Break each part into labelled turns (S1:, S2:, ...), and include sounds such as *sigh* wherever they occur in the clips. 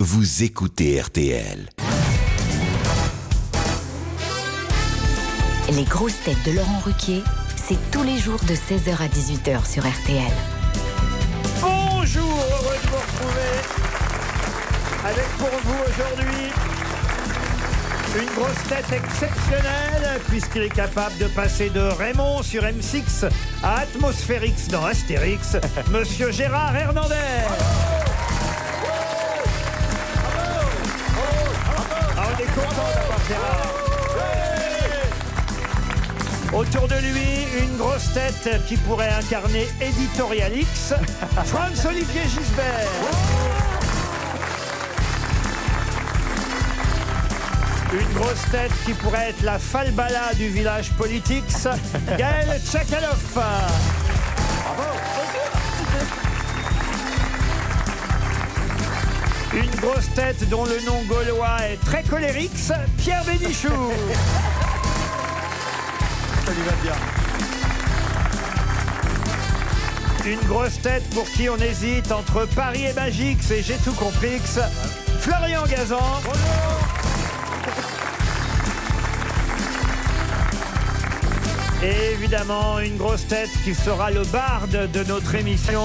S1: vous écoutez RTL.
S2: Les grosses têtes de Laurent Ruquier, c'est tous les jours de 16h à 18h sur RTL.
S3: Bonjour, heureux de vous retrouver. Avec pour vous aujourd'hui une grosse tête exceptionnelle, puisqu'il est capable de passer de Raymond sur M6 à Atmosphérix dans Astérix, Monsieur Gérard Hernandez. Ah, on est content d'avoir Gérard. Autour de lui, une grosse tête qui pourrait incarner Editorialix, Franz-Olivier Gisbert. Une grosse tête qui pourrait être la falbala du village politique, Gaël Tchakaloff. Une grosse tête dont le nom gaulois est très colérique, Pierre Bénichou. Ça lui va bien. Une grosse tête pour qui on hésite entre Paris et Magique, c'est J'ai tout compris. Florian Gazan. Et évidemment, une grosse tête qui sera le barde de notre
S4: *laughs*
S3: émission.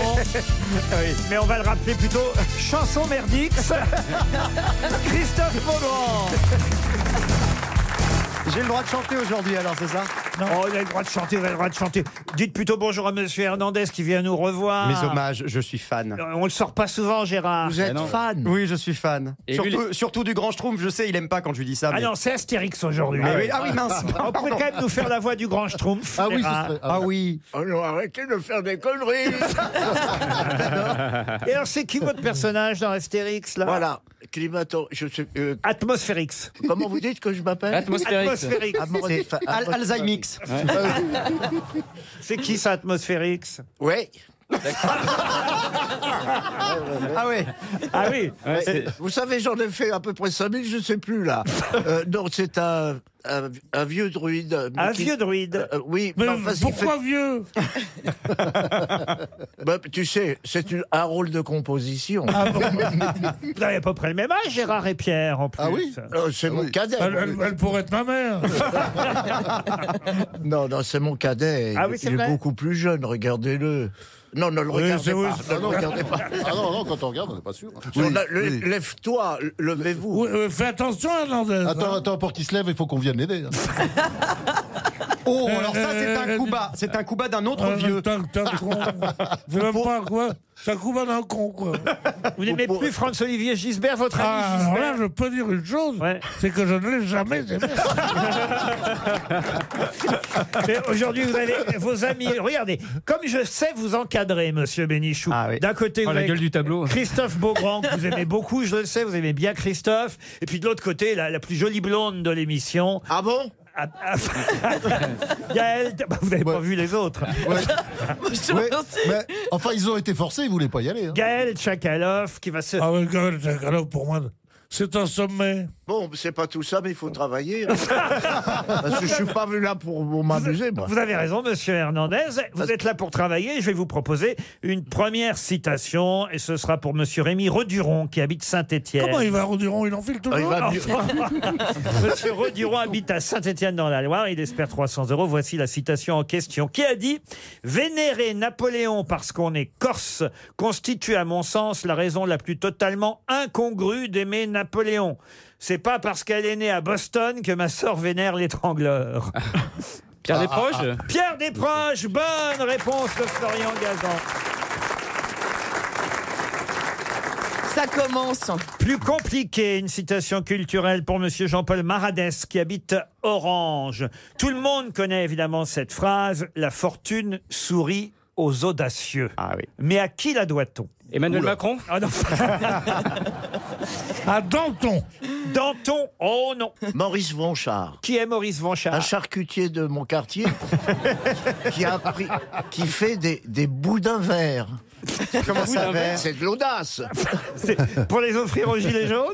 S3: Mais on va le rappeler plutôt chanson
S4: *laughs*
S3: merdix. Christophe Beaugrand.
S4: J'ai le droit de chanter aujourd'hui, alors, c'est ça
S3: Oh, on a le droit de chanter, on a le droit de chanter. Dites plutôt bonjour à Monsieur Hernandez qui vient nous revoir. Euh,
S4: Mes hommages, je suis fan.
S3: On le sort pas souvent, Gérard.
S4: êtes fan Oui, je suis fan.
S5: Et lui,
S4: surtout, surtout du grand Schtroumpf, je sais, il aime pas quand je lui dis ça.
S3: Ah
S4: mais-
S3: non, c'est Astérix aujourd'hui.
S4: Ah oui, ah oui, mince.
S3: On pourrait quand même nous faire la voix du grand Schtroumpf.
S6: Ah oui, ce
S3: Gérard.
S6: serait-
S4: Ah oui.
S6: Oh non, arrêtez de faire des conneries
S3: *laughs* Et alors, c'est qui votre personnage dans Astérix, là
S6: Voilà, climato... Je sais, euh,
S3: Atmosphérix.
S6: comment vous dites que je m'appelle
S5: Atmosphérique.
S3: Atmosphérix.
S4: C'est Al- Alzheimerix.
S6: Euh,
S3: C'est qui ça, Atmosphérix
S6: Oui.
S4: Ah ouais.
S3: Ah oui,
S5: Ouais, c'est-
S6: Vous savez, j'en ai fait à peu près 5000, je ne sais plus
S3: *laughs*
S6: là. Euh, donc c'est un, un, un vieux druide. mais
S3: un
S6: qui-
S3: vieux druide.
S6: Euh, oui, mais enfin, il
S3: vieux *laughs*
S6: fait- *laughs* bah, tu sais, c'est une- un rôle de composition.
S3: Ah Vous
S6: *laughs*
S3: avez à peu près le même âge, Gérard et Pierre, en plus. Ah,
S7: Ah oui
S6: Euh, c'est mon cadet.
S7: pourrait être ma
S6: *laughs*
S7: mère.
S6: Non, non, c'est mon cadet.
S3: Ah
S6: Il-
S3: oui, c'est
S6: il
S3: vrai
S6: est beaucoup plus jeune, regardez-le. Non, ne le
S7: Oui,
S6: regardez
S7: c'est- oui,
S6: pas.
S7: c'est-
S6: ne le regardez pas.
S7: Ah non, non, quand on regarde, on n'est pas sûr.
S6: On a- le-
S7: ah,
S6: Lève-toi, levez-vous.
S7: euh, fais attention, Hernandez. hein.
S8: Attends,
S7: *laughs*
S8: attends, pour qu'il se lève, il faut qu'on vienne l'aider. hein.
S4: Oh, alors ça, c'est un
S3: Euh,
S4: coup bas. C'est un coup bas d'un autre
S3: *laughs*
S4: vieux.
S7: pas quoi. Ça coupe un con, quoi.
S3: Vous n'aimez
S6: Vous
S3: plus Franz-Olivier Gisbert, votre ami
S7: Ah, alors
S3: Gisbert
S7: là, je peux dire une chose,
S3: Ouais.
S7: c'est que je ne l'ai jamais aimé.
S3: *laughs* Mais Aujourd'hui, vous avez vos amis. Regardez, comme je sais vous encadrer, monsieur Bénichou.
S4: Ah oui.
S3: D'un côté, vous
S5: Oh, la
S3: avez
S5: gueule du tableau.
S3: Christophe
S5: *laughs*
S3: Beaugrand, que vous aimez beaucoup, je le sais, vous aimez bien Christophe. Et puis de l'autre côté, la, la plus jolie blonde de l'émission,
S6: Ah bon
S3: ah, ah, *laughs* Yael. Bah, vous n'avez pas vu les autres. *laughs*
S8: Ouais, mais, enfin, ils ont été forcés, ils voulaient pas y aller. hein.
S3: Gaël Tchakaloff, qui va se.
S7: Ah oui, quand même, c'est- alors pour moi, c'est un sommet.
S6: Bon, c'est pas tout ça, mais il
S3: *laughs*
S6: faut travailler. Parce que je suis pas venu là pour m'amuser, moi.
S3: Vous avez raison, monsieur Hernandez. Vous êtes là pour travailler. Je vais vous proposer une première citation, et ce sera pour monsieur Rémi Reduron, qui habite Saint-Étienne.
S7: Comment il va à Ronduron Il enfile tout
S6: Ah,
S7: le
S6: il
S7: monde
S6: va
S3: *laughs*
S6: mieux.
S3: Monsieur Roduron habite à Saint-Étienne dans la Loire. Il espère 300 euros. Voici la citation en question. Qui a dit Vénérer Napoléon parce qu'on est corse constitue, à mon sens, la raison la plus totalement incongrue d'aimer Napoléon. C'est pas parce qu'elle est née à Boston que ma sœur vénère l'étrangleur.
S5: Pierre Desproges
S3: Pierre Desproges, bonne réponse de Florian Gazan.
S9: Ça commence.
S3: Plus compliqué, une citation culturelle pour Monsieur Jean-Paul Maradès qui habite Orange. Tout le monde connaît évidemment cette phrase La fortune sourit aux audacieux.
S4: Ah oui.
S3: Mais à qui la doit-on
S5: Emmanuel Macron
S3: Ah non,
S7: À Danton.
S3: Danton Oh non
S6: Maurice Vonchard,
S3: Qui est Maurice
S6: un
S3: Vanchard
S6: charcutier de
S3: *laughs*
S6: mon quartier, qui a appris, qui fait des, des boudins verts.
S4: Comment ça va
S6: C'est de l'audace.
S3: C'est Pour les offrir aux Gilets jaunes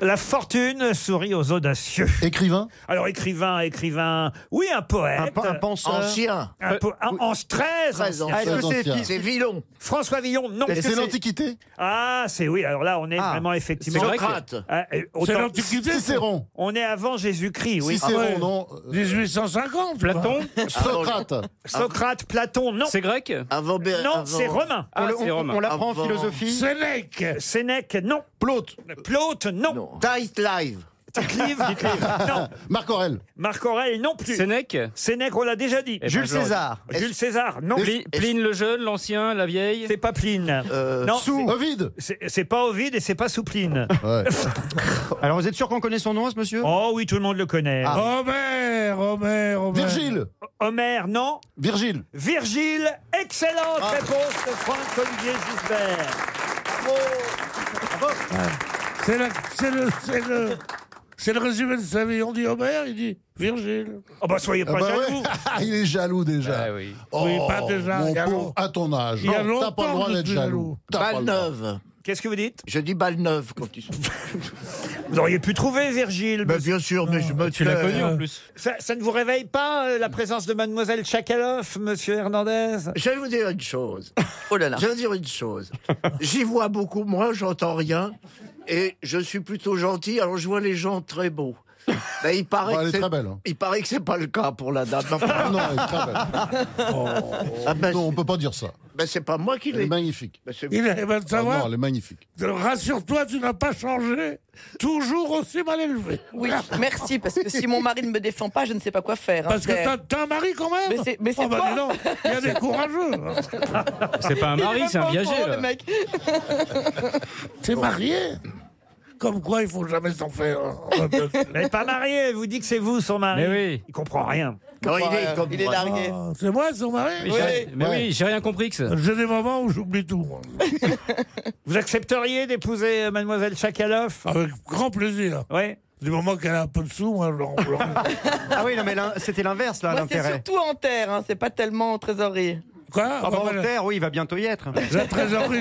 S3: La fortune sourit aux audacieux. Écrivain Alors écrivain, écrivain, oui, un poète.
S6: Un po- un penseur. Ancien. Euh,
S3: Un po- un- an- très,
S6: Très
S3: ancien.
S6: ancien. Ah, est-ce que c'est- Ancien. c'est
S3: Villon François Villon, non.
S6: Est-ce que C'est c'est-
S3: l'Antiquité Ah, c'est oui, alors là, on est
S6: Ah.
S3: vraiment effectivement...
S6: C'est grec. Socrate.
S3: Ah, et autant-
S6: C'est l'Antiquité, ça Cicéron. euh,
S3: On est avant Jésus-Christ, oui.
S7: Cicéron, Ah ouais. non. 1850, Platon Socrate.
S3: Socrate, Platon, non. C'est grec
S6: Avant Bé-
S3: Non,
S6: avant-
S3: c'est romain.
S6: Ah, On le- c'est on- romain. on l'apprend en Avant- philosophie
S3: Sénèque. Sénèque, non. Plaute. Plaute, non. Tite Live. Clive, *laughs* non. Marc Aurel. Marc Aurel, non plus.
S5: Sénèque
S3: Sénèque, on l'a déjà dit.
S5: Eh Jules ben, je l'aurais dit. César.
S3: Jules César, non.
S5: Pli- Pline le jeune, l'ancien, la vieille
S3: C'est pas Pline.
S6: Euh,
S3: Non, c'est- c'est- C'est pas Ovide et c'est pas Soupline. *laughs* Alors, vous êtes sûr qu'on connaît son nom, ce monsieur Oh oui, tout le monde le connaît.
S6: Ah.
S4: Ah.
S3: Oh,
S7: Homère, Homère, Homère.
S3: Homère, non. Virgile. Virgile, excellente
S6: Ah.
S3: réponse de Franck-Olivier Gisbert.
S7: C'est la- c'est le, c'est le, c'est le résumé de sa vie. On dit Homère, il dit Virgile.
S3: Oh bah soyez
S8: Ah
S7: *laughs*
S8: bah ouais. *laughs* Il est jaloux déjà.
S6: Ah
S8: oui.
S7: Oui, pas déjà,
S8: Mon
S7: il y a
S8: pauvre,
S7: long-
S8: à ton âge.
S7: il y a
S8: Non, T'as pas
S7: longtemps
S8: le droit
S7: que je
S8: d'être
S7: suis
S8: jaloux. T'as pas le droit. Oh.
S6: Balneuve.
S3: Qu'est-ce que vous dites
S6: Je dis Balneuve quand ils sont.
S3: Vous auriez pu trouver Virgile.
S6: bien sûr, mais je me
S3: Ah. l'as
S6: tais.
S3: connu, en plus. Ça, ça ne vous réveille pas euh, la présence de mademoiselle Chakaloff, monsieur Hernandez
S6: Je vais vous dire
S3: *laughs*
S6: une chose. Oh là là. Je vais vous dire une chose. J'y vois beaucoup, moi, j'entends rien. Et je suis plutôt gentil, alors je vois les gens très beaux. Ben, il paraît
S8: Bon, elle
S6: que
S8: est
S6: c'est-
S8: très belle, hein.
S6: Il paraît que c'est pas le cas pour la dame. Enfin,
S8: Non, elle est très belle.
S6: Ah ben,
S8: non, on peut pas dire ça.
S6: ben, c'est pas moi qui
S8: Elle est
S6: l'ai.
S8: magnifique.
S6: Ben, c'est-
S7: Il est bien de savoir.
S8: Ah non, elle est magnifique.
S7: Rassure-toi, tu n'as pas changé. Toujours aussi mal élevé.
S9: Oui, merci, parce que si mon mari ne me défend pas, je ne sais pas quoi faire. hein,
S7: Parce que
S9: Claire.
S7: t'as- t'as un mari quand même.
S9: Mais c'est- mais c'est
S7: Oh, bah,
S9: toi.
S7: dis donc, Il y
S9: *laughs*
S7: a des courageux. hein.
S5: C'est pas un
S9: Il est
S5: mari,
S9: même
S5: c'est
S9: pas
S5: un
S9: au
S5: viager.
S9: courant,
S5: là.
S9: le mec.
S7: *laughs* T'es marié Comme quoi, il faut jamais s'en faire.
S3: Elle n'est pas mariée, elle vous dit que c'est vous son mari.
S5: Mais oui.
S3: Il comprend rien.
S6: Non, il est comme
S9: Il est
S6: moi.
S9: largué.
S7: Ah, C'est moi son mari
S5: Mais j'ai- mais oui, j'ai rien compris que ça.
S7: J'ai des moments où j'oublie tout. moi.
S3: Vous accepteriez d'épouser euh, mademoiselle Chakaloff
S7: Avec grand plaisir.
S3: Oui.
S7: Du moment qu'elle a un peu de sous, moi, je leur- je leur-
S4: Ah oui, non, mais l'in- c'était l'inverse, là,
S9: Moi, c'est
S4: l'intérêt.
S9: surtout en terre, hein, c'est pas tellement en trésorerie.
S7: Quoi
S3: Oh,
S4: Ah bah,
S7: Bah,
S4: en terre, oui, il va bientôt y
S3: *laughs*
S4: être.
S7: La trésorerie,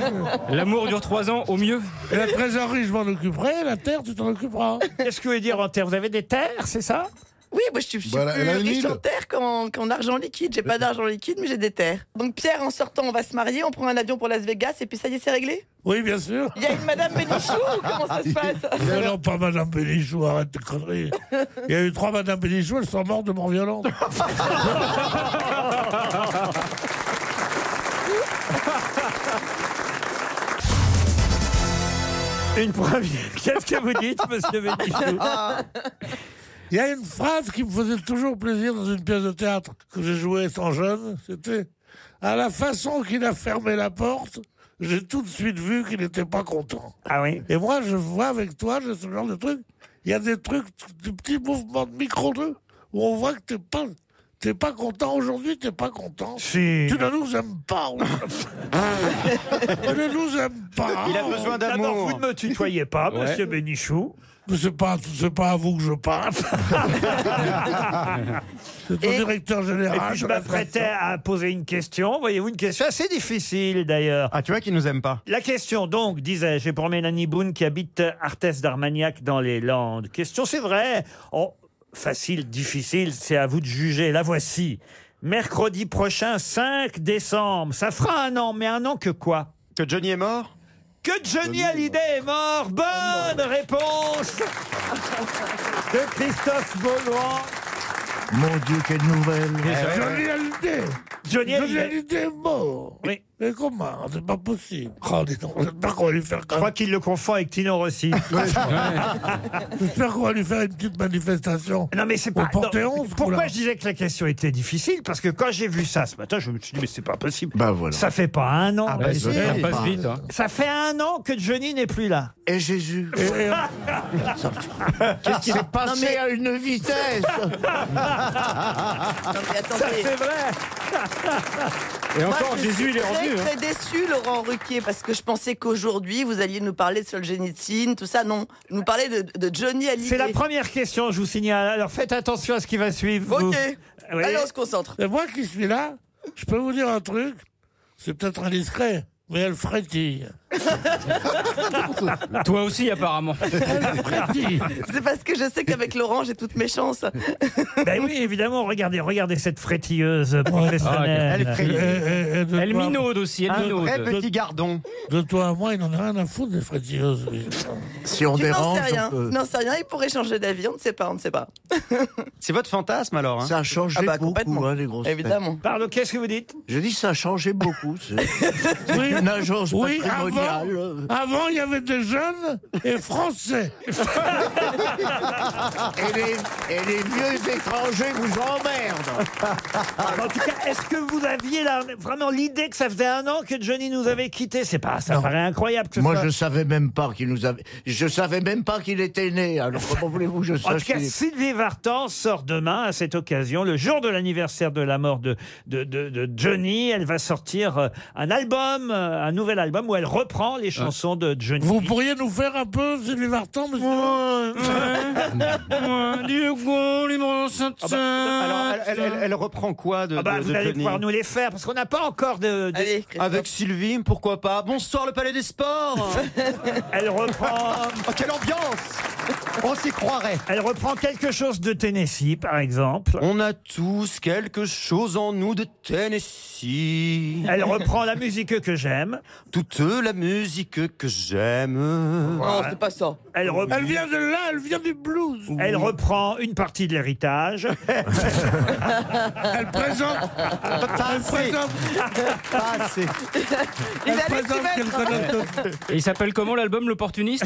S7: je-
S5: L'amour dure trois ans au mieux.
S7: la trésorerie, je m'en occuperai. La terre, tu t'en occuperas.
S3: Qu'est-ce que vous voulez dire en terre Vous avez des terres, c'est ça
S9: Oui, moi je suis, je suis
S8: Voilà, elle
S9: plus
S8: a une
S9: riche
S8: île.
S9: en terre qu'en qu'en argent liquide. J'ai pas d'argent liquide, mais j'ai des terres. Donc Pierre, en sortant, on va se marier, on prend un avion pour Las Vegas et puis ça y est, c'est réglé
S7: Oui, bien sûr. Ah,
S9: Il y a une Madame Bénichou ou
S7: *laughs*
S9: comment ça se passe
S7: Non, non, pas Madame Bénichou, arrête de conneries. Il y a eu trois Madame Bénichou, elles sont mortes de mort
S9: *laughs*
S7: violente.
S3: Une première. *laughs* Qu'est-ce que vous dites,
S5: *laughs*
S3: monsieur Bénichou
S7: Il y a une phrase qui me faisait toujours plaisir dans une pièce de théâtre que j'ai jouée étant jeune, c'était « À la façon qu'il a fermé la porte, j'ai tout de suite vu qu'il n'était pas content.
S3: Ah oui ».
S7: Et moi, je vois avec toi, j'ai ce genre de truc, il y a des trucs, des petits mouvements de micro où on voit que t'es pas... T'es pas content aujourd'hui, t'es pas content.
S3: Si.
S7: Tu ne nous aimes pas.
S3: *laughs*
S7: tu ne nous aimes pas.
S4: Il a besoin
S3: D'abord,
S4: d'amour.
S3: vous ne me tutoyez pas, monsieur Bénichou.
S7: Mais c'est pas, c'est pas à vous que je
S3: *laughs*
S7: parle. c'est au
S9: Et-
S7: directeur
S3: Et
S7: général.
S3: puis, je
S7: de la
S3: m'apprêtais
S7: presse. hein.
S3: à poser une question. Voyez-vous, une question assez difficile, d'ailleurs.
S4: Ah, tu vois qu'il nous aime pas.
S3: La question, donc, disais-je, et pour Mélanie Boone qui habite Arthès d'Armagnac dans les Landes. Question, c'est vrai. Oh, facile, difficile, c'est à vous de juger. La voici. Mercredi prochain, 5 décembre. Ça fera un an, mais un an que quoi
S4: Que Johnny est mort
S3: Que Johnny Hallyday est mort. Bonne réponse de Christophe Beaugrand.
S6: Mon Dieu, quelle nouvelle.
S7: Johnny Hallyday.
S3: Johnny
S7: Johnny
S3: Hallyday.
S7: Hallyday est mort.
S3: Oui.
S7: Mais comment C'est pas possible. Oh, dis donc, j'espère qu'on va lui faire
S3: Je
S7: quand
S3: crois
S7: même-
S3: qu'il le confond avec
S7: *laughs*
S3: Tino Rossi. *laughs*
S7: J'espère qu'on va lui faire une petite manifestation.
S3: Non mais c'est
S7: Au
S3: pas. non.
S7: Panthéon, ce
S3: pourquoi
S7: coup-là.
S3: je disais que la question était difficile Parce que quand j'ai vu ça ce matin, je me suis dit mais c'est pas possible.
S6: Ben voilà. bah,
S3: Ça fait pas un an.
S6: Ah, ben,
S5: Ouais,
S4: si.
S5: ça passe vite. hein.
S3: Ça fait un an que Johnny n'est plus là.
S6: Et Jésus.
S7: Et- et-
S6: Qu'est-ce
S3: *laughs*
S6: qui s'est passé à une vitesse
S9: Non, mais attendez.
S3: Ça c'est
S10: *laughs*
S3: vrai.
S5: Et
S9: Moi,
S5: encore,
S9: je
S5: Jésus,
S9: suis
S5: il est
S9: très,
S5: revenu. hein.
S9: très déçu, Laurent Ruquier, parce que je pensais qu'aujourd'hui, vous alliez nous parler de Solzhenitsyn, tout ça. Non, vous nous parlez de, de Johnny Hallyday.
S3: C'est la première question, je vous signale. Alors faites attention à ce qui va suivre. vous. Ah
S9: Ok.
S3: Oui.
S9: Allez, on se concentre.
S7: et moi *laughs* qui suis là, je peux vous dire un truc. C'est peut-être indiscret, mais elle frétille.
S5: Toi aussi, apparemment.
S9: C'est parce que je sais qu'avec Laurent, j'ai toutes mes chances.
S3: *laughs* Ben oui, évidemment, regardez, regardez cette frétilleuse
S7: Ah,
S3: professionnelle. Euh,
S7: elle est frétilleuse. Et- et- et de Elle toi- minaude aussi, elle Un minaude. vrai petit
S10: gardon.
S7: De toi à moi, il n'en a rien à foutre des frétilleuses.
S10: Si on
S9: Tu n'en
S10: dérange,
S9: sais
S10: on
S9: rien.
S10: peut-
S9: Tu n'en sais rien. Il pourrait changer d'avis. On ne sait pas. On ne sait pas.
S10: C'est votre fantasme alors hein
S6: Ça a changé
S9: Ah bah,
S6: beaucoup,
S9: complètement.
S6: hein, les grosses têtes.
S9: Évidemment.
S3: Pardon, qu'est-ce que vous dites
S6: Je dis ça a changé beaucoup.
S3: *laughs*
S6: ce-
S7: Oui,
S6: Une agence
S7: oui,
S6: patrimoniale.
S7: avant, avant, il y avait des jeunes et français.
S6: et, les, et les vieux étrangers vous emmerdent.
S3: Ah, En tout cas, est-ce que vous aviez là, vraiment l'idée que ça faisait un an que Johnny nous avait quittés C'est pas, ça paraît incroyable que
S6: Moi,
S3: ça.
S6: je savais même pas qu'il nous avait. Je savais même pas qu'il était né. Alors comment voulez-vous que je
S3: En
S6: sache
S3: tout cas,
S6: qu'il est-
S3: Sylvie Vartan sort demain à cette occasion, le jour de l'anniversaire de la mort de, de, de- de Johnny. Elle va sortir euh, un album, euh, un nouvel album où elle reprend les chansons de Johnny.
S7: Vous pourriez nous faire un peu Sylvie Vartan, monsieur
S5: Du coup, les bronzes,
S10: Ah bah, Alors, elle, elle- elle- elle reprend quoi de,
S3: Ah bah,
S10: de-
S3: vous
S10: de
S3: allez
S10: Johnny
S3: pouvoir nous les faire parce qu'on n'a pas encore de. de-
S9: Allez, Christophe.
S10: Avec Sylvie, pourquoi pas Bonsoir le Palais des Sports
S3: *laughs* Elle reprend.
S10: Oh, Quelle ambiance On s'y croirait
S3: Elle reprend *laughs* quelque chose de Tennessee, par exemple.
S10: On a tous quelque chose en nous de Tennessee.
S3: Elle reprend la musique que j'aime.
S10: Toute la musique que j'aime.
S9: Non, c'est pas ça.
S3: Elle, re-
S7: Elle vient de là, Ah, elle vient du blues.
S3: elle reprend une partie
S7: *laughs*
S3: de l'héritage.
S7: Elle présente,
S10: Pas
S7: elle
S10: assez,
S7: présente,
S10: pas assez.
S7: elle
S9: Il allait s'y
S7: présente
S9: mettre.
S7: quelque chose.
S5: Et il s'appelle comment l'album L'opportuniste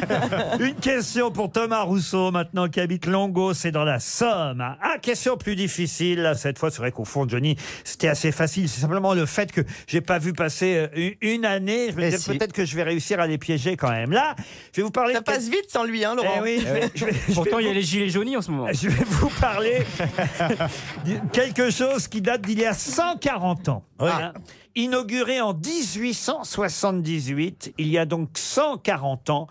S3: *laughs* Une question pour Thomas Rousseau, maintenant qui habite Longo, c'est dans la Somme. Ah, question plus difficile. là, Cette fois, c'est vrai qu'au fond, Johnny, c'était assez facile. C'est simplement le fait que j'ai pas vu passer euh, une année. Je me
S10: Eh
S3: disais
S10: si.
S3: peut-être que je vais réussir à les piéger quand même. Là, je vais vous parler.
S9: Ça
S3: de-
S9: passe vite sans lui, hein,
S3: Eh
S9: Laurent.
S3: oui, je vais-
S9: *laughs*
S3: je vais- je vais
S5: Pourtant, il y a les gilets jaunis en ce moment.
S3: Je vais vous
S10: *laughs*
S3: parler de quelque chose qui date d'il y a 140 ans. Hein. Inauguré en 1878, il y a donc 140 ans,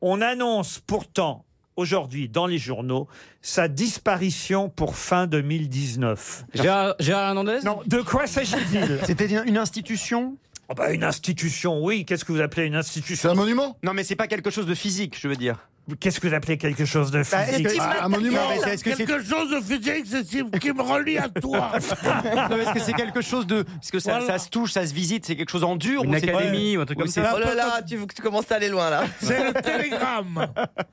S3: on annonce pourtant aujourd'hui dans les journaux sa disparition pour fin 2019.
S5: Gérard Gérard Hernandez
S3: Non, de quoi s'agit-il
S10: *laughs* C'était une- une institution
S3: Oh bah, Une institution, oui. Qu'est-ce que vous appelez une institution
S8: C'est un monument
S10: Non, mais c'est pas quelque chose de physique, je veux dire.
S3: Qu'est-ce que vous appelez quelque chose de
S10: Bah, est-ce
S3: physique Ah,
S10: que-
S8: Un monument
S10: mais est-ce que c'est
S7: quelque chose de physique c'est ce qui me relie à toi.
S10: *laughs* non, mais est-ce que c'est quelque chose de. Parce que ça,
S7: Voilà.
S10: ça se touche, ça se visite, c'est quelque chose en dur
S5: Une
S10: ou c'est-
S5: académie ou un truc
S10: Ou
S5: comme
S10: c'est-
S5: ça
S9: Oh là là, tu, tu commences à aller loin là.
S7: C'est le télégramme.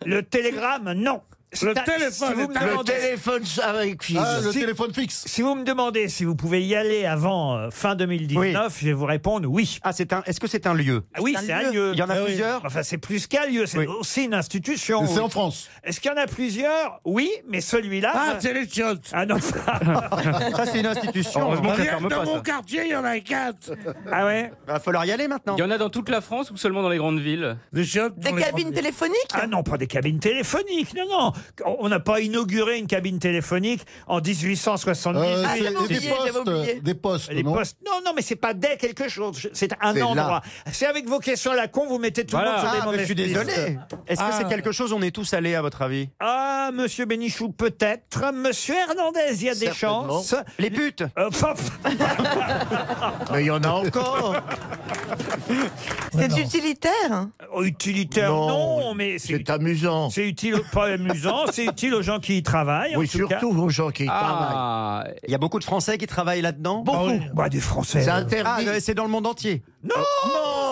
S3: Le télégramme, non. C'est un-
S7: téléphone
S3: si vous me
S7: est un-
S6: Le
S3: demandez-
S6: téléphone avec fil.
S8: Ah, le
S3: Si-
S8: téléphone fixe.
S3: Si vous me demandez si vous pouvez y aller avant euh, fin 2019, je vais vous répondre oui.
S10: Ah, c'est un. Est-ce que c'est un lieu
S3: Ah oui,
S9: C'est un
S3: c'est un
S9: lieu.
S3: lieu.
S10: Il y en a
S3: Ah oui.
S10: plusieurs
S3: Enfin, c'est plus qu'un lieu, c'est
S10: Oui.
S3: aussi une institution.
S8: C'est
S3: oui.
S8: en France.
S3: Est-ce qu'il y en a plusieurs Oui, mais celui-là. ben-
S7: Ah, c'est les chiottes.
S3: Ah non,
S10: *laughs* Ça, c'est une institution.
S5: Heureusement qu'elle
S7: Rien que
S5: ferme
S7: dans
S5: pas
S7: mon
S5: ça.
S7: quartier, il y en a quatre.
S3: ah ouais
S10: Va falloir Bah, y aller maintenant.
S5: Il y en a dans toute la France ou seulement dans les grandes villes
S7: Des chiottes.
S9: Des
S7: pour les
S9: cabines
S7: grandes-
S9: téléphoniques
S3: Ah non, pas des cabines téléphoniques, non, non. On n'a pas inauguré une cabine téléphonique en 1878.
S8: Euh,
S9: Ah,
S8: c'est-
S9: j'avais
S8: et des
S9: oublié, j'avais
S8: postes,
S9: oublié.
S8: des postes,
S3: Les
S8: non
S3: postes. Non, non, mais c'est pas dès quelque chose. Je- C'est un
S6: C'est là.
S3: endroit. C'est avec vos questions à la con, vous mettez tout le
S5: Voilà. Ah.
S3: monde sur des
S10: Ah, mais
S3: mauvaises
S10: je suis
S3: pistes.
S10: désolé. Ah. Est-ce que c'est quelque chose où on est tous allés, à votre avis
S3: Ah, monsieur Bénichou, peut-être. Monsieur Hernandez, il y a des
S6: Certainement.
S3: chances.
S10: Les putes
S3: Euh, pop.
S10: *laughs*
S6: Mais il y en a encore.
S9: C'est utilitaire. hein.
S3: Oh, utilitaire, non,
S6: Non,
S3: mais c'est
S6: C'est amusant.
S3: c'est utile, pas amusant, c'est utile aux gens qui y travaillent. en
S6: Oui,
S3: tout
S6: surtout
S3: cas.
S6: aux gens qui y travaillent.
S5: Ah,
S10: Il y a beaucoup de Français qui travaillent là-dedans
S3: Ah oui. Bah, des Français.
S6: C'est
S3: euh.
S10: Ah,
S6: interdit.
S10: euh, c'est dans le monde entier. Ah,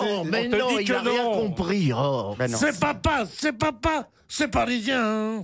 S6: non, mais
S5: on te
S6: non,
S5: dit
S6: il
S5: que
S6: n'a rien
S5: non.
S6: compris. oh.
S10: Ben non.
S7: C'est papa, c'est papa, c'est parisien. hein.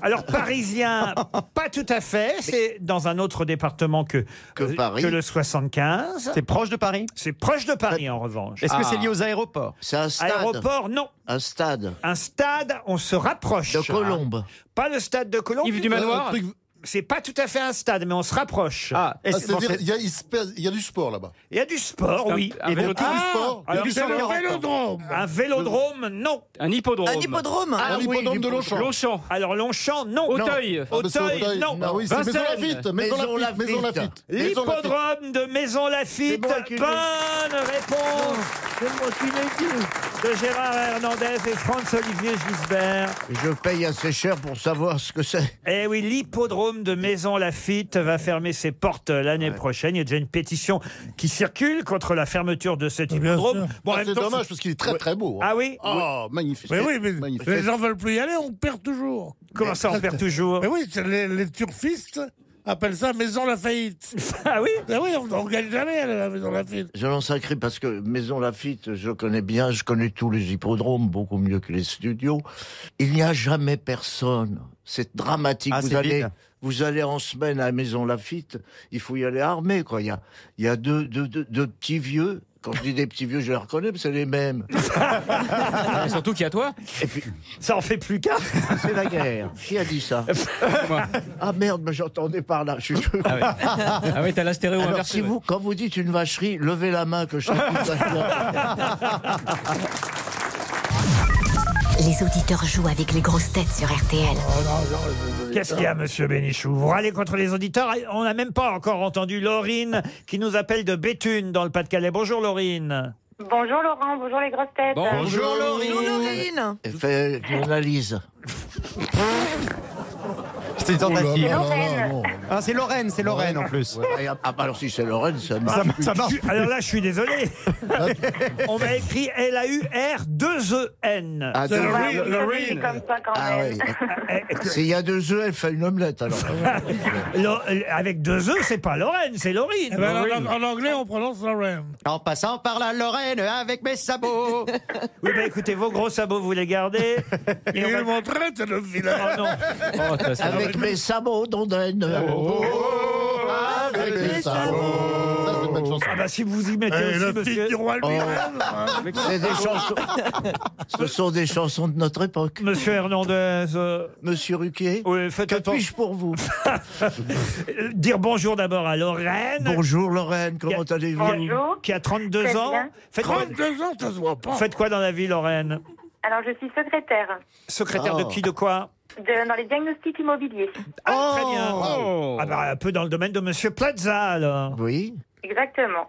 S3: Alors,
S10: *laughs*
S3: parisien, pas tout à fait. C'est dans un autre département que,
S6: Que
S3: euh,
S6: Paris.
S3: le 75.
S10: C'est proche de Paris
S3: C'est proche de Paris, en revanche. Ah.
S10: Est-ce que c'est lié aux aéroports
S6: C'est un stade.
S10: *laughs*
S3: Aéroport, non.
S6: Un stade
S3: Un stade, on se rapproche. Hein.
S6: de Colombes.
S3: Pas le stade de Colombe.
S5: Yves du
S8: Un
S5: Manoir
S8: truc-
S3: C'est pas tout à fait un stade, mais on se rapproche.
S10: Ah,
S8: Ah,
S10: est-ce- bon,
S8: C'est-à-dire,
S10: c'est-
S8: il y a- il se passe- il y a du sport là-bas.
S3: Il y a du sport, oui.
S5: Un, vélo- Ah,
S8: du sport.
S3: alors,
S7: C'est le vélodrome.
S3: Un vélodrome, non.
S5: un hippodrome.
S9: Un hippodrome.
S8: Ah, l'hippodrome de Longchamp.
S5: Longchamp.
S3: Alors Longchamp, non.
S5: Auteuil.
S8: Ah, bah, c'est
S3: Auteuil,
S8: Auteuil.
S3: non.
S8: Ah oui, c'est Maison
S5: Vincennes.
S8: Lafitte.
S6: Maison
S8: Maison Lafitte. Maison
S6: Lafitte.
S8: Lafitte. Maison Lafitte.
S3: L'hippodrome de Maison Lafitte.
S6: C'est moi qui l'ai dit.
S3: Bonne réponse de Gérard Hernandez et Franz Olivier Gisbert.
S6: Je paye assez cher pour savoir ce que c'est.
S3: Eh oui, l'hippodrome Vendôme de Maison Lafitte va fermer ses portes l'année prochaine. Il y a déjà une pétition qui circule contre la fermeture de cet hippodrome. Bon, en
S8: Ah,
S3: même
S8: c'est
S3: temps,
S8: dommage parce qu'il est très très beau.
S3: Ah oui
S8: Oh, magnifique.
S7: Mais oui, mais
S8: Magnifique.
S7: les gens veulent plus y aller, on perd toujours.
S3: Comment ça, on perd toujours
S7: Mais oui, c'est les, les turfistes appellent ça maison la faillite.
S3: ah oui
S7: *laughs* Ah oui, on ne gagne jamais à la maison la faillite.
S6: Je lance un cri parce que Maison Lafitte, je connais bien, je connais tous les hippodromes, beaucoup mieux que les studios. Il n'y a jamais personne. C'est dramatique.
S4: Ah,
S6: vous,
S4: c'est
S6: allez,
S4: vide.
S6: vous allez en semaine à Maison Lafitte, il faut y aller armé. Quoi. Il y a, il y a deux, deux- deux- deux petits vieux. Quand je dis des petits vieux, je les reconnais, mais c'est les mêmes.
S5: Surtout qu'il y a toi.
S3: Ça en fait plus qu'un.
S6: C'est la guerre. Qui a dit ça Ah merde, mais j'entendais par là. Je suis...
S5: Ah oui, t'as la stéréo
S6: Alors,
S5: inversée,
S6: si vous, quand vous dites une vacherie, levez la main que je sais qui ça.
S2: *laughs* Les auditeurs jouent avec les grosses têtes sur RTL.
S8: hein.
S3: Qu'est-ce qu'il y a, monsieur Bénichou Vous râlez contre les auditeurs Ah, On n'a même pas encore entendu Laurine qui nous appelle de Béthune dans le Pas-de-Calais. Bonjour Laurine.
S11: Bonjour Laurent, bonjour les grosses têtes.
S5: Bon.
S9: Bonjour Laurine
S8: Eh,
S6: Et Fais une analyse.
S4: C'est une tentative.
S11: Lorraine.
S4: Ah, c'est Lorraine, c'est Lorraine en plus.
S6: Ah, et- ah, bah alors si c'est Lorraine, ça
S4: Ça,
S6: marche.
S4: marche- ça marche.
S3: Ah, Je- Alors là, je suis désolé. On m'a écrit E L-A-U-R-2-E-N.
S6: Ah,
S7: C'est
S6: deux-
S11: Ouais, vous savez,
S7: Laurine.
S11: je suis comme ça quand
S6: ah
S11: même.
S6: oui. *laughs* S'il y a deux œufs, elle fait une
S4: *laughs*
S6: omelette alors.
S3: Lo- Avec deux E, c'est pas Lorraine, c'est Laurine.
S7: Eh ben, en, en anglais, on prononce la reine.
S4: En passant par la Lorraine avec mes sabots.
S3: Oui, bah écoutez, vos gros sabots, vous les gardez.
S7: Il est mon traite, le
S3: Oh
S7: village.
S3: non.
S6: Avec mes sabots d'ondaine.
S4: Oh.
S7: Ah, ben,
S8: Avec les sabots.
S7: Oh.
S8: Ça, c'est une bonne chanson.
S3: Ah bah si vous y mettez
S7: Et
S3: aussi,
S7: le
S3: monsieur.
S7: petit Eh, du roi lui-même.
S8: Oh.
S6: C'est des chansons. Ce sont des chansons de notre époque.
S3: Monsieur Hernandez, euh,
S6: Monsieur Ruquier,
S3: oui, faites
S6: que
S3: attention.
S6: puis-je pour vous
S3: Euh, *laughs* Dire bonjour d'abord à Lorraine,
S6: Bonjour Lorraine, comment allez-vous
S11: Bonjour.
S3: qui a 32
S11: Très
S3: ans.
S11: bien.
S3: Faites,
S7: 32 ans, ça se voit pas.
S3: faites quoi dans la vie, Lorraine
S11: Alors je suis secrétaire
S3: Secrétaire de
S6: Ah.
S3: qui, de quoi
S11: de- dans les diagnostics immobiliers.
S3: Ah, Très bien.
S5: Oh.
S3: Ah bah, un peu dans le domaine de Monsieur Plaza, alors.
S6: Oui.
S11: Exactement.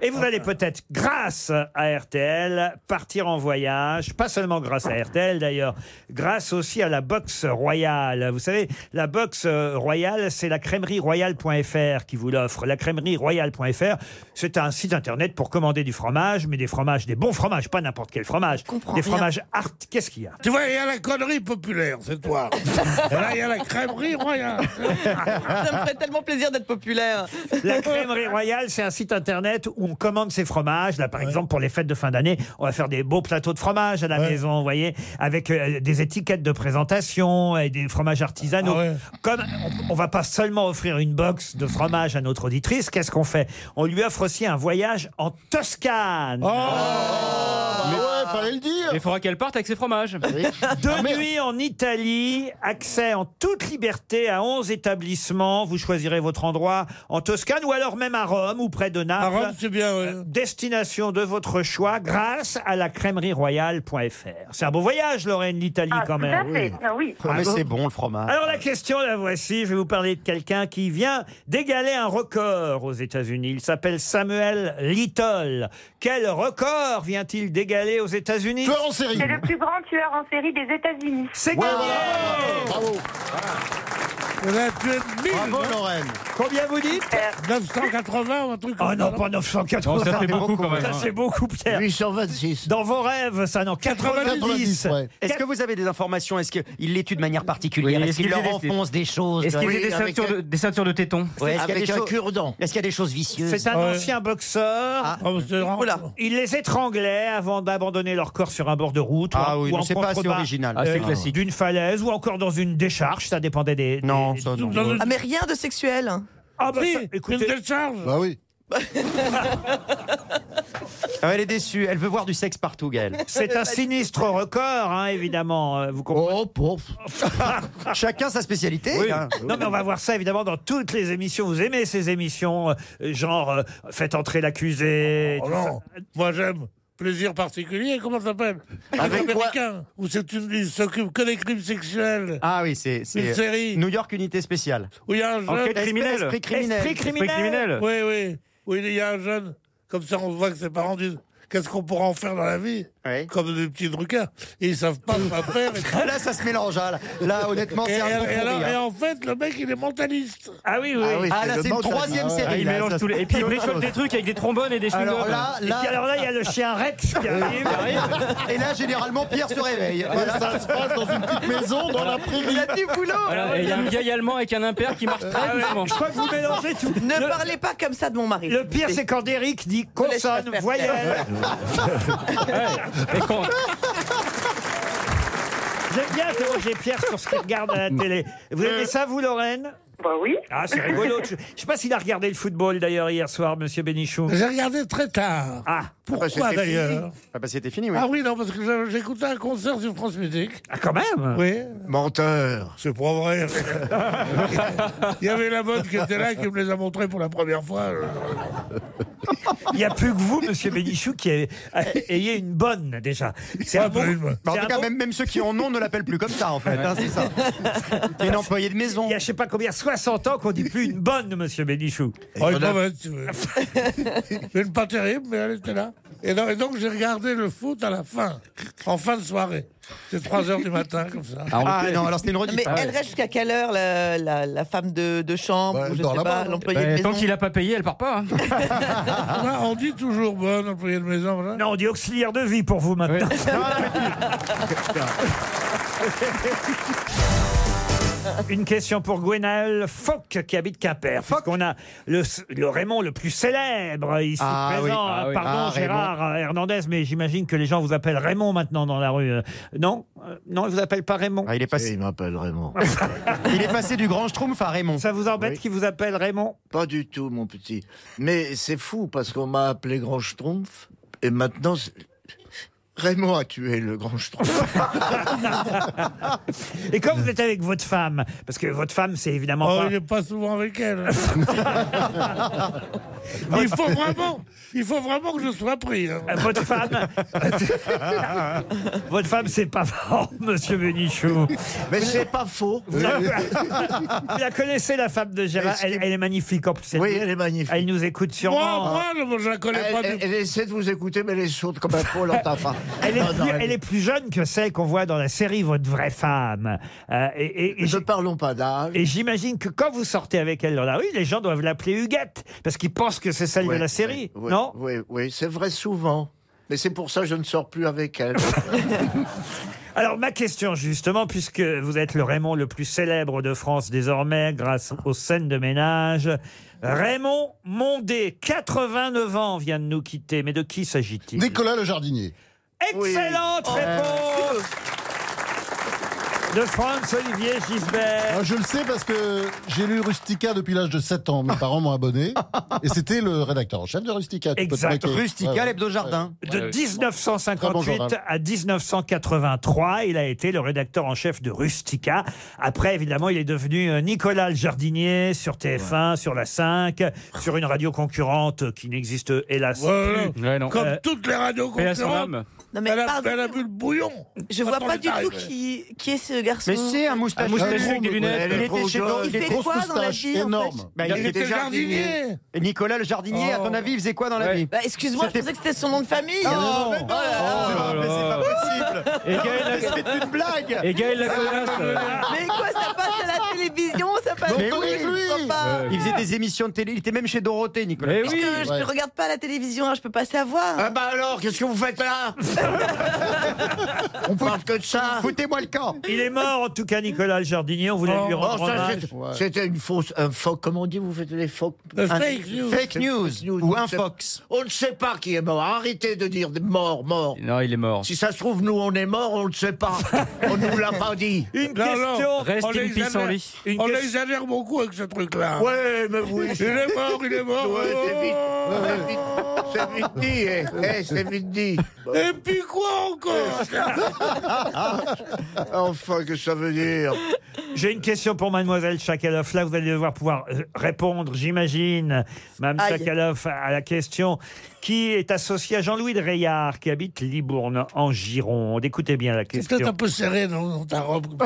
S3: Et vous allez peut-être, grâce à RTL, partir en voyage, pas seulement grâce à RTL d'ailleurs, grâce aussi à la boxe royale. Vous savez, la boxe euh, royale, c'est la crèmerie royale.fr qui vous l'offre. La crèmerie royale.fr, c'est un site internet pour commander du fromage, mais des fromages, des bons fromages, pas n'importe quel fromage.
S9: comprends
S3: Des
S9: rien.
S3: fromages art. Qu'est-ce qu'il y a
S7: Tu vois, il y a la connerie populaire, c'est toi. *laughs* Et là, il y a la crèmerie royale. *laughs*
S9: Ça me ferait tellement plaisir d'être populaire.
S3: La crèmerie royale, c'est un site internet où on commande ses fromages. Là, par exemple, pour les fêtes de fin d'année, on va faire des beaux plateaux de fromage à la
S7: Ouais.
S3: maison, vous voyez, avec euh, des étiquettes de présentation et des fromages artisanaux.
S7: Ah ouais.
S3: Comme on, on va pas seulement offrir une box de fromage à notre auditrice, qu'est-ce qu'on fait On lui offre aussi un voyage en Toscane.
S7: Oh.
S8: Ah ouais, fallait le dire.
S5: Mais il faudra qu'elle parte avec ses fromages.
S7: *laughs* Ah,
S3: Deux nuits en Italie, accès en toute liberté à 11 établissements. Vous choisirez votre endroit en Toscane ou alors même à Rome ou près de Naples. Euh,
S7: À Rome, c'est bien, ouais.
S3: destination de votre choix grâce à la crèmerie royale.fr. C'est un beau voyage, Lorraine, l'Italie
S11: Ah,
S3: quand
S11: tout à
S3: même.
S11: fait. Ah oui.
S4: Ah, mais c'est bon le fromage.
S3: Alors la question, la voici. Je vais vous parler de quelqu'un qui vient d'égaler un record aux États-Unis. Il s'appelle Samuel Little. Quel record vient-il d'égaler aux États-Unis
S8: Tueur en série.
S11: C'est le plus grand tueur en série des États-Unis.
S3: C'est gagné
S5: Oh.
S8: Bravo.
S7: Oh, On a tué 1000,
S4: Bravo Lorraine.
S3: Combien vous dites
S7: 980 ou un truc
S3: Oh
S7: comme
S3: non,
S7: ça.
S3: pas 980.
S5: Non, ça fait beaucoup, quand même,
S3: Ça,
S5: hein.
S3: c'est beaucoup, Pierre.
S6: 826.
S3: Dans vos rêves, ça, non, 90.
S8: 90, ouais.
S12: Est-ce que vous avez des informations Est-ce qu'il l'étudie de manière particulière
S5: Oui,
S12: Est-ce
S5: est-ce
S12: qu'il
S5: qu'il
S12: leur
S5: faisait des-
S12: enfonce des choses
S5: Est-ce qu'il
S12: Ouais,
S5: faisait des,
S6: avec
S5: ceintures de, des ceintures de tétons
S12: Est-ce qu'il y a des
S6: Avec un
S12: choses-
S6: cure-dent.
S12: est-ce qu'il y a des choses vicieuses
S3: C'est un ancien boxeur.
S5: Ah,
S7: Oh, mais c'est rare.
S9: Oula.
S3: Il les étranglait avant d'abandonner leur corps sur un bord de route ou en-
S4: Ah oui,
S3: ou
S4: non,
S3: en
S4: c'est pas assez
S3: contrebas Euh,
S4: original.
S5: Ah, c'est classique.
S3: d'une falaise ou encore dans une décharge, ça dépendait des.
S4: Non,
S3: des-
S4: ça non.
S7: Dans une-
S9: Ah mais rien de sexuel.
S3: Ah bah
S7: Si,
S3: ça,
S7: une
S3: écoutez,
S7: décharge.
S8: Bah oui.
S4: Ah, elle est déçue, elle veut voir du sexe partout, Gaël.
S3: c'est un sinistre record, hein, évidemment. euh, Vous comprenez
S8: Oh,
S3: *laughs*
S8: pof.
S4: Chacun sa spécialité. hein.
S3: Non, mais on va voir ça évidemment dans toutes les émissions. Vous aimez ces émissions, euh, genre euh, Faites entrer l'accusé.
S7: Oh
S3: tout
S7: non, moi j'aime. Plaisir particulier, comment ça s'appelle
S6: Avec
S7: Les
S6: quoi
S7: Américains, où c'est une, ils s'occupent que des crimes sexuels.
S4: Ah oui, c'est
S7: Une
S4: c'est
S7: série
S4: New York unité spéciale.
S7: où il y a un jeune.
S5: Enquête criminelle.
S4: Esprit
S3: ça.
S4: criminel.
S3: Esprit
S5: Esprit
S3: criminel.
S5: criminel.
S7: Oui, oui. Où il y a un jeune. Comme ça, on voit que ses parents disent qu'est-ce qu'on pourra en faire dans la vie Comme des petits drucas. Et ils savent pas quoi faire.
S4: Ah, *laughs* là, ça se mélange, hein, là. Là, honnêtement, c'est
S7: Et-
S4: un
S7: et-
S4: peu
S7: et
S4: pourri,
S7: alors-
S4: hein.
S7: Et en fait, le mec, il est mentaliste.
S3: Ah oui, oui.
S4: Ah oui, Ah, là, c'est c'est le une mentaliste. troisième Ah ouais. série,
S5: il
S4: là,
S5: mélange
S4: ça,
S5: tous les.
S4: c'est
S5: Et puis il
S4: autre
S5: bricole
S4: chose.
S5: des trucs avec des trombones et des chewing
S4: Alors là, Ah, là-
S3: Et puis alors là, il y a le chien Rex qui arrive.
S4: *laughs* Et là, généralement, Pierre se réveille. Voilà.
S8: Ça se passe dans une petite maison dans la prairie.
S9: Il a du boulot
S5: Il y a un vieil allemand avec un impair qui marche très doucement.
S3: Euh, Ah Je crois que vous mélangez tout.
S9: Ne
S3: Le-
S9: parlez pas comme ça de mon mari.
S3: Le pire, c'est quand Eric dit consonne,
S9: faire.
S3: voyelle.
S5: Et qu'on-
S3: J'aime bien interroger Pierre sur ce qu'il regarde à la télé. Vous aimez ça, vous, Lorraine
S11: Bah oui.
S3: Ah, c'est rigolo. Je ne sais pas s'il a regardé le football d'ailleurs hier soir, monsieur Bénichou.
S7: J'ai regardé très tard.
S3: Ah,
S4: bah,
S7: Pourquoi d'ailleurs
S6: Ah bah c'était fini, oui.
S7: Ah oui, non, parce que j'a- j'écoutais un concert sur France Musique.
S3: ah, quand même
S7: Oui.
S6: Menteur.
S7: C'est pas vrai. *laughs* Il y avait la mode qui était là, qui me les a montrés pour la première fois.
S3: Il n'y a plus que vous, monsieur Bénichou, qui a- ayez une bonne déjà. C'est un bon.
S4: Bah, en
S3: c'est
S4: tout
S3: un
S4: cas,
S3: bon-
S4: même, même ceux
S3: *laughs*
S4: qui en ont ne l'appellent plus comme ça, en fait. hein, c'est ça. Une employée de maison.
S3: Il y a je sais pas combien, 60 ans qu'on dit plus une bonne, monsieur Bénichou.
S7: Oh, une mauvaise, si vous voulez. Une pas terrible, mais elle était là. Et, non- et donc, j'ai regardé le foot à la fin, en fin de soirée. C'est 3 heures du matin, comme ça.
S4: Ah non, alors c'était une redite.
S9: Mais elle reste jusqu'à quelle heure la, la- la femme de, de chambre
S8: Bah,
S9: ou je
S8: dans
S9: sais
S8: la
S9: pas,
S8: barre,
S9: l'employée
S5: Bah,
S9: de
S5: Tant
S9: maison Ah.
S5: qu'il a pas payé, elle part pas. hein.
S7: Là, Ah. on dit toujours bonne employée de maison. voilà.
S3: Non, on dit auxiliaire de vie pour vous maintenant. *laughs* *laughs* Une question pour Gwenaël Foch qui habite Quimper. Foch, on a le, le Raymond le plus célèbre ici
S4: Ah
S3: présent.
S4: oui,
S5: ah oui.
S3: Pardon
S4: Ah,
S3: Gérard euh, Hernandez, mais j'imagine que les gens vous appellent Raymond maintenant dans la rue. Euh, Non, euh, non, ils vous appellent pas Raymond.
S4: Ah, *laughs* il, est
S6: Et
S4: passé,
S6: Il m'appelle Raymond.
S4: *laughs* il est passé du grand Schtroumpf à Raymond.
S3: Ça vous embête
S6: Oui.
S3: qu'ils vous appellent Raymond
S6: Pas du tout, mon petit. Mais c'est fou parce qu'on m'a appelé Grand Schtroumpf et maintenant. c'est- Raymond a tué le Grand Schtroumpf.
S3: Et quand vous êtes avec votre femme, parce que votre femme c'est évidemment
S7: Oh,
S3: pas.
S7: il n'est pas souvent avec elle.
S3: *laughs*
S7: Mais il
S9: *laughs*
S7: faut vraiment, il faut vraiment que je sois pris. hein.
S3: Ah, Votre femme, *laughs* votre femme, c'est pas oh, Monsieur Benichou.
S6: Mais c'est pas faux.
S3: Vous la, *laughs* vous la connaissez, la femme de Gérard
S6: Est-ce
S3: elle,
S6: que-
S3: elle est magnifique en plus. Elle,
S6: Oui, elle est magnifique.
S3: elle nous écoute sûrement.
S7: Moi, moi, je ne la connais
S6: Elle,
S7: pas du
S6: elle- elle essaie de vous écouter, mais elle est sourde comme un pôle en tafard.
S3: Elle est,
S6: Non, non,
S3: plus, elle est plus jeune que celle qu'on voit dans la série Votre vraie femme. Euh, et et- et
S6: Ne
S3: j'-
S6: parlons pas d'âge.
S3: et j'imagine que quand vous sortez avec elle dans la rue, les gens doivent l'appeler Huguette, parce qu'ils pensent que c'est celle
S6: Ouais,
S3: de la série,
S6: ouais, ouais,
S3: non
S6: Oui, oui, c'est vrai souvent. Mais c'est pour ça que je ne sors plus avec elle.
S3: Alors ma question justement, puisque vous êtes le Raymond le plus célèbre de France désormais grâce aux scènes de ménage, Raymond Mondé, 89 ans, vient de nous quitter. Mais de qui s'agit-il
S8: Nicolas le jardinier.
S6: Oui.
S3: Excellente
S5: Oh.
S3: réponse de France Olivier Gisbert.
S8: Ah, je le sais parce que j'ai lu Rustica depuis l'âge de 7 ans. Mes parents m'ont abonné. Et c'était le rédacteur en chef de Rustica. tu peux te
S3: Exact.
S8: moquer. Ouais,
S4: Rustica,
S8: ouais.
S4: l'hebdo jardin.
S3: De
S5: oui.
S8: Très
S3: 1958
S8: bon journal.
S3: à 1983, il a été le rédacteur en chef de Rustica. Après, évidemment, il est devenu euh, Nicolas le jardinier sur TF1, sur la 5, sur une radio concurrente qui n'existe hélas
S7: Voilà.
S3: plus.
S5: Ouais, non.
S7: Comme
S3: Euh,
S7: toutes les radios
S5: Paix à son
S7: concurrentes,
S5: âme.
S9: Non mais
S7: elle, a-
S9: pardon,
S7: elle a bu le bouillon.
S9: je
S7: Attends,
S9: vois pas
S7: elle
S9: du tout
S7: arrive.
S9: qui, qui est ce garçon.
S4: Mais c'est un moustache.
S5: moustachu
S8: gros,
S5: avec des
S8: mais-
S5: lunettes.
S8: Il
S6: Elle est
S8: était
S6: trop
S8: chez
S4: euh,
S6: jeune.
S8: il
S9: Il fait
S8: grosse
S9: quoi dans la
S8: moustache,
S9: vie, en fait
S8: énorme.
S4: Bah,
S7: Il, était jardinier.
S4: Et Nicolas le jardinier, à ton avis, il faisait quoi dans la
S5: Ouais.
S4: vie
S9: Bah, excuse-moi, je
S4: C'était-
S9: pensais que c'était son nom de famille.
S4: Oh, mais non,
S5: Oh là
S4: mais
S5: là.
S4: c'est pas possible.
S5: Et Gaël la-
S4: C'est une blague.
S5: Et Gaël la connasse.
S9: Mais quoi, ça passe à la télévision, ça passe
S8: Mais
S9: au
S8: oui,
S9: truc,
S8: lui.
S9: je vois pas.
S10: Euh,
S4: Il faisait des émissions de télé. Il était même chez Dorothée, Nicolas.
S5: Mais
S9: Parce
S5: oui.
S9: que je
S8: Ouais.
S9: ne regarde pas la télévision, hein, je peux pas savoir.
S6: ah bah alors, qu'est-ce que vous faites
S4: *laughs*
S6: là On parle que de ça.
S4: Foutez-moi le camp.
S3: Il est mort, en tout cas, Nicolas le jardinier. On voulait lui
S6: Oh,
S3: rendre
S6: ça,
S3: hommage.
S6: c'est- c'était une fausse, un faux. Comment on dit Vous faites les faux.
S3: Euh,
S7: Le
S6: un-
S7: fake news.
S4: Fake news ou un fox.
S6: On ne sait pas qui est mort. Arrêtez de dire des morts, morts.
S5: Non, il est mort.
S6: Si ça se trouve, nous, on est morts, on ne sait pas.
S3: *laughs*
S6: on nous l'a pas dit.
S3: Une
S7: Non,
S3: question.
S7: non.
S5: Rest
S7: On
S5: in
S7: l'exagère.
S5: peace, Henri.
S3: Une
S7: On
S3: question-
S7: l'exagère beaucoup avec ce truc-là.
S6: Ouais, mais oui.
S7: Il est mort, il est mort.
S6: Ouais, c'est vite.
S7: Oh.
S6: C'est vite. C'est vite dit, eh. Eh, c'est vite dit.
S7: Et puis quoi encore
S6: Enfin, que ça veut dire
S3: J'ai une question pour Mademoiselle Chakaloff. Là, vous allez devoir pouvoir euh, répondre, j'imagine, Mme
S9: Aïe.
S3: Chakaloff, à la question qui est associée à Jean-Louis de Reillard, qui habite Libourne, en Gironde. Écoutez bien la
S7: C'est
S3: question.
S7: peut-être un peu serré dans, dans ta robe.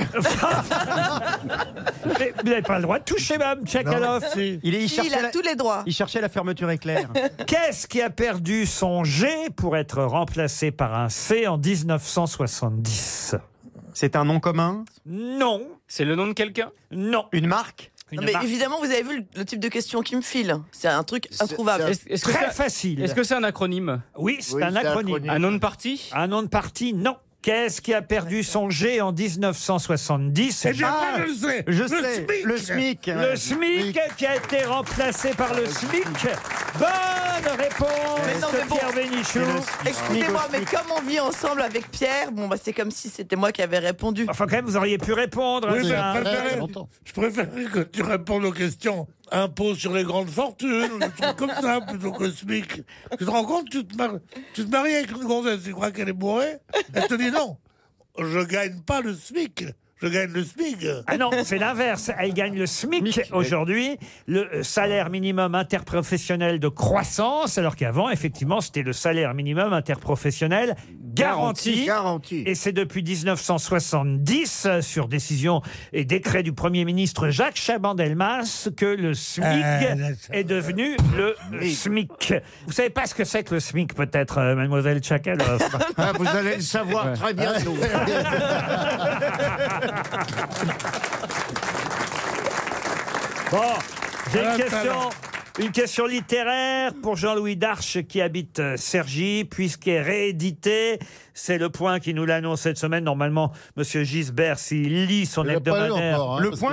S3: Mais vous n'avez pas le droit de toucher Mme Tchakaloff.
S7: Non, si.
S12: Il est- il Si, cherchait il a la- tous
S9: les droits.
S12: Il cherchait la fermeture éclair.
S3: *laughs* Qu'est-ce qui a perdu son G pour être remplacé par un C en 1970
S12: C'est un nom commun
S3: Non.
S13: C'est le nom de quelqu'un
S3: Non.
S12: Une marque
S9: Non, mais évidemment, vous avez vu le, le type de question qui me file. C'est un truc introuvable.
S13: Est-ce- est-ce que c'est- Est-ce que c'est un acronyme
S3: Oui, c'est un acronyme.
S13: Un nom de parti
S3: Un nom de parti, non. Qu'est-ce qui a perdu son G en 1970
S7: Eh bien, Ah, je le sais. je Le sais. SMIC. Le SMIC.
S3: Le SMIC qui a été remplacé par le SMIC. Bonne réponse
S9: Mais non, mais
S3: de
S9: bon.
S3: Pierre Bénichou.
S9: Excusez-moi, mais comme on vit ensemble avec Pierre, bon, bah, c'est comme si c'était moi qui avais répondu.
S3: Enfin, quand même, vous auriez pu répondre.
S7: Oui,
S3: hein,
S7: mais
S3: Ah, c'est un-
S7: je préférais- je préférais que tu répondes aux questions impôts sur les grandes fortunes, ou des trucs comme ça, plutôt que SMIC. Tu te rends compte, tu te, maries, tu te maries avec une gonzesse, tu crois qu'elle est bourrée Elle te dit non, je gagne pas le SMIC, je gagne le SMIC.
S3: Ah non, c'est l'inverse. Elle gagne le SMIC aujourd'hui, le euh, salaire minimum interprofessionnel de croissance, alors qu'avant, effectivement, c'était le salaire minimum interprofessionnel garanti. Et c'est depuis 1970, euh, sur décision et décret du Premier ministre Jacques Chaban-Delmas, que le SMIC
S7: Euh, là,
S3: est devenu le SMIC. Vous savez pas ce que c'est que le SMIC, peut-être, euh, mademoiselle Chakaloff
S6: *laughs* Ah, vous allez le savoir
S3: Ouais.
S5: *laughs*
S6: très bientôt.
S3: Bon, j'ai
S7: Ah,
S3: une
S7: ça
S3: question. Une question littéraire pour Jean-Louis Darche qui habite euh, Cergy, puisqu'est réédité. C'est le point qui nous l'annonce cette semaine. Normalement, Monsieur Gisbert, s'il lit son
S8: Il l'a pas lu
S3: hebdomadaire.
S8: encore, hein, parce que-
S12: Ah,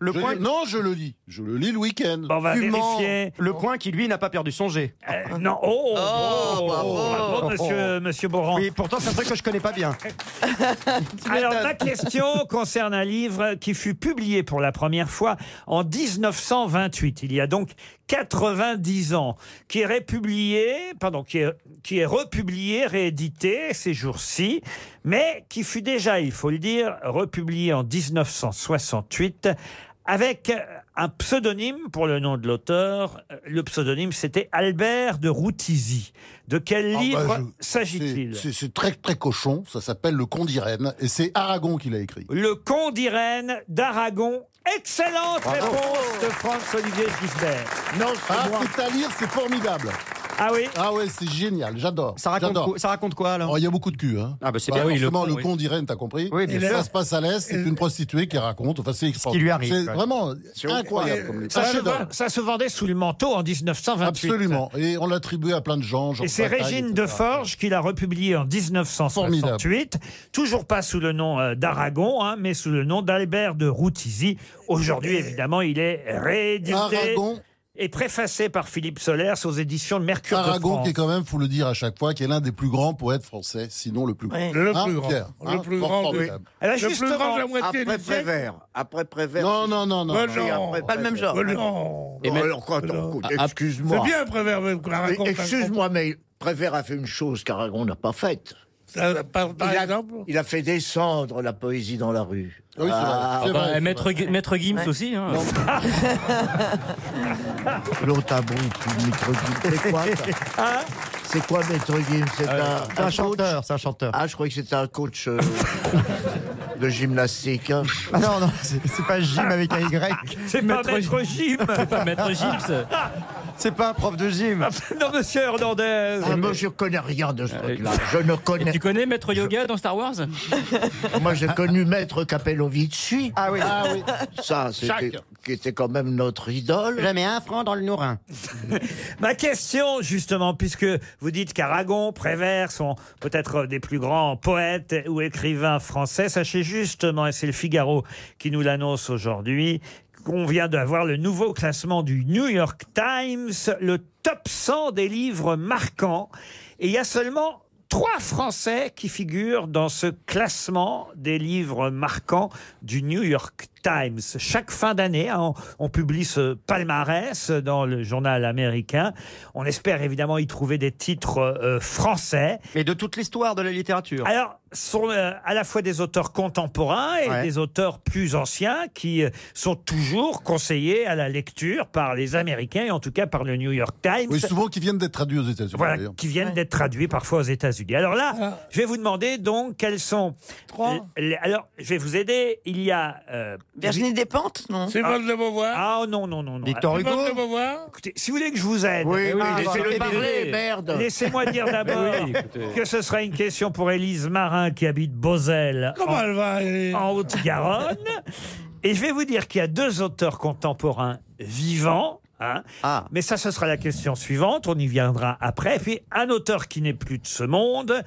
S12: Le
S8: Je-
S12: point
S8: Non, je le lis. Je le lis le week-end.
S3: on va vérifier.
S12: Le point qui, lui, n'a pas perdu son G.
S3: Euh, non, oh,
S12: Oh,
S3: bravo,
S12: bravo.
S3: bravo,
S10: Oh.
S3: monsieur, monsieur Boran.
S12: Oui, pourtant, c'est un truc que je connais pas bien.
S3: *laughs* Alors, ma question concerne un livre qui fut publié pour la première fois en 1928, il y a donc 90 ans, qui est républié, pardon, qui est, qui est republié, réédité ces jours-ci, mais qui fut déjà, il faut le dire, republié en 1968 avec un pseudonyme pour le nom de l'auteur. Le pseudonyme, c'était Albert de Routizy. De quel
S8: Ah bah,
S3: livre
S8: je-
S3: s'agit-il
S8: c'est- C'est très très cochon. Ça s'appelle Le Condirène et c'est Aragon qui l'a écrit.
S3: Le Comte d'Irène d'Aragon. Excellente
S8: Bravo.
S3: réponse de Franz-Olivier Gisbert.
S8: Non, ah, c'est à lire, c'est formidable.
S3: Ah oui
S8: Ah ouais, c'est génial, j'adore.
S12: Ça raconte
S8: j'adore.
S12: quoi- ça raconte quoi, alors
S8: Oh, Il y a beaucoup de cul. Hein.
S12: Ah bah, c'est
S8: Bah,
S12: bien, oui, le
S8: forcément,
S12: con,
S8: le
S12: oui.
S8: con d'Irène, t'as compris
S12: Oui, bien
S8: Et
S12: sûr.
S8: Ça se passe à l'Est, c'est une prostituée qui raconte. Enfin, c'est
S12: qui lui arrive,
S8: C'est
S12: quoi.
S8: vraiment
S12: C'est
S8: incroyable.
S12: horrible.
S8: comme livre.
S3: Ça,
S8: Un
S3: se
S8: chef-d'œuvre.
S3: vend- ça se vendait sous le manteau en 1928.
S8: Absolument. Et on l'attribue à plein de gens. Georges
S3: Et c'est
S8: Bataille,
S3: Régine
S8: etc.
S3: Deforge qui l'a republié en 1968, toujours pas sous le nom euh, d'Aragon, hein, mais sous le nom d'Albert de Routizy. Aujourd'hui, évidemment, il est réédité
S8: Aragon.
S3: et préfacé par Philippe Solers aux éditions de Mercure de
S8: Aragon,
S3: France.
S8: qui est quand même, faut le dire à chaque fois, qui est l'un des plus grands poètes français, sinon le plus grand.
S7: Le
S8: Hein,
S7: plus grand.
S8: Pierre,
S7: Le
S8: hein,
S7: plus grand,
S8: formidable.
S7: oui. Alors, Le plus justement, grand de la moitié
S6: Après
S7: du siècle.
S6: Prévert. Après Prévert.
S8: Non, non, non, non.
S7: Mais
S6: Oui,
S7: non,
S6: après
S7: pas le même genre.
S6: Prévert.
S7: non.
S6: Et alors, quand on- écoute,
S7: Ah, C'est
S6: excuse-moi.
S7: bien, Prévert, même qu'on la
S6: Mais
S7: raconte.
S6: Excuse-moi, mais Prévert a fait une chose qu'Aragon n'a pas faite.
S7: Ça, Par, par
S6: Il a-
S7: exemple
S6: Il a fait descendre la poésie dans la rue.
S8: Ah oui, c'est vrai,
S6: Ah,
S8: c'est
S6: bah,
S8: vrai, c'est
S13: Maître,
S8: vrai.
S13: Gu- Maître Gims
S9: Ouais.
S13: aussi. hein.
S6: *laughs* L'autre a bon coup, Maître Gims. C'est quoi ça
S3: *laughs* Hein Euh,
S6: C'est quoi Maître Gims C'est un,
S12: C'est un
S6: coach
S12: chanteur, c'est un chanteur.
S6: Ah, je croyais que c'était un coach euh, de gymnastique. hein.
S12: Ah non,
S10: *laughs*
S12: non, c'est c'est pas gym avec un Y.
S3: *laughs* C'est pas Maître Gym
S13: Pas Maître
S10: *laughs*
S13: Gims.
S12: C'est pas un prof de gym.
S3: Ah, Non, monsieur Hernandez
S6: Ah, moi, je connais rien de ce truc-là. Je ne euh, connais.
S13: Tu connais Maître Yoga dans Star Wars
S6: Moi, j'ai connu Maître Kapelovitch.
S12: Ah oui.
S8: Ah oui.
S6: Ça, c'était,
S8: Jacques.
S6: qui était quand même notre idole.
S12: Jamais un franc dans le nourrin.
S3: *laughs* Ma question, justement, puisque vous dites qu'Aragon, Prévert sont peut-être des plus grands poètes ou écrivains français, sachez justement, et c'est le Figaro qui nous l'annonce aujourd'hui, qu'on vient d'avoir le nouveau classement du New York Times, le top 100 des livres marquants. Et il y a seulement trois Français qui figurent dans ce classement des livres marquants du New York Times. Chaque fin d'année, hein, on, on publie ce palmarès dans le journal américain. On espère évidemment y trouver des titres euh, français.
S10: Et de toute l'histoire de la littérature.
S3: Alors, ce sont euh, à la fois des auteurs contemporains et
S10: Ouais.
S3: des auteurs plus anciens qui euh, sont toujours conseillés à la lecture par les Américains et en tout cas par le New York Times.
S8: Oui, souvent qui viennent d'être traduits aux États-Unis.
S3: Voilà,
S8: d'ailleurs.
S3: qui viennent d'être traduits parfois aux États-Unis. Alors là, je vais vous demander donc quels sont. Trois. alors, je vais vous aider. Il y a.
S9: Virginie Despentes, non
S3: Simone
S9: Simone
S3: de Beauvoir Ah non, non, non. non.
S9: Victor Hugo Simone de
S3: Écoutez, si vous voulez que je vous aide.
S9: Oui, oui, Ah, laissez-le voilà. parler, merde. *laughs*
S3: Laissez-moi dire d'abord
S9: Oui, écoutez.
S3: que ce sera une question pour Élise Marin qui habite Beauzelle.
S7: Comment
S3: en-
S7: elle va, Élise
S3: En Haute-Garonne. Et je vais vous dire qu'il y a deux auteurs contemporains vivants. hein. Mais ça, ce sera la question suivante. On y viendra après. Et puis, un auteur qui n'est plus de ce monde.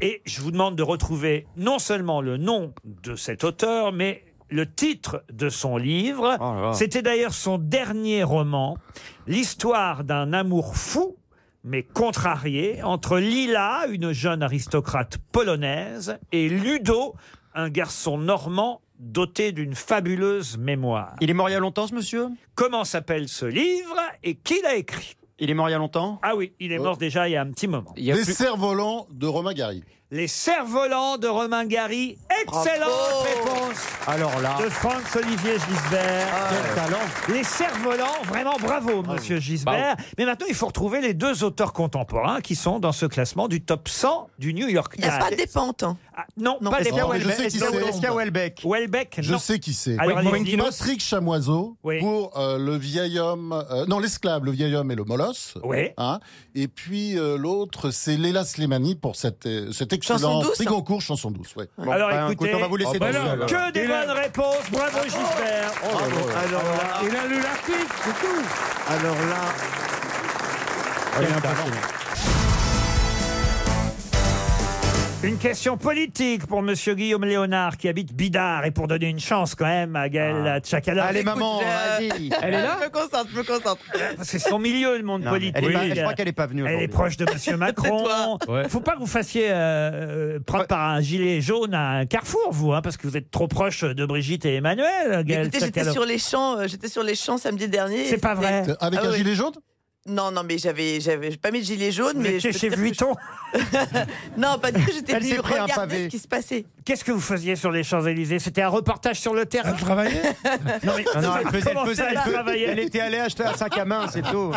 S3: Et je vous demande de retrouver non seulement le nom de cet auteur, mais le titre de son livre. C'était d'ailleurs son dernier roman, l'histoire d'un amour fou mais contrarié entre Lila, une jeune aristocrate polonaise, et Ludo, un garçon normand doté d'une fabuleuse mémoire.
S10: Il est mort il y a longtemps, ce monsieur
S3: Comment s'appelle ce livre et qui l'a écrit
S10: Il est mort il y a longtemps Oh.
S3: Ah oui, il est mort déjà il y a un petit moment.
S8: Les cerfs-volants de Romain Gary.
S3: Les cerfs-volants de Romain Gary. Excellente réponse
S10: Alors là. Ah,
S3: de Franz Olivier Gisbert.
S10: Quel talent.
S3: Les cerfs-volants, vraiment bravo,
S10: Ah,
S3: monsieur
S10: bah
S3: Gisbert. Mais maintenant, il faut retrouver les deux auteurs contemporains qui sont dans ce classement du top 100 du New York
S9: Il
S3: Times.
S9: n'y a pas de Despentes. hein.
S3: Ah, non,
S9: Non,
S3: pas
S9: est-ce
S3: les
S9: qu'il y a Welbeck-
S8: est-ce qu'il y a- est-ce qu'il y a
S3: Welbeck Welbeck,
S8: Je
S3: non.
S8: sais qui c'est.
S3: Alors, allez-y.
S8: Patrick Chamoiseau
S3: Oui.
S8: pour euh, le vieil homme, euh, non l'esclave, le vieil homme et le molosse.
S3: Oui.
S8: Hein. et puis euh, l'autre, c'est Léla Slimani pour cette, euh, cet excellent
S3: douce,
S8: prix Goncourt, chanson douce. ouais.
S3: Alors
S8: Bon, ben,
S3: écoutez,
S8: écoute, on va vous laisser
S3: oh, bah
S8: tout
S3: non,
S8: seul, alors.
S3: que des
S8: Et là-
S3: bonnes réponses. Bravo Gisbert. Alors là-
S7: Il a lu l'article, c'est tout.
S6: Alors là.
S3: Une question politique pour Monsieur Guillaume Léonard qui habite Bidart et pour donner une chance quand même à Gaël Tchakalov.
S10: Allez, maman,
S9: Écoute, euh,
S10: Elle est là
S9: *laughs* Je me concentre, je me concentre.
S3: Parce que Ah, c'est son milieu, le monde
S10: Non, mais
S3: politique. euh,
S10: elle est pas- je crois qu'elle est pas venue
S3: Elle est
S10: aujourd'hui.
S3: proche
S10: *laughs*
S3: de Monsieur Macron.
S10: Tais-toi. Ouais.
S3: Faut pas que vous fassiez euh, euh, prendre par un gilet jaune à un carrefour, vous, hein, parce que vous êtes trop proche de Brigitte et Emmanuel. Gaël
S9: Écoutez, j'étais
S3: Tchakalov.
S9: sur les champs, euh, j'étais sur les champs samedi dernier.
S3: C'est pas vrai.
S9: C'était-
S3: Euh, Avec un
S9: oui.
S3: gilet jaune
S9: Non, non, mais j'avais, j'avais j'ai pas mis de gilet jaune,
S3: Vous
S9: mais
S3: étiez
S9: je peux
S3: chez
S9: dire que
S3: Vuitton.
S9: je- *laughs* Non, pas du tout. J'étais
S3: Elle
S9: venue
S3: s'est pris un
S9: regarder
S3: pavé.
S9: ce qui se passait.
S3: Qu'est-ce que vous faisiez sur les Champs-Élysées C'était un reportage sur le terrain. Elle travaillait Non, mais *laughs*
S10: Ah non, elle faisait, elle,
S3: Comment
S10: faisait,
S3: ça,
S10: elle,
S3: elle
S10: faisait-
S3: travaillait
S10: elle était allée acheter un sac à main,
S9: *laughs*
S10: c'est tout.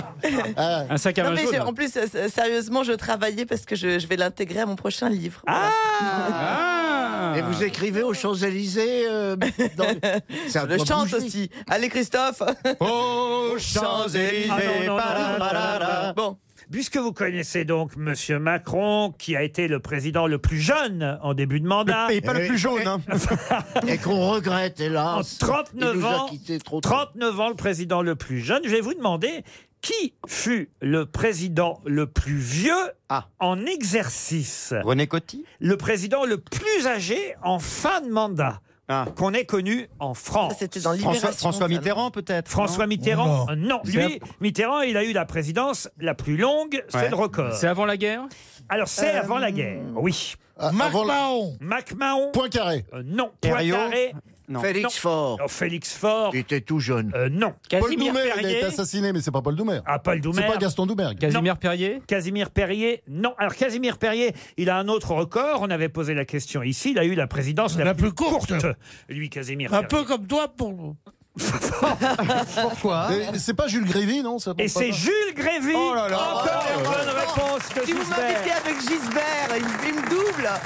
S10: Ah. Un sac
S9: Non, mais j'ai- en plus, euh, euh, sérieusement, je travaillais parce que je, je vais l'intégrer à mon prochain livre.
S3: Ah.
S6: Et vous écrivez aux Champs-Élysées euh,
S9: *laughs*
S6: dans... C'est à
S9: Je
S6: trois
S9: chante
S6: bougies.
S9: aussi. Allez, Christophe.
S6: *laughs* Aux
S9: Champs-Élysées,
S3: Ah
S9: Bon.
S3: Puisque vous connaissez donc Monsieur Macron, qui a été le président le plus jeune en début de mandat.
S6: Et pas le plus jaune,
S3: *laughs*
S6: hein. Et qu'on regrette,
S3: En
S6: hélas. Il
S3: 39
S6: nous a
S3: ans, 39 ans, le président le plus jeune. Je vais vous demander qui fut le président le plus vieux
S6: Ah.
S3: en exercice.
S10: René Coty
S3: Le président le plus âgé en fin de mandat.
S6: Ah.
S3: Qu'on ait connu en France. C'était dans
S10: François, François Mitterrand, peut-être
S3: François
S10: non
S3: Mitterrand,
S10: Non.
S3: euh, non.
S10: C'est
S3: Lui, Mitterrand, il a eu la présidence la plus longue,
S10: Ouais.
S3: c'est le record.
S10: C'est
S3: avant la guerre Alors, c'est avant la guerre, oui.
S7: Marc Mahon.
S3: Mac Mahon.
S8: Poincaré.
S3: non,
S10: Herriot
S3: Poincaré.
S10: Non.
S6: Félix Faure.
S3: Oh, Félix Faure.
S6: Il était tout jeune.
S3: Euh, non.
S8: Paul Doumer, il a été assassiné, mais c'est pas Paul Doumer.
S3: Ah, Paul Doumer.
S8: C'est pas Gaston Doumer.
S3: *laughs* Non. Perrier Casimir Perrier, non. Alors, Casimir Perrier, il a un autre record. On avait posé la question ici. Il a eu la présidence la, plus, courte. Lui, Casimir
S7: Un
S3: Perrier.
S7: peu comme toi pour.
S8: Pourquoi C'est pas Jules Grévy, non ça
S3: Et c'est Jules Grévy
S8: Oh là là.
S3: Encore
S8: Oh
S3: une
S8: là
S3: bonne réponse de
S9: Si vous
S3: Gisbert.
S9: m'invitez avec Gisbert, il, il me double. *laughs*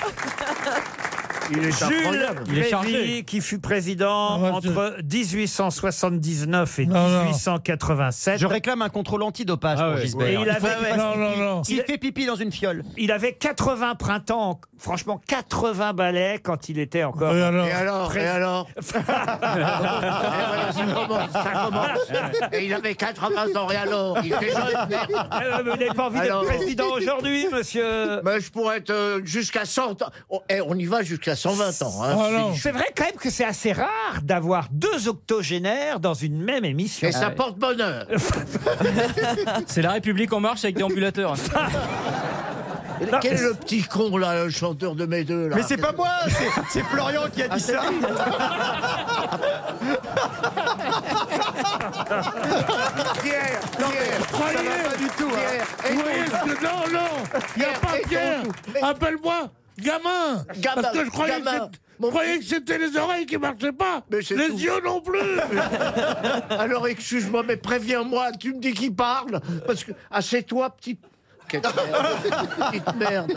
S6: Il est
S3: Jules
S6: incroyable.
S13: Il est chargé.
S3: Grévy, qui fut président entre 1879 et 1887.
S10: Je réclame un contrôle antidopage pour Gisbert.
S3: Ah Et il
S10: faut
S3: avait-
S10: qu'il fasse
S3: Non, non,
S10: pipi.
S3: non.
S10: S'il fait pipi dans une fiole.
S3: Il avait 80 printemps, franchement 80 balais quand il était encore.
S7: Et alors Et
S6: alors, et alors Ça commence, ça commence. Et il avait 80 ans, et alors Il était jeune, merde.
S3: *laughs* Euh, mais Vous n'avez pas envie
S6: Alors-
S3: d'être président aujourd'hui, monsieur
S6: Mais je pourrais être euh, jusqu'à 100 ans. Oh, eh, on y va jusqu'à 120 ans.
S3: Ah
S6: hein.
S3: C'est vrai quand même que c'est assez rare d'avoir deux octogénaires dans une même émission. Ah
S6: Et ça porte bonheur.
S13: C'est la République en marche avec des ambulateurs.
S3: Non,
S6: Quel est
S3: mais-
S6: le petit con, là, le chanteur de mes deux, là Ah,
S4: Mais c'est pas moi, c'est- c'est Florian qui a dit ça.
S5: *laughs* Pierre, croyez, ça va pas du tout. hein.
S7: Vous voyez ce que- non, non, il n'y a pas Pierre. Ah,
S5: *laughs*
S7: Appelle-moi gamin.
S5: Gamin,
S7: Parce que je croyais,
S5: gamin.
S7: que, c'est- je croyais que c'était les oreilles qui marchaient
S6: Ah
S7: pas. les yeux non plus.
S6: *laughs* Alors excuse-moi, mais préviens-moi, tu me dis qui parle Parce que, ah, c'est toi, petit... Quelle merde, petite merde.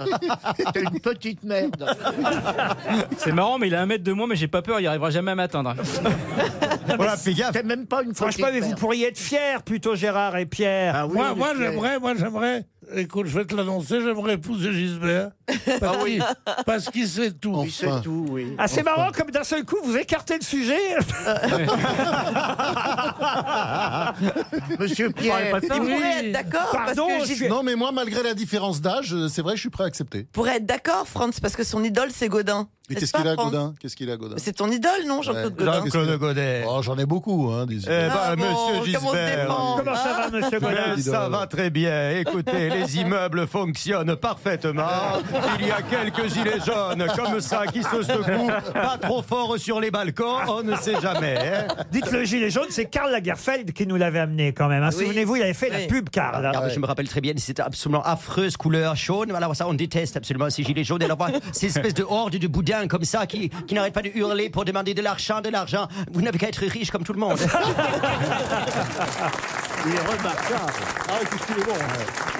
S6: T'es une petite merde.
S13: C'est marrant, mais il a un mètre de moi, mais j'ai pas peur, il arrivera jamais à m'atteindre.
S3: Voilà, fais gaffe.
S6: T'es même pas une
S3: Franchement, mais vous pourriez être fiers plutôt, Gérard et Pierre.
S7: moi, moi j'aimerais, moi, j'aimerais. Écoute, je vais te l'annoncer, j'aimerais épouser Gisbert. Parce qu'il- Parce qu'il sait tout. Il
S6: sait tout, oui.
S3: Ah, c'est marrant, comme d'un seul coup, vous écartez le sujet. *laughs*
S9: *laughs*
S6: Monsieur
S8: Pierre,
S9: Il pourrait être d'accord parce
S8: Pardon,
S9: que Gilles-
S8: Non, mais moi, malgré la différence d'âge, euh, c'est vrai, je suis prêt à accepter.
S9: pourrait être d'accord, Franz, parce que son idole c'est Godin.
S8: Et qu'est-ce
S9: N'est-ce pas,
S8: qu'il a,
S9: Franz
S8: Godin Qu'est-ce qu'il a, Godin
S9: C'est ton idole, non, Jean-Claude Godin
S8: Godet. Oh, j'en ai beaucoup, hein,
S3: Eh
S8: des
S9: ben, Ah bon, monsieur comment on se Gisbert. défend Comment ça va, monsieur Godin
S8: Dis
S14: Ben,
S8: donc.
S14: Ça va très bien. Écoutez, les immeubles fonctionnent parfaitement. Il y a quelques gilets jaunes comme ça qui se secouent, pas trop fort sur les balcons, on ne sait
S10: Ah,
S14: jamais. hein.
S3: Dites le gilet jaune, c'est Karl Lagerfeld qui nous l'avait amené quand même. hein.
S10: Ah Oui.
S3: Souvenez-vous, il avait fait
S10: Oui.
S3: la pub, Karl.
S10: Ah, mais Je me rappelle très bien, c'était absolument affreuse couleur jaune. Voilà, ça, on déteste absolument ces gilets jaunes. Et alors, voilà, ces espèces de hordes de boudins comme ça qui, qui n'arrêtent pas de hurler pour demander de l'argent, de l'argent. Vous n'avez qu'à être riche comme tout le monde.
S6: Il est remarquable. Ah, qu'est-ce qu'il est bon.
S9: hein.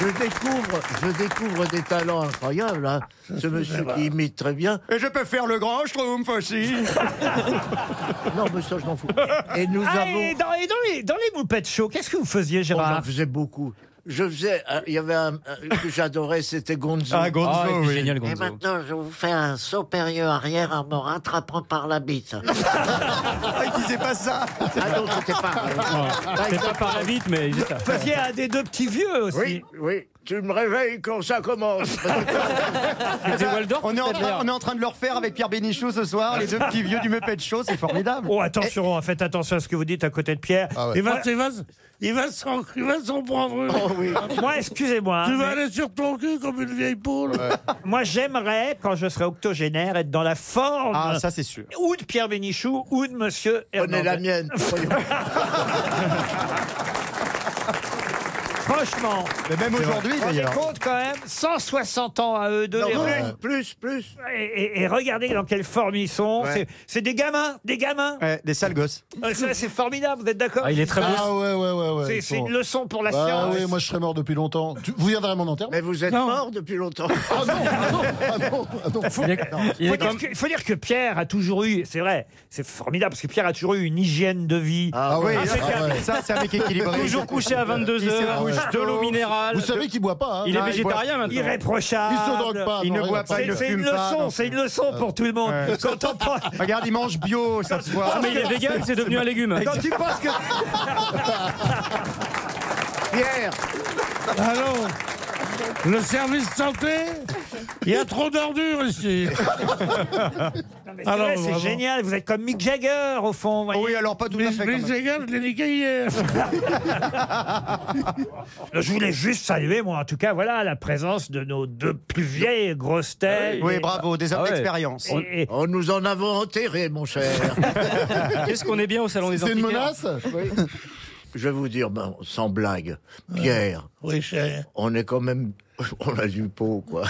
S6: Je découvre, je découvre des talents incroyables. hein. Ce monsieur qui imite très bien.
S14: Et je peux faire le grand schtroumpf
S10: *laughs*
S14: aussi.
S6: non, mais ça, je m'en fous. Et nous
S3: Ah,
S6: avons.
S3: et dans, et dans les, dans les moupettes chauds, qu'est-ce que vous faisiez, Gérard
S6: On en faisait beaucoup. Je faisais. euh, Il y avait un, un que j'adorais, c'était Gonzo.
S14: Ah, Gonzo, Ah, il était oui. génial, Gonzo.
S6: Et maintenant, je vous fais un saut périlleux arrière en me rattrapant par la bite. ah, il disait pas ça. Ah non, c'était pas.
S13: C'était pas par la bite, mais il
S3: Vous faisiez un des deux petits vieux aussi.
S6: Oui, oui. Tu me réveilles quand ça commence.
S14: on, est en train, on est en train de le refaire avec Pierre Bénichou ce soir, les deux petits vieux du Muppet Show, c'est formidable.
S3: Oh, attention, faites attention à ce que vous dites à côté de Pierre.
S6: Ah
S3: Eh ben,
S7: Il va, il
S6: Oh,
S7: va, il va s'en, il va s'en prendre une.
S3: Moi, excusez-moi.
S7: Oh Tu
S3: hein,
S7: vas
S3: mais-
S7: aller sur ton cul comme une vieille poule.
S3: *laughs* Moi, j'aimerais, quand je serai octogénaire, être dans la forme.
S14: Ah, ça, c'est sûr.
S3: Ou de Pierre Bénichou, ou de Monsieur
S6: Prenez
S3: Hernandez.
S6: la mienne.
S3: *laughs* Franchement.
S14: Mais même aujourd'hui,
S3: Vous vous rendez
S14: d'ailleurs.
S3: compte quand même 160 ans à eux deux.
S6: Non,
S3: les
S6: non,
S3: rues.
S6: plus, plus.
S3: Et, et- et regardez dans quelle forme ils sont.
S14: Ouais.
S3: C'est- C'est des gamins, des gamins.
S14: Ouais, des sales gosses.
S3: Euh, ça, C'est formidable, vous êtes d'accord
S8: Ah ouais, ouais, ouais. ouais,
S3: C'est-
S8: ils
S3: c'est
S8: sont-
S3: une leçon pour la
S8: Bah
S3: science.
S8: oui, moi je serais mort depuis longtemps. Tu- Vous viendrez à mon enterrement
S6: Mais vous êtes mort depuis longtemps.
S8: Ah non, ah non, ah non, ah non.
S3: Faut- Il faut, dire que, faut dire que Pierre a toujours eu, c'est vrai, c'est formidable parce que Pierre a toujours eu une hygiène de vie.
S14: Ah oui,
S3: impeccable.
S14: ah ouais. ça, c'est un mec équilibré.
S13: Toujours couché à 22
S14: Il se
S13: heures,
S14: couche
S13: de l'eau
S14: tôt.
S13: minérale.
S8: Vous savez qu'il boit pas. Hein.
S13: Il est végétarien maintenant.
S3: Irréprochable.
S8: Il se drogue pas.
S14: Il
S8: non,
S14: ne boit pas,
S8: c'est-
S14: il ne
S8: c'est
S14: fume
S8: une
S14: pas.
S8: leçon,
S14: non.
S3: C'est une leçon pour tout le monde.
S14: Ouais.
S3: Quand on pense-
S14: Regarde, il mange bio, ça se voit.
S13: Ah, mais il est vegan, c'est devenu un légume.
S3: quand tu penses
S13: *laughs*
S3: que
S6: Pierre
S7: Alors, le service santé, il y a trop *laughs* d'ordures ici.
S3: Non, mais
S7: Alors,
S3: c'est vrai,
S7: vraiment.
S3: c'est génial, vous êtes comme Mick Jagger au fond. vous voyez.
S14: Ah Oui, alors pas tout à
S7: Mais
S14: fait. quand
S7: mais
S14: même.
S7: c'est grave, je l'ai niqué hier.
S3: Je voulais juste saluer, moi en tout cas, voilà la présence de nos deux plus vieilles grosses têtes.
S14: Oui, bravo,
S13: Ah
S6: Ah
S14: des hommes d'expérience.
S3: Et- et-
S6: Oh, nous en avons enterré, mon cher.
S13: *laughs* Qu'est-ce qu'on est bien au salon des
S8: C'est une
S13: antiquaires
S8: menace
S6: Je vais vous dire, ben, sans blague, Pierre,
S7: Oui, cher.
S6: on est quand même. *laughs* On a du pot,
S8: *laughs*
S6: quoi.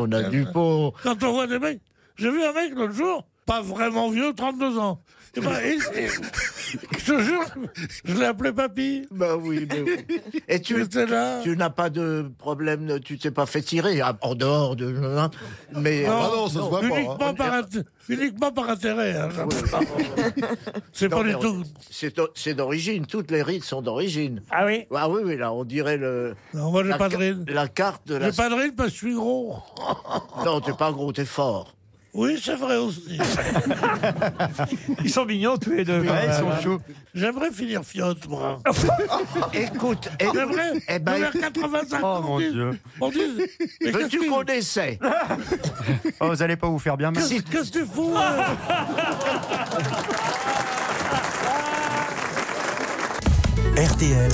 S6: on a du pot.
S7: Quand on voit des mecs, j'ai vu un mec l'autre jour, pas vraiment vieux, 32 ans. Eh ben, il- il- *laughs* je te jure, je l'ai appelé papy.
S6: Ben oui, ben oui. Et tu,
S7: J'étais là.
S6: tu n'as pas de problème, de- tu t'es pas fait tirer, à- en dehors de. hein, Mais.
S7: Non,
S8: Ah non, ça se voit pas.
S7: uniquement,
S8: hein.
S7: par int- uniquement par intérêt. hein, j'en parle pas. *laughs* C'est
S6: Non,
S7: pas du
S6: mais
S7: tout.
S6: C'est c'est d'origine, toutes les rides sont d'origine.
S3: Ah oui
S6: Ah oui, oui, là, on dirait le.
S7: Non, moi, j'ai
S6: la,
S7: pas de
S6: ca-
S7: ride.
S6: la carte de la.
S7: J'ai pas de ride parce que je suis gros.
S6: Non, t'es pas gros, t'es fort.
S7: Oui, c'est vrai aussi.
S3: *laughs* Ils sont mignons tous les deux.
S14: Ouais, ils sont chauds.
S7: J'aimerais finir fiotte, moi.
S6: Écoute,
S7: J'aimerais,
S6: eh ben,
S7: vers 85
S14: Oh,
S7: ans,
S14: mon
S7: on dise-
S14: Dieu.
S7: on dise, mais qu'est-ce
S6: veux-tu
S7: que-
S6: qu'on essaie
S14: Oh, vous allez pas vous faire bien mal.
S7: Qu'est-ce qu'est-ce que tu fous
S6: Ah.
S7: hein
S1: RTL,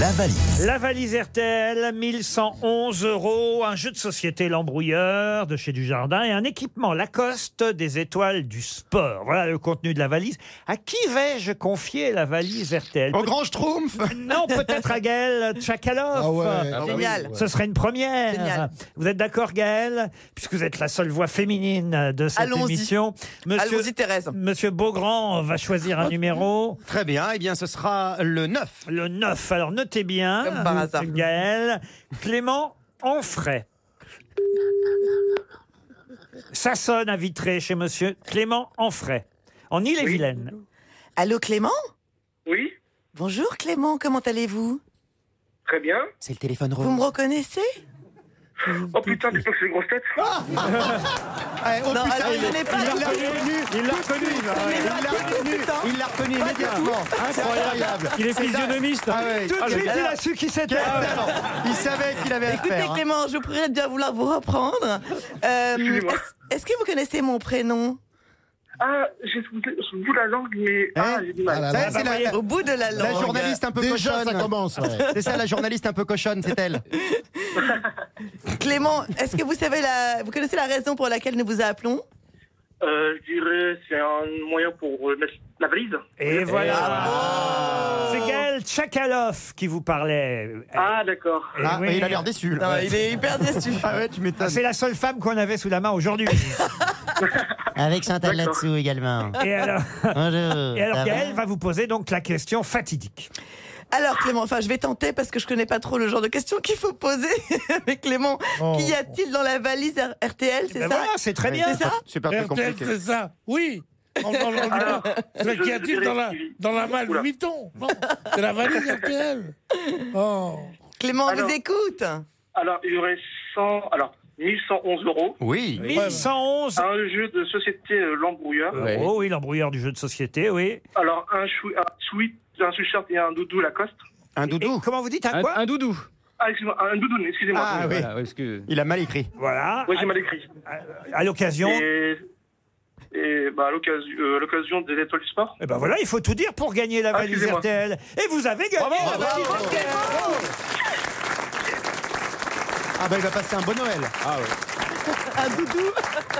S1: La valise.
S3: La valise RTL, 1111 euros, un jeu de société L'Embrouilleur de chez Dujardin et un équipement Lacoste des étoiles du sport. Voilà le contenu de la valise. À qui vais-je confier la valise RTL Au grand Schtroumpf Non, peut-être à Gaël Tchakalov.
S5: Ah ouais, ah ouais, Génial.
S3: Ce serait une première.
S5: Génial.
S3: Vous êtes d'accord Gaël Puisque vous êtes la seule voix féminine de cette
S9: Allons-y.
S3: émission.
S9: Allons-y, Thérèse.
S3: Monsieur Beaugrand va choisir un numéro.
S10: Très bien, eh bien ce sera le 9.
S3: Le 9, alors notez bien.
S10: Comme par hasard.
S3: Gaël, Clément Onfray. Ça sonne à Vitré chez monsieur Clément Onfray, en Ille-et-Vilaine.
S9: Allô Clément
S15: Oui,
S9: Bonjour Clément, comment allez-vous
S15: très bien.
S10: C'est le téléphone
S9: Vous me reconnaissez
S15: Oh putain, dis pas que c'est une grosse
S9: *laughs*
S15: tête.
S3: Ah Eh,
S9: oh, Non, putain, alors, il- je n'ai pas-
S5: il l'a reconnu, il l'a reconnu, il l'a reconnu, il l'a reconnu, il l'a reconnu immédiatement. Incroyable.
S13: Il est physionomiste.
S5: Ah ouais.
S9: Tout de
S5: Ah, le
S9: suite,
S5: gars.
S9: il a su qui c'était.
S10: Ah
S5: Quel talent. Il savait qu'il avait
S9: Écoutez
S5: affaire. hein.
S9: Clément, je vous prierai de bien vouloir vous reprendre. Euh,
S15: Excusez-moi.
S9: est-ce- Est-ce que vous connaissez mon prénom
S15: Ah, j'ai trouvé sous le bout de la langue,
S10: Eh
S15: mais. Ah, j'ai du mal.
S10: Ça, c'est la-
S9: Au bout de la langue.
S10: La journaliste un peu cochonne. C'est ça, la journaliste un peu cochonne, c'est elle.
S9: *laughs* Clément, est-ce que vous savez la, vous connaissez la raison pour laquelle nous vous appelons
S15: Euh, je dirais, c'est un moyen pour euh, mettre la valise.
S3: Et voilà.
S10: Ah.
S3: Ah. C'est Gaël Tchakalov qui vous parlait.
S15: Ah, d'accord.
S3: Ah, oui.
S10: il a l'air déçu, là.
S3: Ouais.
S10: il est hyper déçu. Ah ouais, tu m'étonnes.
S3: C'est la seule femme qu'on avait sous la main aujourd'hui.
S10: Avec Chantal là-dessous également.
S3: Et alors,
S10: Bonjour.
S3: et alors
S10: ça va
S3: Gaël va vous poser donc la question fatidique.
S9: Alors Clément, enfin je vais tenter parce que je connais pas trop le genre de questions qu'il faut poser. *laughs* Mais Clément,
S3: Oh.
S9: qu'y a-t-il dans la valise R- RTL C'est
S3: ben
S9: ça
S3: voilà, c'est très bien.
S9: C'est ça
S7: RTL, c'est ça. Oui. En
S9: *laughs*
S7: parlant du
S9: Ah.
S7: bas. Mais qu'y a-t-il dans la, dans la malle
S9: Oula.
S7: Vuitton Non, c'est la valise RTL. Oh.
S9: Clément,
S15: Alors-
S9: vous écoute.
S15: Alors, il y aurait 100. Alors, 1111 euros.
S10: Oui.
S3: 1111.
S15: Un jeu de société euh, l'embrouilleur.
S3: Oh oui, l'embrouilleur du jeu de société, oui.
S15: Alors, un chou- un sweat, un sweatshirt et un doudou Lacoste.
S10: Un doudou.
S3: comment vous dites un quoi
S13: Un doudou.
S15: Ah, excusez-moi, un doudoune, excusez-moi.
S10: Ah oui.
S13: Ah, ouais, parce que-
S10: Il a mal écrit.
S3: Voilà.
S15: Oui, j'ai mal écrit.
S3: Ah, À l'occasion.
S15: Et, et bah, à l'occasion euh, à l'occasion des étoiles du sport.
S3: Et ben voilà, il faut tout dire pour gagner la
S15: Ah,
S3: valise
S15: excusez-moi.
S3: RTL. Et vous avez gagné
S15: Bravo,
S3: la
S15: bravo,
S3: valise
S15: bravo.
S3: RTL.
S10: Ah bah il va passer un bon Noël. Ah ouais.
S9: Un doudou.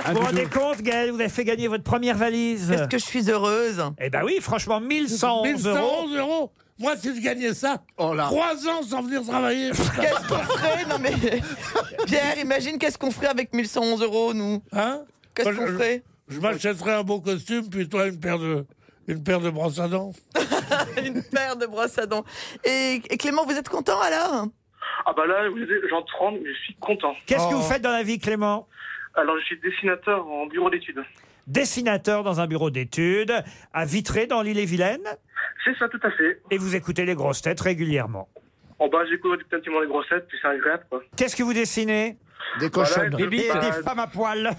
S3: Vous vous rendez compte, Gaël, vous avez fait gagner votre première valise.
S9: Est-ce que je suis heureuse
S3: Eh ben oui, franchement, 1111 euros.
S7: 1111 euros. Moi, si je gagnais ça,
S3: là.
S7: trois ans sans venir travailler.
S9: Oh *laughs* Qu'est-ce qu'on ferait Non mais Pierre, imagine qu'est-ce qu'on ferait avec 1111 euros nous
S7: Hein
S9: Qu'est-ce
S7: Moi,
S9: qu'on
S7: je-
S9: ferait
S7: Je m'achèterais un beau costume, puis toi, une paire de, une paire de brosses à dents.
S9: Une paire de brosses à dents. Et, et Clément, vous êtes content alors
S15: Ah bah là, vous êtes- j'en 30, je suis content.
S3: Qu'est-ce que vous faites dans la vie, Clément
S15: Alors, je suis dessinateur en bureau d'études.
S3: Dessinateur dans un bureau d'études, à Vitré, dans l'île-et-Vilaine.
S15: C'est ça, tout à fait.
S3: Et vous écoutez les grosses têtes régulièrement.
S15: En bas, j'écoute tellement les grossettes, puis c'est agréable, quoi.
S3: Qu'est-ce que vous dessinez
S15: Des cochonnes. Voilà, bah, des bites, des femmes
S3: à poil.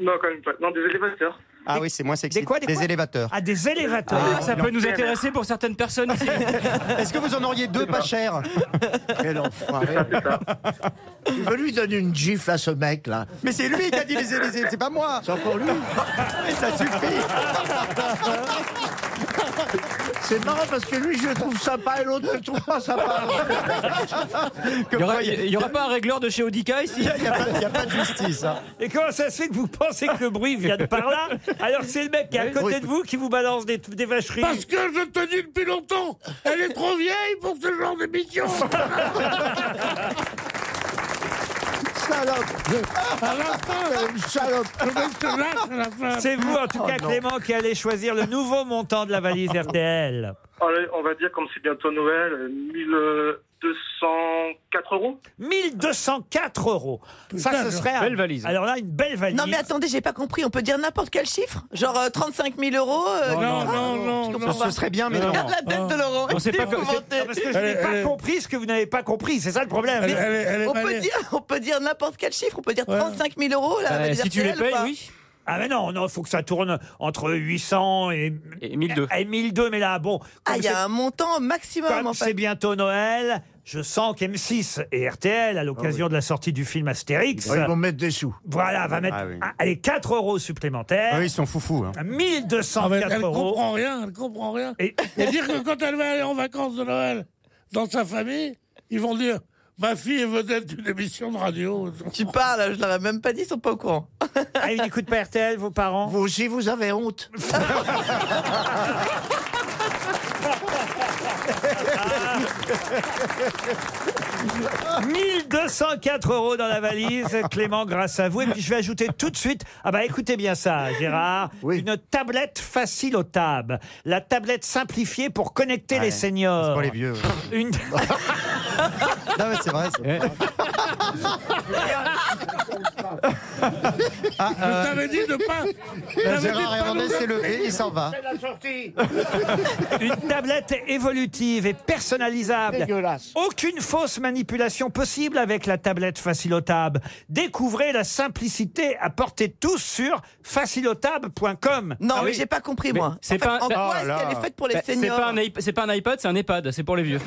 S15: Non, quand même pas. Non, des élévateurs.
S10: Ah oui, c'est moins sexy.
S3: Des quoi, des quoi
S10: élévateurs.
S3: Ah, des élévateurs.
S10: Ah,
S13: Ça peut nous intéresser pour certaines personnes. ici.
S10: *laughs* Est-ce que vous en auriez deux
S3: *laughs*
S10: pas chers
S6: Quel enfoiré. *laughs* tu veux lui donner une gifle à ce mec, là
S10: Mais c'est lui qui a dit les Élysées,
S6: *laughs*
S10: c'est pas moi.
S6: C'est
S5: *laughs*
S6: encore lui.
S10: Mais ça suffit.
S6: C'est marrant parce que lui, je le trouve sympa et l'autre, je le trouve
S10: *laughs*
S6: pas sympa.
S13: Il y aura- Il n'y aura, pas un régleur de chez Audica ici Il
S10: n'y a, pas de justice.
S7: *laughs*
S3: Et comment ça se fait que vous pensez que le bruit vient de par là, alors que c'est le mec qui est à côté de vous qui vous balance des, des vacheries
S7: Parce que je te dis depuis longtemps, elle est trop vieille pour ce genre d'émission.
S6: Salope.
S7: À la fin,
S6: une salope.
S7: Le mec se lâche à la Oh, fin.
S3: C'est vous, en tout
S5: Oh,
S3: cas,
S5: *laughs*
S3: Clément, qui allez choisir le nouveau montant de
S7: *laughs*
S3: la valise RTL.
S15: *laughs* Allez, on va dire, comme c'est bientôt Noël, euh, 1204 euros.
S3: 1204 euros. ça,
S9: Putain,
S3: ce serait.
S9: une
S3: un-
S9: belle valise.
S3: Alors là, une belle valise.
S9: Non mais attendez, j'ai pas compris. On peut dire n'importe quel chiffre Genre euh, 35 000 euros euh,
S7: Non, non, non,
S9: je
S7: non.
S9: comprends pas. Regarde la tête
S3: Ah.
S9: de Laurent.
S7: On sait
S9: il
S7: pas
S9: est
S7: comment-
S9: épouvanté.
S3: Non, parce que je n'ai pas compris ce que vous n'avez pas compris. C'est ça le problème.
S7: Elle est- elle est- elle est
S9: on, peut
S7: malade.
S9: dire, on peut dire n'importe quel chiffre. On peut dire 35 000 euros là.
S3: Euh,
S9: on va
S3: si
S9: dire
S3: tu les
S9: RTL ou
S3: payes,
S9: pas
S3: oui. Ah mais non, non, faut que ça tourne entre 800 et, et 1002. Et 1002, mais là, bon.
S9: Ah,
S3: comme
S9: il y
S3: c'est-
S9: a un montant maximum
S3: Comme
S9: en
S3: c'est
S9: fait.
S3: bientôt Noël, je sens qu'M6 et RTL, à
S10: Ah
S7: Ah
S3: l'occasion de la sortie du film Astérix,
S6: Ils vont mettre des sous.
S3: voilà, va mettre
S6: Ah oui.
S3: ah, allez, 4 euros supplémentaires.
S10: Oui, ils sont foufous. hein.
S3: à
S7: Ah, mais
S3: 1204
S7: elle
S3: euros.
S7: comprend rien, elle comprend rien. Et, dire que quand elle va aller en vacances de Noël, dans sa famille, ils vont dire Ma fille est vedette d'une émission de radio.
S9: Tu parles, je l'aurais même pas dit, ils sont pas au courant.
S3: *laughs* Ah, ils n'écoutent pas RTL, vos parents
S6: Vous aussi, vous avez honte.
S3: Ah. 1204 euros dans
S12: *laughs*
S3: la valise, Clément, grâce à vous. Et puis je vais ajouter tout de suite, ah bah écoutez bien ça, Gérard, une tablette facile aux tables. La tablette simplifiée pour connecter les seniors.
S12: pour les vieux, ouais. *laughs*
S3: *laughs* Une...
S12: Non, mais c'est vrai.
S7: Eh. Je t'avais dit de pas. je t'avais
S12: Ah, euh, Ben,
S7: dit de
S12: Gérard
S7: pas
S12: Hernandez
S7: nous-
S12: s'est levé, il s'en va.
S7: C'est la sortie.
S3: Une tablette évolutive et personnalisable. Aucune fausse manipulation possible avec la tablette facilotable. Découvrez la simplicité à portée de tous sur facilotable.com.
S9: Non, mais j'ai pas compris, moi. En fait,
S10: Oh
S9: en quoi est-ce qu'elle est faite pour les
S13: Bah,
S9: seniors
S13: C'est pas, un iP- c'est pas un iPod, c'est un EHPAD, c'est pour les
S10: *laughs*
S13: vieux.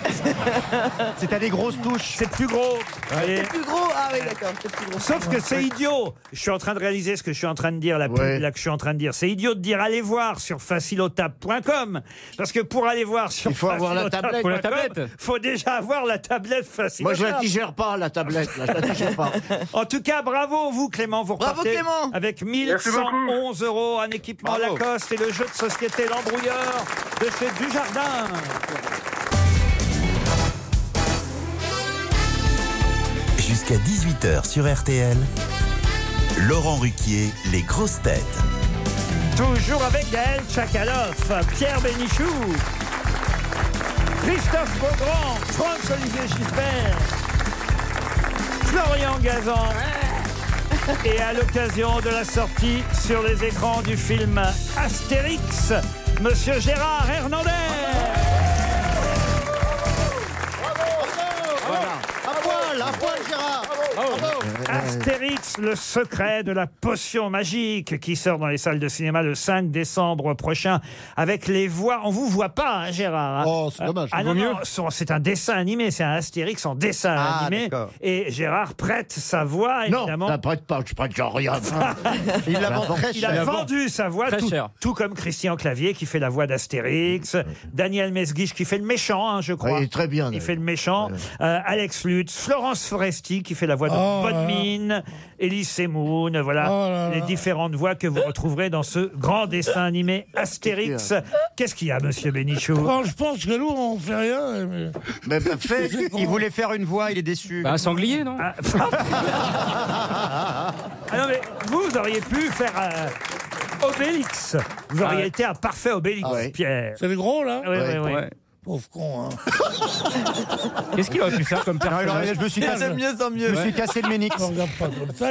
S3: C'est à des grosses touches. C'est plus gros. Allez.
S9: C'est plus gros Ah oui, d'accord, c'est plus gros.
S3: Sauf que c'est idiot. Je suis en train de réaliser ce que je suis en train de dire, la pub là que je suis en train de dire. C'est idiot de dire allez voir sur facilotable.com parce que pour aller voir sur
S6: Il faut avoir la tablette.
S3: facilotable.com,
S6: Faut la tablette.
S3: Faut déjà avoir la tablette facile.
S6: Moi, je la digère pas, la tablette. Là, je la digère pas.
S3: *laughs* En tout cas, bravo vous Clément, vous
S6: Bravo,
S3: repartez
S6: Clément.
S3: avec
S6: Merci
S3: 1111 euros, un équipement Lacoste et le jeu de société L'Embrouilleur de chez Dujardin.
S1: Jusqu'à 18h sur RTL, Laurent Ruquier, les grosses têtes.
S3: Toujours avec Gaël Tchakaloff, Pierre Bénichou, Christophe Beaugrand, Franz-Olivier Giffert, Florian Gazan. Et à l'occasion de la sortie sur les écrans du film Astérix, Monsieur Gérard Hernandez.
S5: À poil, à poil, Gérard
S3: Astérix, le secret de la potion magique qui sort dans les salles de cinéma le 5 décembre prochain avec les voix. On vous voit pas, hein, Gérard. Oh, c'est dommage.
S5: Vaut mieux.
S3: c'est un dessin animé, c'est un Astérix en dessin
S6: Ah,
S3: animé.
S6: d'accord.
S3: Et Gérard prête sa voix, évidemment.
S6: Non, ça prête pas, je prête genre
S3: *laughs*
S6: rien.
S3: Il a,
S6: vend très cher.
S3: vendu sa voix,
S6: Très
S3: tout,
S6: cher.
S3: tout comme Christian Clavier qui fait la voix d'Astérix,
S7: Mm.
S3: Daniel Mesguich qui fait le méchant, hein, je crois.
S6: Oui, très bien,
S3: Il
S6: d'ailleurs.
S3: fait le méchant. Euh, Alex Lutz, Florence Foresti qui fait la voix de
S7: Oh là
S3: Bonne
S7: là.
S3: Mine, Elise Semoun, voilà
S7: Oh là là.
S3: les différentes voix que vous retrouverez dans ce grand dessin animé Astérix. Qu'est-ce qu'il y a, monsieur Bénichou
S7: Bon, je pense que nous, on fait rien. Mais,
S14: fait, il voulait faire une voix, il est déçu.
S13: Bah, un sanglier, non
S3: *laughs* *laughs* Ah non, mais vous, vous auriez pu faire euh, Obélix. Vous auriez
S7: Ah ouais. Ah
S3: été un parfait Obélix, Pierre.
S7: C'est les gros, là
S3: Oui, oui, oui.
S7: Pauvre con, hein. Ah,
S13: Qu'est-ce qu'il aurait pu faire
S3: Ah,
S13: comme personnage
S14: je me suis cassé-
S7: de mieux en mieux.
S14: je me suis cassé le ménix.
S7: On regarde pas comme ça,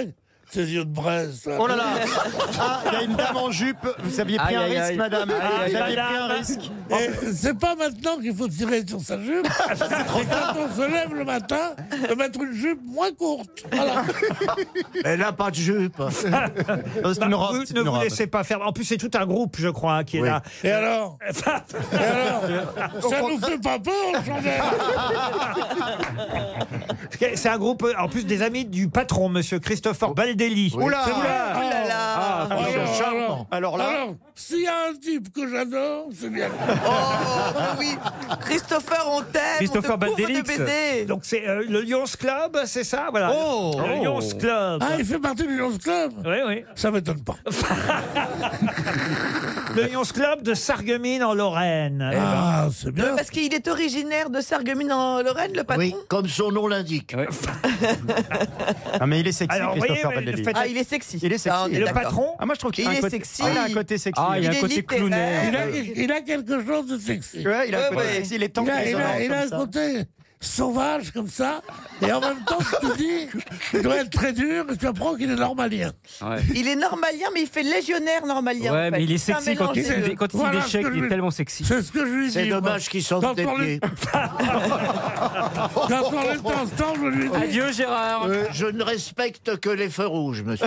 S7: ses yeux de braise. là.
S14: Oh là là
S7: *laughs*
S14: Ah, il y a une dame en jupe. Vous aviez pris
S7: Aïe,
S14: un
S7: aïe,
S14: risque,
S7: aïe.
S14: madame.
S7: Aïe,
S14: vous
S7: aïe,
S14: aviez
S7: madame.
S14: pris un risque.
S7: Et c'est pas maintenant qu'il faut tirer sur sa
S14: *laughs*
S7: jupe. C'est trop tard. Quand on se lève le matin, de mettre une jupe moins courte. *laughs* Voilà.
S6: Elle a pas
S3: *laughs*
S6: de jupe.
S3: ah, Bah, vous ne vous laissez pas faire. En plus, c'est tout un groupe, je crois, hein, qui est là.
S7: Et
S3: *laughs*
S7: alors Et alors Ça nous fait pas peur, le chandail
S3: C'est un groupe, euh, en plus, des amis du patron, monsieur Christopher Baldelli.
S7: Oula
S3: C'est vrai.
S7: Ah,
S3: Ah,
S7: alors,
S3: attention.
S7: alors,
S3: Alors là-
S7: alors, s'il y a un type que j'adore, c'est bien.
S9: Oh, oui Christopher, on t'aime on te couvre de baisers.
S3: Donc c'est euh, le Lions Club, c'est ça voilà.
S7: Oh.
S3: le Lions Club.
S7: Ah, il fait partie du Lions Club
S3: Oui, oui.
S7: Ça m'étonne pas.
S3: *laughs* Le Lions Club de Sarreguemines en Lorraine.
S7: Ah, c'est bien.
S9: Parce qu'il est originaire de Sarreguemines en Lorraine, le patron
S6: Oui, comme son nom l'indique.
S14: *laughs* Ah, mais il est sexy,
S3: Alors,
S14: Christopher
S3: voyez, euh,
S14: Baldelli.
S3: faites-
S9: Ah, il est sexy.
S14: Il est sexy.
S9: Ah, on est
S14: Et le
S9: d'accord.
S3: patron
S14: Ah, moi, je trouve qu'il
S9: Il
S14: a un
S9: est
S14: côté-
S9: sexy.
S14: Ah, il a un côté sexy.
S13: Ah, il y a
S9: Il
S13: un
S9: est
S13: côté
S9: littéraire.
S13: clownaire.
S7: Il a, il a quelque chose de sexy.
S14: Ouais, il a un
S9: Ouais,
S14: côté
S9: ouais.
S14: sexy, il est temps
S7: Il a, il a- il a
S14: comme
S7: un
S14: ça.
S7: côté sauvage comme ça, et en même temps, tu te dis, il doit être très dur, mais tu apprends qu'il est normalien.
S13: Ouais.
S9: Il est normalien, mais il fait légionnaire normalien. en
S13: Ouais, mais
S9: fait.
S13: il est
S9: C'est un
S13: sexy quand il
S9: mélange des
S13: signe
S9: deux.
S13: des- quand il signe
S7: Voilà
S13: des
S7: ce
S13: chèques,
S7: que je
S13: il est
S7: lui-
S13: tellement sexy.
S7: C'est ce que je lui dis.
S6: C'est
S7: moi.
S6: dommage qu'il
S7: Quand
S6: sorte des
S7: on
S6: pieds.
S7: est- Quand on est en ce temps, je lui dis.
S13: Adieu Gérard
S6: Euh, je ne respecte que les feux rouges,
S10: *laughs*
S6: monsieur.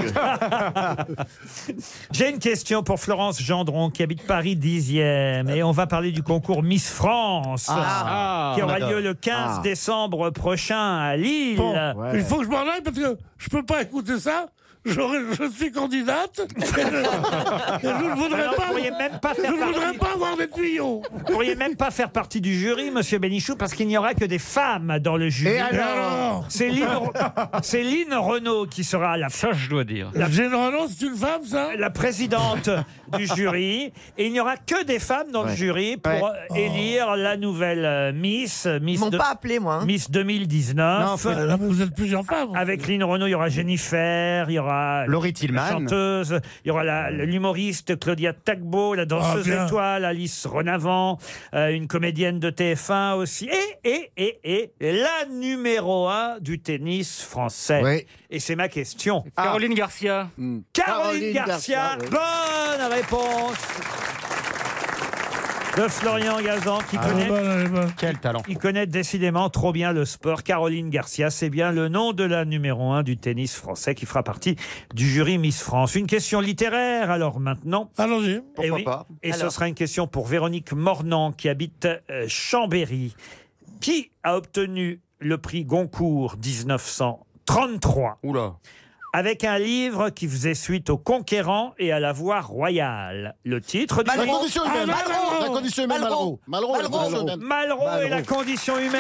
S3: J'ai une question pour Florence Gendron qui habite Paris 10e et on va parler du concours Miss France euh,
S14: Ah.
S3: qui aura
S14: Ah,
S3: lieu le 15 décembre prochain à Lille. Euh,
S7: Il faut que je m'en aille parce que je peux pas écouter ça. j'aurais- je suis candidate. et je, et je ne voudrais
S3: Alors,
S7: pas.
S3: vous pourriez même pas
S7: je
S3: faire
S7: ne voudrais
S3: partie-
S7: pas avoir des tuyaux.
S3: Vous pourriez même pas faire partie du jury, monsieur Bénichou, parce qu'il n'y aura que des femmes dans le jury.
S7: Et alors
S3: C'est Lynn, c'est Lynn Renault qui sera la. Ça, je dois dire. La,
S7: Jane Renaud, c'est une femme, ça *laughs*
S3: la présidente du jury. Et il n'y aura que des femmes dans le
S9: Ouais.
S3: jury pour
S9: Ouais.
S3: euh,
S7: Oh.
S3: élire la nouvelle euh, Miss. euh, Miss
S9: Ils m'ont pas appelé, moi. hein.
S3: Miss 2019.
S9: Non, faut- là,
S7: vous êtes plusieurs femmes.
S3: Avec Lynn Renault, il y aura Jennifer, il y aura
S14: Laurie
S3: la
S14: Tillman.
S3: chanteuse, il y aura la- l'humoriste Claudia Tagbo, la danseuse
S7: Ah, bien.
S3: étoile Alice Renavant, euh, une comédienne de TF1 aussi, et, et, et, et la numéro un du tennis français. Et c'est ma question.
S13: Caroline Garcia.
S3: Caroline Garcia, bonne réponse de Florian Gazan qui connaît
S14: Quel talent.
S3: il connaît décidément trop bien le sport. Caroline Garcia, c'est bien le nom de la numéro 1 du tennis français qui fera partie du jury Miss France. Une question littéraire alors maintenant.
S7: Allons-y.
S3: Pourquoi et
S12: pas
S3: Et ce
S12: Alors.
S3: sera une question pour Véronique Mornan qui habite euh, Chambéry. Qui a obtenu le prix Goncourt 1933
S14: Oula.
S3: Avec un livre qui faisait suite au Conquérant et à la Voie royale. Le titre du
S8: La
S3: livre-
S8: condition humaine.
S3: Malraux.
S8: La condition humaine, Malraux. Malraux, la condition humaine.
S3: Malraux et la condition humaine.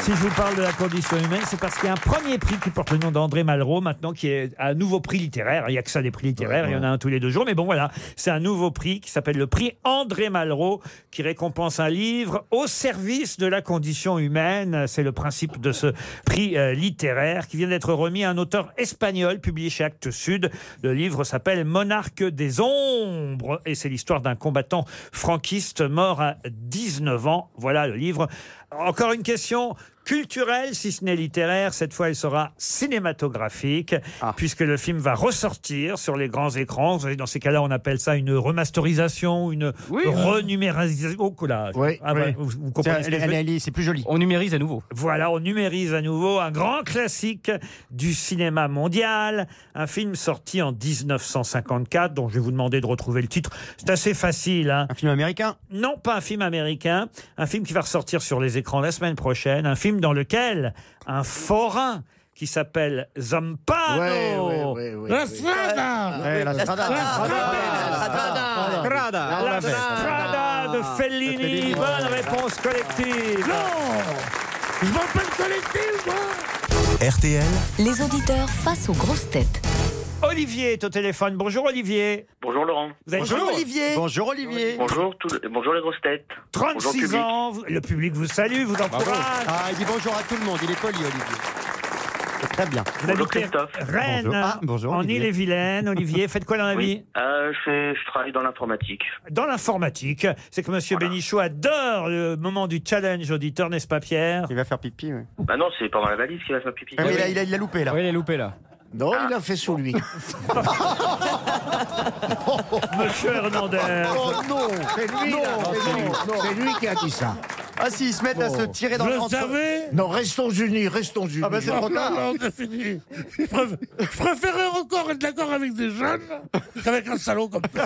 S3: Si je vous parle de la condition humaine, c'est parce qu'il y a un premier prix qui porte le nom d'André Malraux maintenant, qui est un nouveau prix littéraire. Il n'y a que ça des prix littéraires, il y en a un tous les deux jours. Mais bon, voilà, c'est un nouveau prix qui s'appelle le prix André Malraux, qui récompense un livre au service de la condition humaine. C'est le principe de ce prix euh, littéraire qui vient d'être remis à un auteur espagnol publié chez Actes Sud. Le livre s'appelle Monarque des ombres et c'est l'histoire d'un combattant franquiste mort à 19 ans. Voilà le livre. Encore une question culturelle, si ce n'est littéraire. Cette fois, elle sera cinématographique, puisque le film va ressortir sur les grands écrans. Vous savez, dans ces cas-là, on appelle ça une remasterisation, une renumérisation au collage. Ah, bah, vous, vous comprenez ce que je veux dire
S14: C'est plus joli.
S13: On numérise à nouveau.
S3: voilà, on numérise à nouveau un grand classique du cinéma mondial, un film sorti en 1954 dont je vais vous demander de retrouver le titre. C'est assez facile. Un
S14: film américain
S3: Non, pas un film américain. Un film qui va ressortir sur les écrans la semaine prochaine. Un film dans lequel un forain qui s'appelle Zampano.
S6: Ouais, ouais, ouais, ouais,
S7: La strada
S6: Ouais, Eh, la strada.
S7: La strada
S6: Strada.
S3: La
S6: Strada.
S3: Strada de Fellini.
S7: Fellini.
S3: Bonne réponse collective.
S7: Je m'appelle collectif, moi
S1: RTL,
S2: Les auditeurs face aux grosses têtes.
S3: Olivier est au téléphone. Bonjour Olivier.
S15: Bonjour Laurent.
S3: Vous êtes Bonjour, heureux Olivier. Bonjour, Olivier.
S15: Bonjour, tout le- bonjour les grosses têtes. Bonjour,
S3: 36
S15: public.
S3: ans, vous- le public vous salue, vous encourage.
S14: Ah, il dit bonjour à tout le monde. Il est poli, Olivier. C'est Très bien.
S3: Vous habitez Rennes,
S14: Bonjour. Ah, bonjour,
S3: en
S14: Olivier.
S3: Ille-et-Vilaine. Olivier, faites quoi dans la
S15: Oui.
S3: vie
S15: Euh, je, fais- je travaille dans l'informatique.
S3: Dans l'informatique. C'est que Monsieur Bénichou adore le moment du challenge auditeur, n'est-ce pas Pierre
S14: Il va faire pipi, oui. Ah,
S15: Bah non, c'est pendant la valise qu'il va faire
S3: Ah,
S15: pipi.
S14: mais il, a, il a- il a loupé, là.
S13: Oui, il est loupé là.
S6: Non, il a
S7: *laughs*
S6: fait sous lui.
S3: Monsieur Hernandez.
S6: Oh non, c'est lui, là, c'est lui, c'est lui qui a dit ça.
S14: Ah, s'ils se mettent à se tirer dans
S7: Je
S14: le
S7: le savais
S6: Non, restons unis, restons unis.
S14: Ah bah, c'est trop tard.
S7: Non, non, c'est fini. Je, préf- je préférais encore être d'accord avec des jeunes qu'avec un salaud comme ça.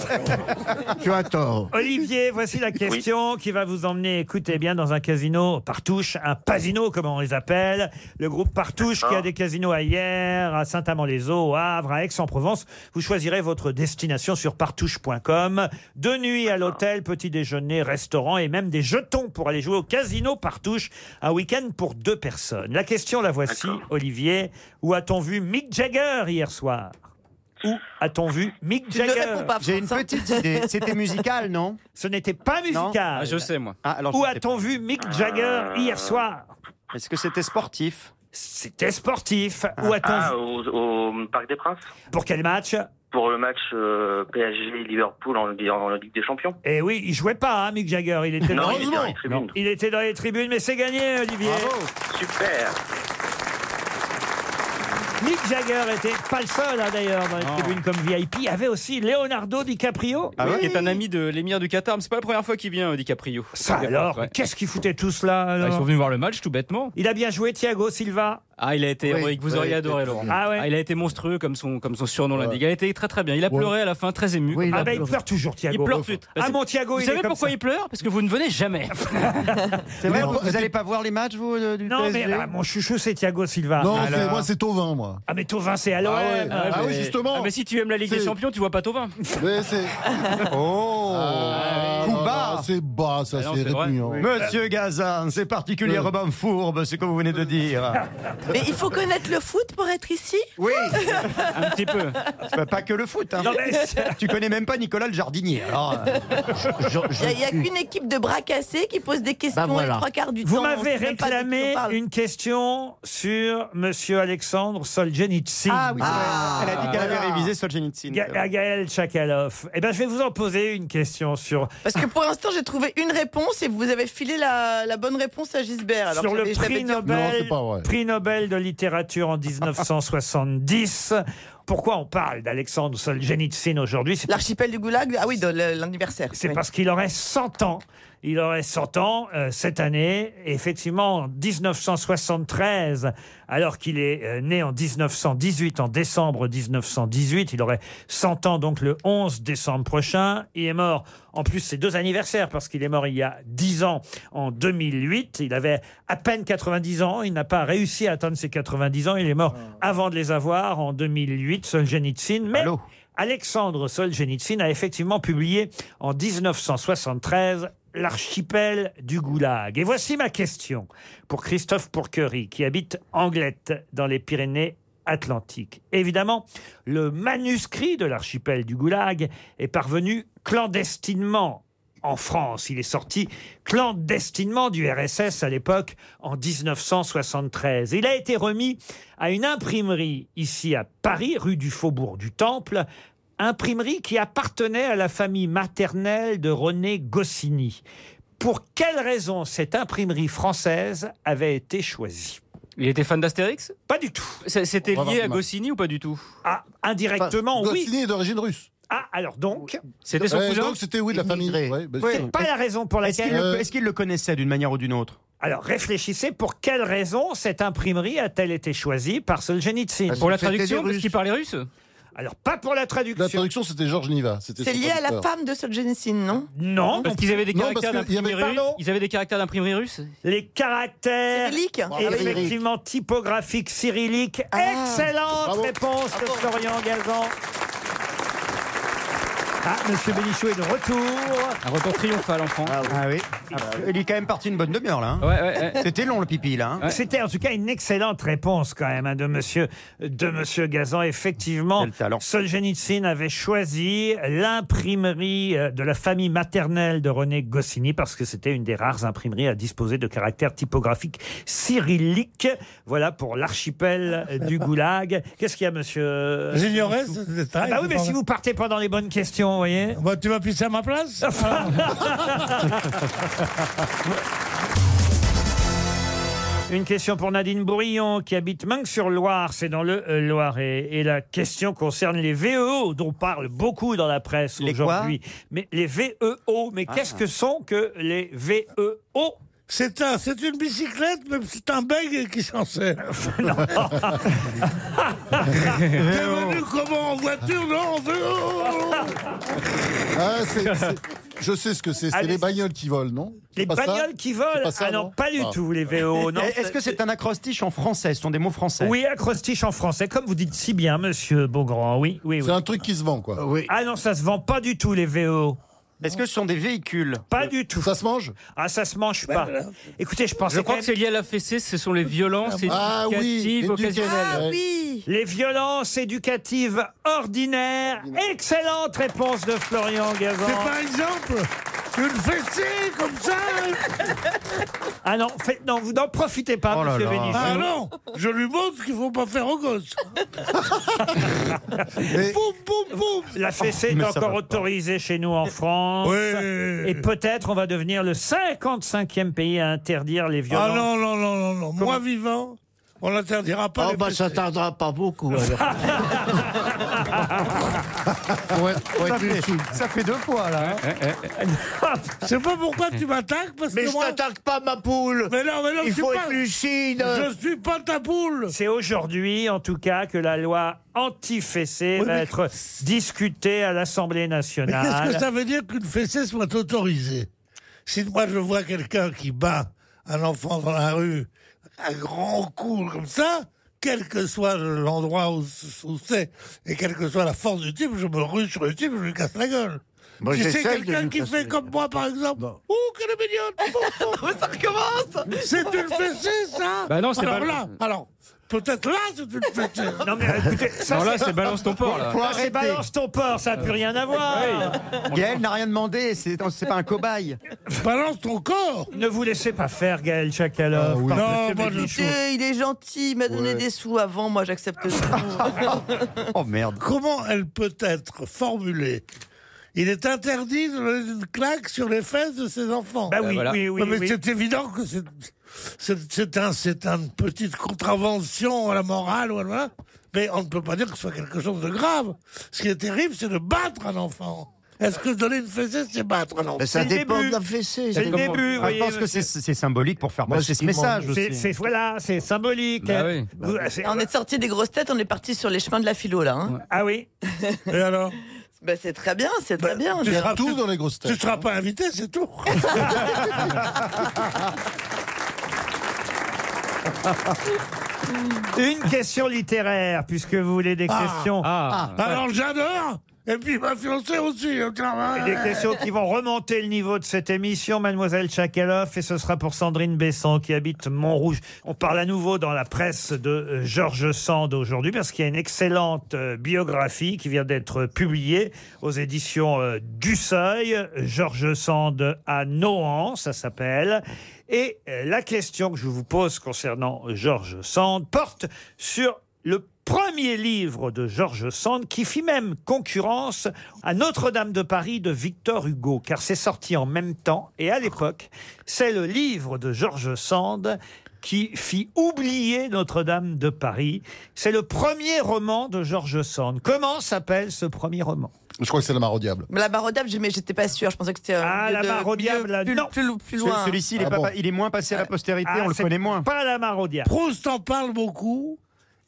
S6: Tu as tort.
S3: Olivier, voici la question qui va vous emmener, écoutez bien, dans un casino partouche, un pasino comme on les appelle, le groupe partouche qui a des casinos à Hier, à Saint-Amand-les-Eaux, au Havre, à Aix-en-Provence. Vous choisirez votre destination sur partouche.com. Deux nuits à l'hôtel, petit déjeuner, restaurant et même des jetons pour aller jouer au casino partouche, un week-end pour deux personnes. La question, la voici, Olivier. Où a-t-on vu Mick Jagger hier soir Où a-t-on vu Mick Jagger
S14: J'ai une
S3: hein.
S14: petite idée. C'était musical, non
S3: Ce n'était pas musical.
S13: Ah, je sais, moi.
S14: Ah, alors,
S3: Où
S14: je sais
S3: a-t-on vu Mick Jagger hier soir
S14: pas. Est-ce que c'était sportif
S3: C'était sportif. Où a-t-on
S15: Ah,
S3: vu
S15: au, au Parc des Princes
S3: Pour quel match
S15: Pour le match euh, PSG-Liverpool en, en Ligue des Champions
S3: Eh oui, il jouait pas, hein, Mick Jagger. Il était, dans...
S15: Non, il était dans les tribunes.
S3: il était dans les tribunes, mais c'est gagné, Olivier.
S15: Super
S3: Mick Jagger était pas le seul, hein, d'ailleurs, dans les tribunes comme VIP. Il y avait aussi Leonardo DiCaprio.
S13: Ah ouais, qui est un ami de l'émir du Qatar, mais c'est pas la première fois qu'il vient, euh, DiCaprio.
S3: Ça alors, mais qu'est-ce qu'ils foutaient tous là
S13: Bah, Ils
S3: alors
S13: sont venus voir le match, tout bêtement.
S3: Il a bien joué Thiago Silva.
S13: Ah, il a été
S3: Oui,
S13: héroïque, vous
S3: oui, il
S13: auriez
S3: a
S13: adoré,
S3: été
S13: Laurent.
S3: très bien. Ah ouais
S13: il a été monstrueux, comme son, comme son surnom l'indique. Il a été très très bien. Il a pleuré à la fin, très ému.
S3: il a Ah bah, il pleuré. pleure toujours, Thiago.
S13: Il pleure tout de suite.
S3: Ah, mon Thiago,
S13: vous
S3: il est
S13: savez
S3: comme
S13: pourquoi
S3: ça.
S13: il pleure Parce que vous ne venez
S3: *laughs*
S13: jamais.
S12: C'est vrai, vous, vous allez pas voir les matchs, vous, de- du
S3: Non,
S12: PSG
S3: mais bah, mon chouchou, c'est Thiago Silva.
S8: Non, c'est- moi, c'est Tauvin, moi.
S3: Ah, mais Tovin, c'est à l'OM. Ah,
S8: Ah ouais, ah oui, justement.
S13: Ah, mais si tu aimes la Ligue des
S8: C'est-
S13: Champions, tu vois pas Tovin.
S8: Mais c'est.
S14: Oh
S8: Kouba C'est bas, ça,
S14: Ah non,
S8: c'est
S14: c'est vrai.
S8: répugnant.
S14: Oui. Monsieur Gazan, c'est
S3: Euh.
S14: particulièrement fourbe ce que vous venez de dire.
S3: *laughs*
S9: Mais il faut connaître le foot pour être ici *laughs*
S14: Oui, un petit peu. pas que le foot. Hein.
S9: Non, mais
S14: Tu connais même pas Nicolas le jardinier. Alors, euh, je- je- je-
S9: Il n'y a, qu'une équipe de bras cassés qui pose des questions
S14: Bah voilà.
S9: les trois quarts du
S3: Vous
S9: temps.
S3: m'avez
S9: on sait même pas de qui on
S3: réclamé
S9: parle.
S3: une question sur Monsieur Alexandre Solzhenitsyn.
S14: Ah oui, c'est vrai. Elle a dit qu'elle avait révisé Solzhenitsyn.
S3: Ga- à Gaël Chakalov. Eh ben, je vais vous en poser une question sur
S9: Parce que pour l'instant, j'ai trouvé une réponse et vous avez filé la, la bonne réponse à Gisbert. Alors
S3: sur le
S9: j'avais- je l'avais
S3: prix
S9: bien-
S3: Nobel, prix Nobel de littérature en 1970. Pourquoi on parle d'Alexandre Solzhenitsyn aujourd'hui C'est parce-
S9: L'archipel du Goulag, ah oui, de l- l'anniversaire.
S3: c'est parce qu'il aurait 100 ans. Il aurait 100 ans euh, cette année. Et effectivement, en 1973, alors qu'il est euh, né en 1918, en décembre 1918, il aurait 100 ans donc le 11 décembre prochain. Il est mort, en plus, c'est deux anniversaires, parce qu'il est mort il y a 10 ans, en 2008. Il avait à peine 90 ans. Il n'a pas réussi à atteindre ses 90 ans. Il est mort avant de les avoir, en 2008, Solzhenitsyn. Mais... Alexandre Solzhenitsyn a effectivement publié en 1973 L'archipel du Goulag. Et voici ma question pour Christophe Pourquerie, qui habite Anglette dans les Pyrénées-Atlantiques. Évidemment, le manuscrit de l'archipel du Goulag est parvenu clandestinement en France. Il est sorti clandestinement du RSS à l'époque, en 1973. Il a été remis à une imprimerie ici à Paris, rue du Faubourg du Temple, imprimerie qui appartenait à la famille maternelle de René Goscinny. Pour quelle raison cette imprimerie française avait été choisie
S13: Il était fan d'Astérix
S3: Pas du tout.
S13: C'était
S3: On va
S13: lié
S3: voir
S13: à
S3: demain.
S13: Goscinny ou pas du tout
S3: Ah, indirectement,
S8: Enfin,
S3: oui.
S8: Goscinny est d'origine russe.
S3: Ah, alors donc
S13: C'était son
S8: Ouais,
S13: cousin
S8: Donc c'était oui de la famille. Euh, Ouais, bah,
S3: Oui,
S8: c'est-
S3: c'est pas la raison pour
S14: Est-ce
S3: laquelle.
S14: qu'il le, est-ce qu'il le connaissait d'une manière ou d'une autre
S3: Alors réfléchissez, pour quelle raison cette imprimerie a-t-elle été choisie par Solzhenitsyn
S13: Pour la traduction, parce qu'il parlait russe
S3: Alors pas pour la traduction.
S8: La traduction, c'était Georges Niva. c'était
S9: C'est
S8: son
S9: lié à la
S8: traducteur.
S9: femme de Solzhenitsyn, non
S3: Non.
S13: Parce qu'ils avaient des
S8: Non,
S13: caractères
S8: parce qu'il y avait-
S13: d'imprimerie russe.
S8: Pardon
S13: Ils avaient des caractères d'imprimerie russe.
S3: Les caractères
S9: Cyrillique
S3: effectivement typographiques cyrilliques.
S9: Ah.
S3: Excellente réponse de Florian Gazan. Ah, Monsieur Bénichou est de retour.
S13: Un retour triomphal en France.
S14: Ah oui. Il est quand même parti une bonne demi-heure là. hein. C'était long le pipi là. hein.
S3: C'était en tout cas une excellente réponse quand même hein, de monsieur de monsieur Gazan. Effectivement, Solzhenitsyn avait choisi l'imprimerie euh, de la famille maternelle de René Goscinny parce que c'était une des rares imprimeries à disposer de caractères typographiques cyrilliques. Voilà pour l'archipel euh, du Goulag. Qu'est-ce qu'il y a, monsieur euh,
S7: J'ignorais ce
S3: Ah
S7: détail.
S3: bah oui, mais si vous partez pendant les bonnes questions, vous voyez.
S7: Bah, tu vas pisser à ma place *laughs*
S3: Une question pour Nadine Bourillon qui habite Meung-sur-Loire, c'est dans le euh, Loiret. Et la question concerne les VEO dont on parle beaucoup dans la presse aujourd'hui. Mais les VEO, mais
S7: Ah.
S3: qu'est-ce que sont que les E VEO
S7: C'est un, c'est une bicyclette, mais c'est un bègue qui s'en
S3: *laughs*
S7: sert. *laughs* T'es venu Eh ben, comment en voiture Non, oh, en vélo
S8: Ah, c'est- c'est- Je sais ce que c'est. C'est
S7: Allez.
S8: les bagnoles qui volent, non
S3: Les bagnoles qui volent
S8: pas ça,
S3: Ah non,
S8: non
S3: pas du
S8: Ah.
S3: tout, les VEO. non.
S14: Eh, Est-ce que c'est un acrostiche en français Ce sont des mots français.
S3: Oui, acrostiche en français, comme vous dites si bien, monsieur Beaugrand. Oui, oui, oui.
S8: C'est un truc qui se vend, quoi.
S3: Ah non, ça se vend pas du tout, les VEO.
S14: Est-ce que ce sont des véhicules
S3: Pas du tout. Ça
S8: se mange
S3: Ah, ça se mange pas. Écoutez, je pensais
S13: Je crois
S3: quand
S13: que c'est lié à la fessée, ce sont les violences
S3: Ah oui,
S13: éducatives
S3: éducatives,
S13: occasionnelles.
S3: Ah
S9: oui
S3: Les violences éducatives ordinaires. Excellente réponse de Florian Gazan.
S7: C'est par exemple une fessée comme ça hein.
S3: Ah non, faites- non vous n'en profitez pas,
S7: Oh là
S3: monsieur
S7: là.
S3: Bénichou.
S7: Ah non, je lui montre ce qu'il ne faut pas faire Ah aux gosses. Boum, boum, boum
S3: La fessée est encore autorisée chez nous en France.
S7: Oui.
S3: Et peut-être on va devenir le 55e pays à interdire les violences.
S7: Ah non, non, non, non, non. Moi vivant, on n'interdira pas.
S6: Oh, bah, ça tardera pas
S3: *laughs*
S6: beaucoup, alors.
S7: ça, fait, deux fois là. hein. C'est pas pourquoi tu m'attaques parce
S6: Mais
S7: que
S6: je
S7: moi.
S6: t'attaque pas ma poule.
S7: Mais non, mais non,
S6: Il
S7: tu
S6: faut
S7: parles.
S6: être lucide.
S7: Je suis pas ta poule.
S3: C'est aujourd'hui, en tout cas, que la loi anti-fessée
S7: Oui,
S3: va
S7: mais-
S3: être discutée à l'Assemblée
S7: Mais
S13: Bah,
S3: nationale.
S7: qu'est-ce que ça veut dire qu'une fessée soit autorisée Si moi je vois quelqu'un qui bat un enfant dans la rue à grands coups comme ça, quel que soit l'endroit où, où c'est et quelle que soit la force du type, je me rue sur le type, je lui casse la gueule.
S6: Moi,
S7: si c'est
S6: j'essaye de
S7: quelqu'un
S6: lui
S7: qui
S6: casser
S7: fait
S6: la
S7: comme moi par exemple,
S5: Oh,
S7: ouh quelle mignonne Ça recommence C'est une fessée ça
S13: Bah non, c'est
S7: Alors
S13: pas-
S7: là, alors peut-être là c'est une fessée
S3: Non mais écoutez, ça
S13: Non, là,
S3: c'est-
S13: c'est balance ton porc, là.
S3: Faut arrêter. C'est balance ton porc, ça n'a plus rien à voir.
S12: Gaël n'a rien demandé, c'est c'est pas un cobaye.
S7: Balance ton corps
S3: Ne vous laissez pas faire, Gaël Chakalov. par Monsieur Bénichou.
S9: Écoutez, il est gentil, il m'a donné
S3: Ouais.
S9: des sous avant, moi j'accepte
S7: Ah,
S9: tout.
S6: *laughs*
S7: Oh merde. Comment elle peut être formulée il est interdit de donner une claque sur les fesses de ses enfants.
S3: Bah oui, Bah voilà. oui, oui,
S7: Non, Mais
S3: oui.
S7: c'est évident que c'est, c'est, c'est un, c'est une petite contravention à la morale. Voilà. Mais on ne peut pas dire que ce soit quelque chose de grave. Ce qui est terrible, c'est de battre un enfant. Est-ce que donner une fessée, c'est battre un enfant
S6: Mais ça dépend de la fessée. ça dépend-
S7: Ah,
S10: Je pense que c'est- c'est symbolique pour faire passer Ah, ce message aussi. Bah
S3: voilà, c'est symbolique.
S9: On est sorti des grosses têtes, on est parti sur les chemins de la philo là. hein.
S3: Ah oui.
S7: Et alors
S9: Bah, c'est très bien, c'est très bien.
S7: tu seras tout
S8: dans les grosses
S7: Tu ne seras pas invité, c'est tout.
S3: Une question littéraire, puisque vous voulez des
S7: Ah,
S3: questions.
S7: ah. Alors j'adore. Et puis ma fiancée aussi. euh,
S3: Et
S7: clairement.
S3: Des questions qui vont remonter le niveau de cette émission, mademoiselle Chakaloff, et ce sera pour Sandrine Besson qui habite Montrouge. On parle à nouveau dans la presse de euh, Georges Sand aujourd'hui parce qu'il y a une excellente euh, biographie qui vient d'être publiée aux éditions euh, du Seuil, Georges Sand à Nohant, ça s'appelle. Et euh, la question que je vous pose concernant Georges Sand porte sur le premier livre de Georges Sand qui fit même concurrence à Notre-Dame de Paris de Victor Hugo, car c'est sorti en même temps et à l'époque, c'est le livre de Georges Sand qui fit oublier Notre-Dame de Paris. C'est le premier roman de Georges Sand. Comment s'appelle ce premier roman
S8: Je crois que c'est la mare au diable.
S9: Mais la barre au diable, j'ai- mais j'étais pas sûr. Je pensais que c'était. Ah,
S3: la barre au diable, là,
S9: plus,
S3: non.
S9: plus, plus
S10: Ce-
S9: loin.
S10: Celui-ci, il, est
S9: Ah
S10: pas-
S9: bon.
S10: il est moins passé à la postérité,
S7: Ah,
S10: on le
S7: c'est
S10: connaît moins.
S3: Pas la marodia.
S7: Proust en parle beaucoup.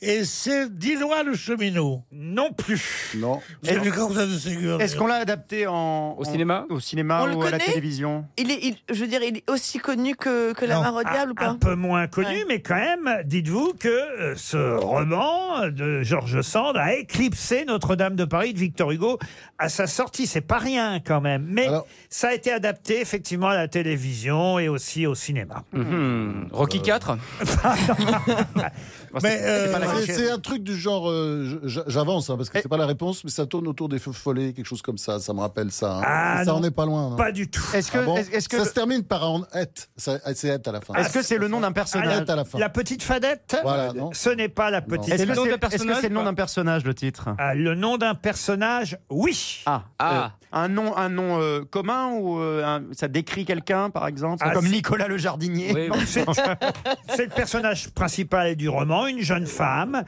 S7: Et c'est Dinois le cheminot.
S3: Non plus.
S8: Non.
S7: C'est du Corsa de Ségur.
S10: Est-ce qu'on l'a adapté en, au cinéma Au cinéma
S9: On le
S10: ou à la
S9: connaît
S10: télévision
S9: Il est, il- je veux dire, il est aussi connu que, que la
S3: Non.
S9: barre au diable ou
S3: Un-
S9: pas
S3: Un peu moins connu, mais quand même, dites-vous que euh, ce roman de Georges Sand a éclipsé Notre-Dame de Paris de Victor Hugo à sa sortie. C'est pas rien quand même, mais ça a été adapté effectivement à la télévision et aussi au cinéma.
S10: Mhm.
S13: Rocky
S3: *laughs*
S13: 4
S7: Mais, euh,
S8: C'est- c'est un truc du genre, euh, je- j'avance hein, parce que c'est pas la réponse, mais ça tourne autour des feux follets, quelque chose comme ça. Ça me rappelle ça. hein.
S10: Ah,
S8: ça
S10: non.
S8: en est pas loin. non
S10: Pas
S3: du tout.
S10: Est-ce que-
S8: Ah bon
S10: est-ce- est-ce que
S8: ça
S10: le-
S8: se termine par en hête Ça- C'est hête à la fin.
S10: Est-ce que c'est Ah, le nom d'un personnage
S8: Hête à la fin.
S3: La petite fadette
S8: Voilà, non.
S3: Ce n'est pas la
S10: Est-ce
S3: petite
S10: que c'est est-ce que c'est le nom d'un personnage, le titre
S3: Ah, le nom d'un personnage, oui.
S10: Ah,
S3: Ah.
S10: euh, un nom, un nom euh, commun ou euh, un- ça décrit quelqu'un, par exemple
S3: Ah,
S10: Hein, Comme
S3: si.
S10: Nicolas le jardinier *laughs*
S3: Oui, oui. C'est c'est le personnage principal du roman, une jeune femme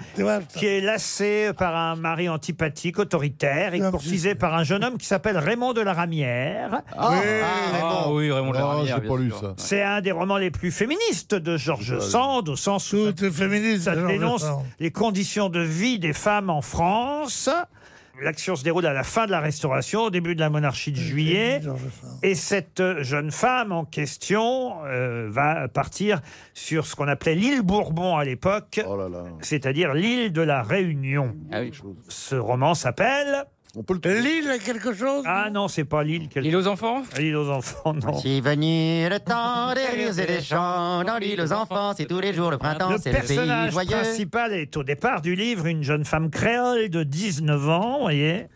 S3: qui est lassée par un mari antipathique, autoritaire, et courtisée par un jeune homme qui s'appelle Raymond de la Ramière.
S10: ah,
S13: Ah oui, Raymond
S10: Oh,
S13: Laramie, bien sûr.
S3: C'est un des romans les plus féministes de Georges Sand, au sens où
S7: ça,
S3: ça
S7: Georges
S3: dénonce
S7: Sand.
S3: les conditions de vie des femmes en France. L'action se déroule à la fin de la Restauration, au début de la monarchie de Juillet. Et cette euh, jeune femme en question euh, va partir sur ce qu'on appelait l'île Bourbon à l'époque, c'est-à-dire l'île de la Réunion.
S13: Ah
S3: Ce roman s'appelle...
S7: L'île à quelque chose
S3: Ah non, c'est pas l'île.
S13: L'île aux enfants
S3: L'île aux enfants, non.
S10: Si venir le temps des rires et des chants, dans l'île aux enfants, c'est tous les jours le printemps,
S3: Le
S10: c'est le pays
S3: personnage
S10: joyeux.
S3: principal est au départ du livre une jeune femme créole de 19 ans, vous voyez,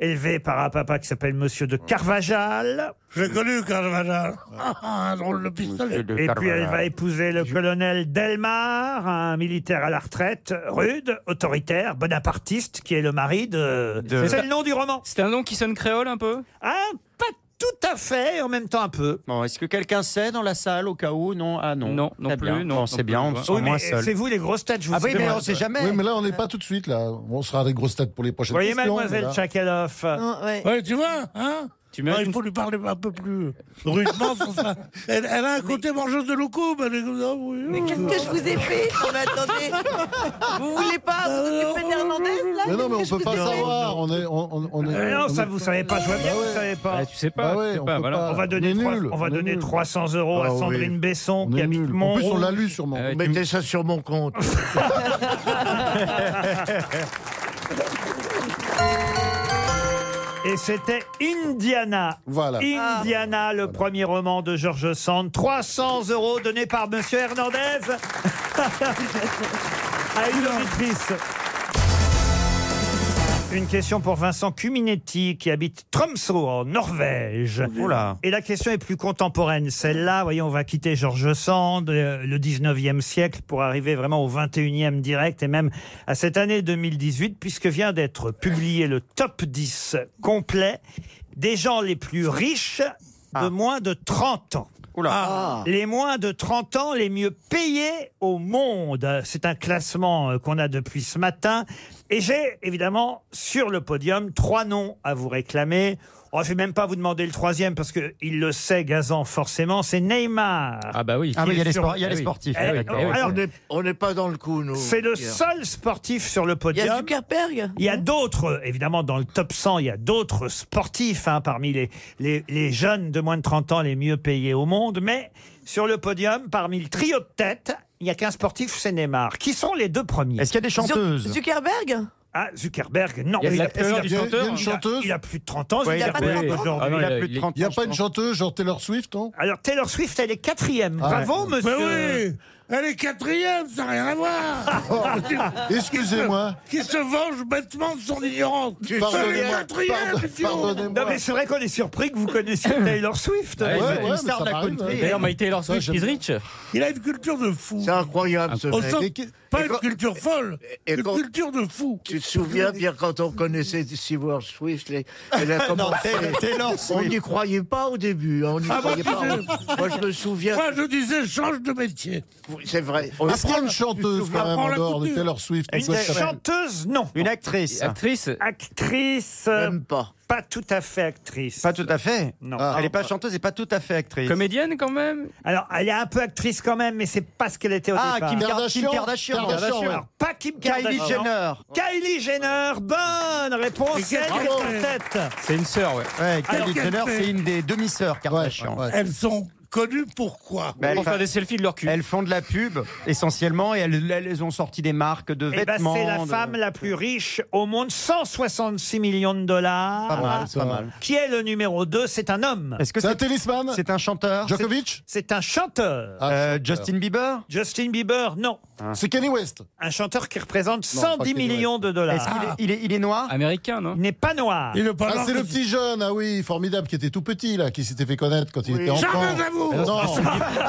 S3: élevée par un papa qui s'appelle Monsieur de Carvajal.
S7: J'ai connu Carvajal. Ah, ah, un drôle de pistolet.
S3: Et puis elle va épouser le colonel Delmar, un militaire à la retraite, rude, autoritaire, bonapartiste, qui est le mari de...
S13: De-
S3: C'est le nom du roman.
S13: C'est un nom qui sonne créole un peu
S3: Ah, pas tout à fait et en même temps un peu.
S12: Bon, est-ce que quelqu'un sait dans la salle au cas où Non, ah non.
S13: Non, non
S12: Très
S13: plus,
S12: bien.
S13: non,
S12: Bon,
S13: non
S12: c'est
S13: plus,
S12: bien, on
S13: ouais.
S12: se sent
S13: Oui, mais
S12: moins seul.
S3: C'est vous les grosses têtes, je vous
S12: Ah oui,
S3: demande.
S12: mais on sait jamais.
S8: Oui, mais là, on n'est pas tout de suite, là. On sera des grosses têtes pour les prochaines
S3: Voyez,
S8: questions.
S3: mademoiselle Tchakaloff.
S10: Ah,
S7: ouais. tu vois, hein Non, Il faut lui parler un peu plus rudement. sans ça. Elle, elle a un côté mangeuse de loukoum. Elle est comme ça, oui.
S9: Mais qu'est-ce que je vous ai fait Non, mais attendez. Vous voulez pas vous occuper d'Hernandez, là
S8: Mais non, mais
S9: Qu'est-ce
S8: on
S9: que
S8: peut
S9: je vous
S8: pas
S9: ai fait
S8: savoir. On est, on, on- on est-
S3: Mais non,
S8: on
S3: ça
S8: est-
S3: vous savez pas, je vois bien, que vous savez pas.
S13: tu sais pas,
S8: Bah ouais,
S13: tu sais
S8: on
S13: pas,
S8: peut
S13: voilà.
S8: pas.
S3: On va donner,
S8: On est
S3: trois-
S8: nul,
S3: on va
S8: on est
S3: donner
S8: nul.
S3: 300 euros
S8: Ah
S3: à
S8: oui.
S3: Sandrine Besson
S8: On
S3: qui
S8: est
S3: habite
S8: nul. En plus, on l'a
S3: Montrouge.
S8: lu sûrement.
S13: Euh,
S6: Mettez ça sur mon compte.
S3: Et c'était Indiana.
S8: Voilà.
S3: Indiana, le premier roman de George Sand. 300 euros donnés par Monsieur Hernandez *laughs* à une auditrice. Une question pour Vincent Cuminetti qui habite Tromsø en Norvège.
S12: Oula.
S3: Et la question est plus contemporaine, celle-là. Voyez, on va quitter George Sand, euh, le 19e siècle, pour arriver vraiment au 21e direct et même à cette année 2018, puisque vient d'être publié le top 10 complet des gens les plus riches de moins de 30 ans. Les moins de 30 ans les mieux payés au monde. C'est un classement euh, qu'on a depuis ce matin. Et j'ai évidemment sur le podium trois noms à vous réclamer. Oh, je vais même pas vous demander le troisième parce que il le sait, Gazan, forcément. C'est Neymar.
S13: Ah bah oui.
S10: Ah, mais il y a les,
S3: Sur-
S10: spor- il y a les
S13: Ah oui.
S10: sportifs.
S3: Eh,
S10: oui,
S3: eh,
S10: d'accord.
S3: alors,
S6: on n'est pas dans le coup, nous.
S3: c'est le
S6: Pierre.
S3: seul sportif sur le
S9: Il y
S3: podium.
S9: a Zuckerberg
S3: Il y a d'autres, évidemment, dans le top 100, il y a d'autres sportifs hein, parmi les, les, les jeunes de moins de 30 ans les mieux payés au monde. Mais sur le podium, parmi le trio de tête, il n'y a qu'un sportif, c'est Neymar. Qui sont les deux premiers
S10: Est-ce qu'il y a des chanteuses
S9: Zu- Zuckerberg
S3: Ah, Zuckerberg, non.
S13: Il y a de la
S3: plus-
S13: peur du
S3: il a-
S13: chanteur,
S3: il a-
S13: hein.
S3: il a-
S8: chanteuse
S3: Il a plus de 30 ans,
S13: Ouais, il a
S3: Zuckerberg,
S13: pas de 30 ans.
S3: aujourd'hui.
S13: Ah non,
S3: Il a
S13: il a-
S3: plus de
S13: il-
S3: 30
S8: Il n'y a pas
S3: je
S8: une
S3: pense.
S8: chanteuse, genre Taylor Swift, non
S3: Alors, Taylor Swift, elle est quatrième.
S8: Ah ouais.
S3: Bravo,
S7: Mais
S3: monsieur.
S7: Bah oui Elle est quatrième, ça n'a rien à
S3: *laughs*
S7: voir
S8: Excusez-moi.
S7: Qui se venge bêtement de son ignorance Elle est
S8: Pardonnez-moi.
S7: quatrième,
S8: Pardon-
S7: idiot.
S3: Non,
S8: Pardonnez-moi.
S3: mais c'est vrai qu'on est surpris que vous connaissiez Taylor Swift.
S13: Ouais,
S8: Ouais,
S13: une
S8: ouais, mais
S10: star
S8: ça
S10: de la
S8: m'arrive,
S10: country.
S8: ouais.
S13: D'ailleurs, My Taylor
S8: Ça,
S13: Swift
S8: j'aime
S13: is
S8: bien.
S13: rich.
S7: Il a une culture de fou
S6: C'est incroyable, ce
S7: Au
S6: mec.
S7: sens-
S8: Et qui-
S7: Pas
S6: et
S7: une
S6: quand-
S7: culture folle
S6: et- et
S7: Une
S6: quand-
S7: culture de fou
S6: Tu te souviens, Pierre, quand on connaissait Silver Swift, les-
S7: *laughs*
S6: elle a commencé.
S10: Taylor
S6: on
S10: Swift.
S6: n'y croyait pas au début. hein, on n'y
S7: Ah, moi,
S6: croyait pas.
S7: je-
S6: Moi, je me souviens.
S7: Moi, je disais, change de métier
S6: C'est vrai.
S8: Est-ce qu'il y a une chanteuse, quand même,
S7: apprends
S8: en
S7: la
S8: dehors de
S7: couture.
S8: Taylor Swift on
S3: Une
S8: doit savoir.
S3: chanteuse, non.
S10: Une actrice.
S13: Actrice.
S3: Actrice, euh,
S6: Même pas.
S3: pas tout à fait actrice.
S10: Pas tout à fait. Ah.
S3: Non.
S10: Elle n'est pas chanteuse et pas tout à fait actrice.
S13: Ah. Comédienne quand même
S3: Alors, elle est un peu actrice quand même, mais c'est pas ce qu'elle était au
S10: Ah,
S3: départ.
S10: Kim Kardashian.
S8: Kardashian.
S10: Kardashian.
S8: Kardashian, ouais.
S3: Alors, pas Kim Kardashian.
S10: Kylie Jenner.
S3: Kylie Jenner, bonne réponse.
S7: Mais
S3: C'est elle
S7: qu'est-ce
S3: qui est
S7: qu'elle
S3: en tête.
S13: C'est une sœur, ouais.
S10: Ouais, Kylie
S7: qu'elle
S10: Jenner,
S7: fait-
S10: c'est une des demi-sœurs Kardashian.
S8: Ouais.
S7: Elles sont connues pourquoi
S10: Mais elles,
S13: Pour faire des selfies de leur cul.
S10: elles font de la pub essentiellement et elles, elles ont sorti des marques de
S3: Eh ben,
S10: vêtements.
S3: c'est la
S10: de-
S3: femme la plus riche au monde, 166 millions de dollars.
S10: Pas mal,
S8: ça
S10: pas
S8: va.
S10: mal.
S3: Qui est le numéro 2 C'est un homme.
S10: Est-ce que
S8: C'est un
S10: c'est
S8: tennisman
S10: c'est un chanteur c'est-
S8: Djokovic
S3: C'est un chanteur.
S8: Ah,
S10: Euh,
S8: chanteur.
S10: Justin Bieber Ah.
S3: Justin Bieber, non.
S8: C'est Kanye West.
S3: Un chanteur qui représente
S8: Non,
S3: 110
S8: pas Kanye
S3: millions de dollars.
S10: Est-ce qu'il est, il est- il est noir
S13: Américain, non
S3: Il n'est pas noir.
S7: Il est pas
S8: Ah,
S7: noir
S8: c'est le
S7: que-
S8: petit jeune, ah oui, formidable, qui était tout petit, là, qui s'était fait connaître quand il
S6: Oui.
S8: était enfant.
S7: Charles Aznavour
S8: Non *laughs*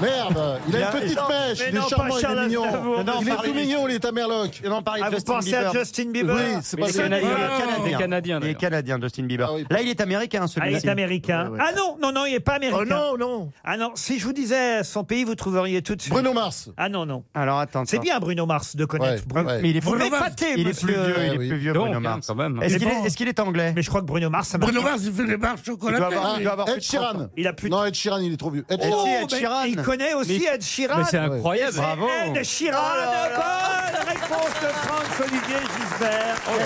S8: Merde Il a une
S10: Mais
S8: petite
S10: non,
S8: pêche,
S3: mais
S8: il est
S3: non, pas
S8: charmant, il
S3: Charles
S8: est mignon.
S3: Aznavour.
S10: Non,
S8: Il est
S10: parlez-
S8: tout mignon, il est à Merloc.
S10: Et non, on parlait
S3: Ah,
S10: de
S3: vous
S10: Justin
S3: pensez
S10: Bieber.
S3: à Justin Bieber
S8: Oui, c'est
S13: Mais
S8: pas
S13: il est
S8: ça.
S13: canadien. Il
S7: Ah,
S13: est canadien,
S10: Il est
S13: d'ailleurs.
S10: canadien, Justin Bieber.
S8: Ah oui.
S10: Là, il est américain,
S3: Ah, il est
S10: celui-ci.
S3: américain.
S6: Ouais, ouais.
S3: Ah non, non, non, il n'est pas américain.
S6: Oh non, non.
S3: Ah non, si je vous disais son pays, vous trouveriez tout de suite.
S8: Bruno Mars.
S3: Ah non, non.
S10: Alors, attends.
S3: C'est
S10: attends.
S3: bien Bruno Mars de connaître
S8: Ouais,
S3: Bruno.
S8: ouais.
S10: Mais il est
S3: Vous
S10: plus,
S3: m'épatez,
S10: il est
S3: monsieur.
S10: plus vieux, il
S8: Ah
S10: est
S8: oui.
S10: plus vieux,
S13: Donc,
S10: Bruno
S13: hein,
S10: Mars.
S13: quand même.
S10: Est-ce
S7: Mais
S10: qu'il
S7: bon.
S10: est, est-ce qu'il est anglais
S3: Mais je crois que Bruno Mars, ça marche.
S7: Bruno Mars, il fait les barres
S10: Il doit
S7: chocolatées
S10: avoir- il doit avoir
S8: Ah, Ed
S10: plus de trente
S8: Sheeran.
S3: Il a plus de-
S8: Non, Ed Sheeran, il est trop vieux. Ed
S10: Oh,
S8: Sheeran.
S10: si, Ed
S3: mais
S10: Sheeran.
S3: Il *laughs* connaît aussi Ed Sheeran.
S13: Mais c'est incroyable.
S3: C'est
S10: Bravo.
S3: Ed Sheeran.
S5: Oh
S3: Bonne réponse de France Olivier Gisbert.
S6: Oh
S5: Oh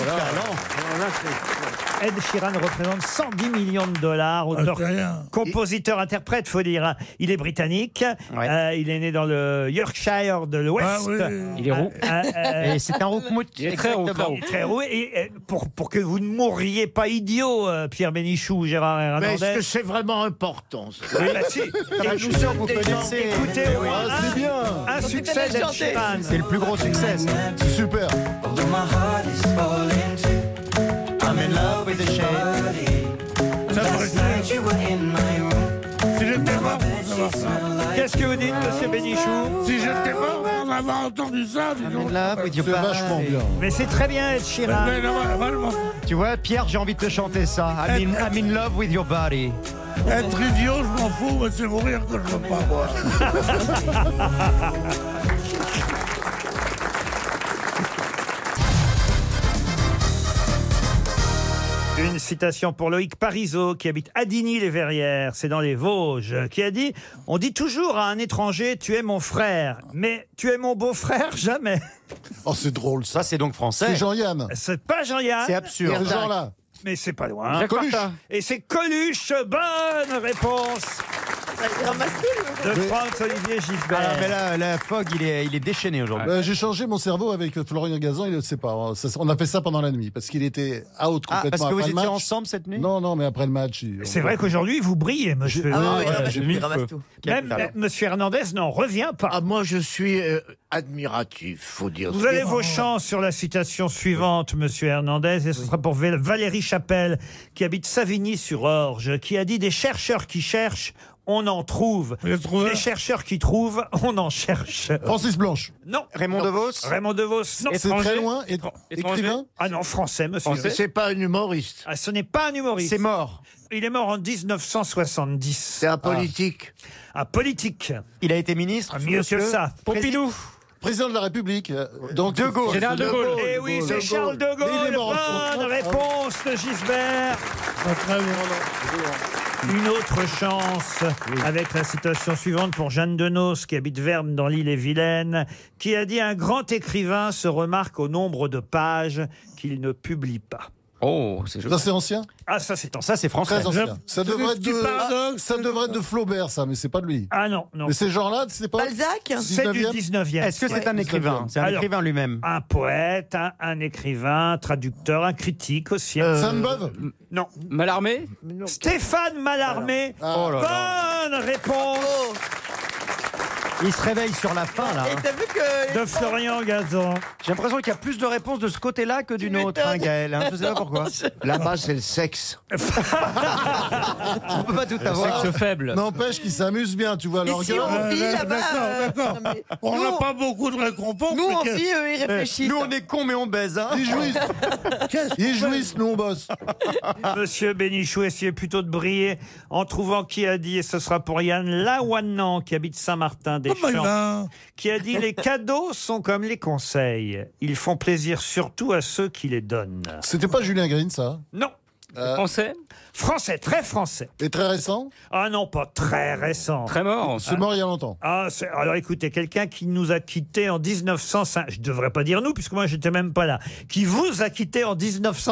S3: Ed Sheeran représente 110 millions de dollars, auteur,
S7: c'est rien.
S3: compositeur, interprète, faut dire. hein. Il est britannique.
S10: Ouais.
S3: Euh, il est né dans le Yorkshire de
S7: Ah
S3: l'Ouest.
S7: oui
S13: Il est roux.
S3: Euh, euh,
S10: Et c'est un roux
S13: Il est très roux, très roux.
S3: Il est très roux. Et euh, pour, pour que vous ne mourriez pas idiot, euh, Pierre Bénichou ou Gérard
S6: Mais est-ce
S3: Hernandez.
S6: que c'est vraiment important ça
S3: Oui, bah si.
S10: Ah, sûr que vous connaissez.
S3: Écoutez, au moins
S8: Ah, c'est
S3: un,
S8: bien
S3: un succès
S9: connaissez
S3: d'Ed
S9: chanter.
S3: Sheeran.
S10: C'est le plus gros succès. ça.
S8: C'est super
S10: I'm in love with the shape.
S7: Ça, faudrait- Si j'étais mort, pour savoir ça.
S16: *laughs*
S3: Qu'est-ce que vous dites, monsieur Bénichou
S7: Si j'étais mort, on avait entendu
S14: Ah,
S7: ça, dis donc.
S3: C'est vachement bien. Mais c'est très bien, Ed Sheeran.
S7: Mais non, vraiment.
S14: Tu vois, Pierre, j'ai envie de te chanter ça. I'm in, I'm in love with your body.
S7: Être idiot, je m'en fous, mais c'est mourir que je veux pas, moi.
S3: Une citation pour Loïc Parizeau, qui habite Adigny-les-Verrières, c'est dans les Vosges, qui a dit On dit toujours à un étranger, tu es mon frère, mais tu es mon beau-frère, jamais.
S14: *laughs*
S3: *laughs*
S14: Oh, c'est drôle. Ça, c'est donc français.
S3: C'est Jean-Yann. C'est pas Ah, Jean-Yann.
S14: C'est absurde. C'est ce genre-là.
S3: Mais c'est pas loin.
S14: Jacques Coluche. Martin.
S3: Et c'est Coluche. Bonne réponse de Franck-Olivier Gisbert.
S14: Ah, mais là, la Fogg, il est, il est déchaîné
S10: Ah.
S14: aujourd'hui.
S8: Euh, J'ai changé mon cerveau avec Florian Gazan, il ne sait pas. hein. Ça, on a fait ça pendant la nuit parce qu'il était out complètement
S14: Ah, parce que
S8: après
S14: vous
S8: le
S14: étiez
S8: match.
S14: ensemble cette nuit
S8: Non, non, mais après le match. il-
S3: C'est
S8: on-
S3: vrai qu'aujourd'hui, vous brillez, monsieur.
S8: Ah ouais, ouais, j'ai mis le feu.
S3: Même euh, monsieur Hernandez n'en revient pas.
S6: Ah, moi, je suis euh, admiratif, faut dire.
S3: Vous avez vos chances sur la citation suivante, Monsieur Hernandez, et ce sera pour Val- Valérie Chapelle, qui habite Savigny-sur-Orge, qui a dit des chercheurs qui cherchent, on en trouve. Des chercheurs qui trouvent, on en cherche.
S8: Francis Blanche.
S3: Non.
S14: Raymond
S3: Non.
S14: Devos
S3: Raymond Devos. Non.
S8: C'est Étranger. très loin, é- Étran- étranger. écrivain
S3: Ah non, français, monsieur.
S6: Français. C'est
S3: pas un humoriste. ce n'est pas un humoriste. C'est mort. Il est mort en 1970. C'est un
S6: politique.
S3: Un Ah. politique.
S14: Il a été ministre.
S3: Mieux que ça.
S8: Pompidou. Président de la République. euh, Donc,
S14: De Gaulle. Général de Gaulle.
S3: Eh oui, c'est Charles de
S8: Mais il
S3: Gaulle.
S8: est mort en
S3: Bonne
S8: France.
S3: réponse de Gisbert. Une autre chance avec la citation suivante pour Jeanne Denos, qui habite Verne dans l'île et Vilaine, qui a dit Un grand écrivain se remarque au nombre de pages qu'il ne publie pas.
S13: Oh, c'est
S8: Ça, c'est ancien
S3: Ah, ça, c'est ancien.
S13: Ça, c'est français.
S8: Très ancien. Ça devrait, être de, Ah,
S3: paradoxe.
S8: ça devrait être de Flaubert, ça, mais c'est pas de lui.
S3: Ah non, non.
S8: Mais ces gens-là, c'est pas.
S3: C'est du 19e.
S8: Est-ce que c'est
S3: Ouais.
S8: un écrivain C'est un écrivain
S14: lui-même.
S3: Un poète, un, un écrivain, un traducteur, un critique aussi.
S8: Euh, Sainte-Beuve
S3: Non.
S13: Mallarmé
S3: Stéphane Mallarmé.
S14: Ah. Oh là
S3: Bonne réponse
S14: Il se réveille sur la fin, là. hein.
S3: vu que. De Florian Gazan.
S14: J'ai l'impression qu'il y a plus de réponses de ce côté-là que d'une autre, hein, Gaël. hein. Je sais pas *laughs* pourquoi.
S6: Là-bas, c'est le sexe.
S14: *laughs* On peut pas tout avoir.
S8: N'empêche qu'ils s'amusent bien, tu vois.
S14: Et
S8: leur
S14: si
S8: gueule.
S14: on vit
S7: Euh, D'accord, d'accord. On n'a pas beaucoup de récompenses. mais qu'est-
S14: Nous, on est cons, mais on baise. Hein.
S8: Ils jouissent. Ils jouissent, nous on bosse.
S3: Monsieur Bénichou essayez plutôt de briller en trouvant qui a dit, et ce sera pour Yann Lawanan, qui habite
S7: Oh, bah, il
S3: Saint-Martin-des-Champs,
S7: va.
S3: qui a dit Les cadeaux sont comme les conseils. Ils font plaisir surtout à ceux qui les donnent.
S8: C'était pas Julien Green, ça
S3: Non.
S8: Euh,
S13: Français
S3: Français, très français.
S8: Et très récent
S3: Ah non, pas très récent.
S13: Très mort.
S8: C'est mort il y a longtemps.
S3: Ah, c'est- alors écoutez, quelqu'un qui nous a quittés en 1905, je devrais pas dire nous, puisque moi j'étais même pas là, qui vous a quittés en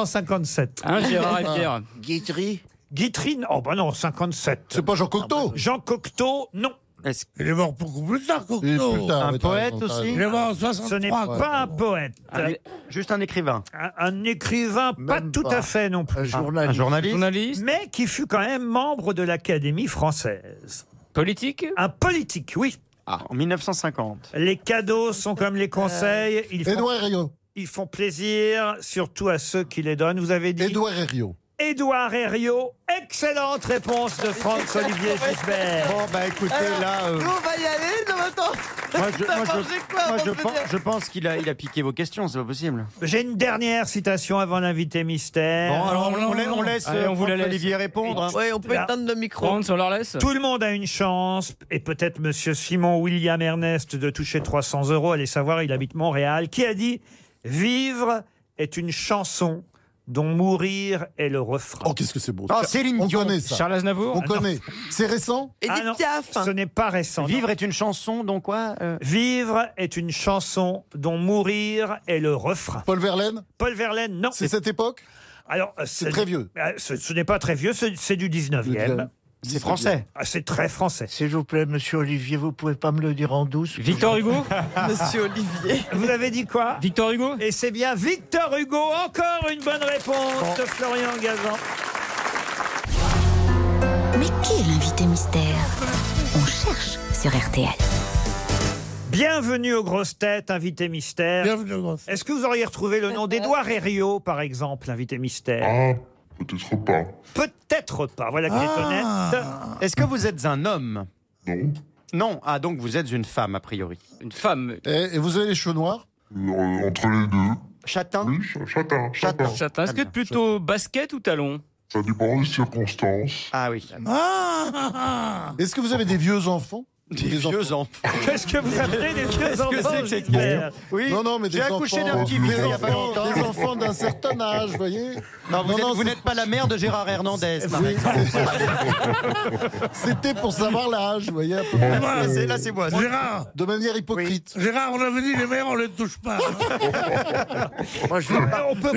S3: 1957.
S13: Hein, Gérard
S8: Ah.
S13: et Pierre
S6: Guitry
S3: Guitrine, oh bah non, 57. C'est
S8: pas Jean Cocteau
S3: Jean Cocteau, non.
S7: Il est mort beaucoup plus tard, Cocteau.
S8: Il est plus tard, Un mais t'as poète raison, t'as aussi raison.
S7: Il est mort en
S3: Ce
S7: 63.
S3: n'est pas un poète.
S14: Un- Juste un écrivain.
S3: Un, un écrivain, pas tout
S14: pas.
S3: à fait non plus.
S14: Un journaliste. Un journaliste.
S3: Mais qui fut quand même membre de l'Académie française.
S13: Politique
S3: Un politique, oui.
S14: Ah, En 1950.
S3: Les cadeaux sont comme les
S14: Euh,
S3: conseils. Ils font,
S8: Édouard Herriot.
S3: Ils font plaisir, surtout à ceux qui les donnent. Vous avez dit.
S8: Édouard Herriot.
S3: Édouard Herriot. Excellente réponse de Franck-Olivier Gisbert.
S14: Bon, bah écoutez, là. euh,
S9: Ah, Nous, on va y aller, non, mais attends.
S14: Moi, je,
S9: T'as
S14: moi, je-
S9: mangé quoi
S14: moi,
S9: avant
S14: je
S9: de
S14: pense,
S9: venir
S14: je pense qu'il a, il a piqué vos questions, c'est pas possible.
S3: J'ai une dernière citation avant l'invité mystère.
S14: Bon, alors, on- on la- on laisse, Allez, on euh, vous la laisse. Franck-Olivier répondre, hein. Ouais, on peut éteindre
S3: le
S14: micro. Franck, on leur laisse
S3: Tout le monde a une chance, et peut-être Monsieur Simon William Ernest de toucher 300 euros. Allez savoir, il habite Montréal. Qui a dit Vivre est une chanson dont mourir est le refrain.
S8: Oh, qu'est-ce que c'est beau.
S3: Ah,
S8: ça.
S3: Céline
S8: on
S3: Dion.
S8: connaît ça.
S3: Charles Aznavour
S8: On
S3: Ah,
S8: connaît. C'est récent
S3: Ah non, Ce n'est pas récent. non.
S14: Vivre est une chanson, donc quoi euh,
S3: Vivre est une chanson dont mourir est le refrain.
S8: Paul Verlaine
S3: Paul Verlaine, non.
S8: C'est cette époque
S3: Alors, euh,
S8: C'est très vieux.
S3: Euh, Ce, ce n'est pas très vieux, ce- c'est du 19e.
S14: C'est français.
S3: Ah, c'est très français.
S6: S'il vous plaît, monsieur Olivier, vous pouvez pas me le dire en douce
S13: Victor Hugo
S6: *laughs* Monsieur
S3: Olivier. Vous avez dit quoi
S13: Victor Hugo
S3: Et c'est bien Victor Hugo, encore une bonne réponse de Florian Gazan.
S2: Mais qui est l'invité mystère On cherche sur RTL.
S3: Bienvenue aux grosses têtes, invité mystère.
S7: Bienvenue aux grosses
S3: Est-ce que vous auriez retrouvé le nom d'Edouard Herriot, par exemple, invité mystère
S16: Ah, peut-être pas.
S7: Ah.
S16: Ah.
S3: Peut-être pas, voilà qui est honnête.
S14: Est-ce que vous êtes un homme
S16: Non.
S14: Non, ah donc vous êtes une femme a priori. Une femme.
S8: Et, et vous avez les cheveux noirs
S16: euh, Entre les deux.
S14: Chatin
S16: Oui, ch- chatin. Chatin.
S13: Chatin, est-ce que plutôt basket ou talon
S16: Ça dépend des circonstances.
S14: Ah oui.
S8: Est-ce que vous avez des vieux enfants
S14: Des vieux enfants.
S3: Qu'est-ce que vous appelez des vieux
S8: Qu'est-ce que
S3: enfants,
S8: c'est que cette
S3: Gilbert
S8: merde Non, non, mais des
S14: J'ai accouché
S8: enfants-
S14: d'un petit
S8: des
S14: vieux il y a
S8: enfants-
S14: pas longtemps.
S8: des enfants d'un certain âge, vous voyez
S14: Non, vous
S8: Non,
S14: êtes-
S8: non,
S14: vous
S8: c'est-
S14: n'êtes pas la mère de Gérard Hernandez, par
S8: Oui.
S14: exemple.
S8: C'était pour savoir l'âge, vous voyez. à peu près.
S7: Là, c'est- là, c'est moi.
S8: On-
S7: Gérard.
S8: De manière hypocrite.
S7: Gérard, on avait dit les mères, on les touche
S8: *laughs*
S7: pas.
S3: on, peut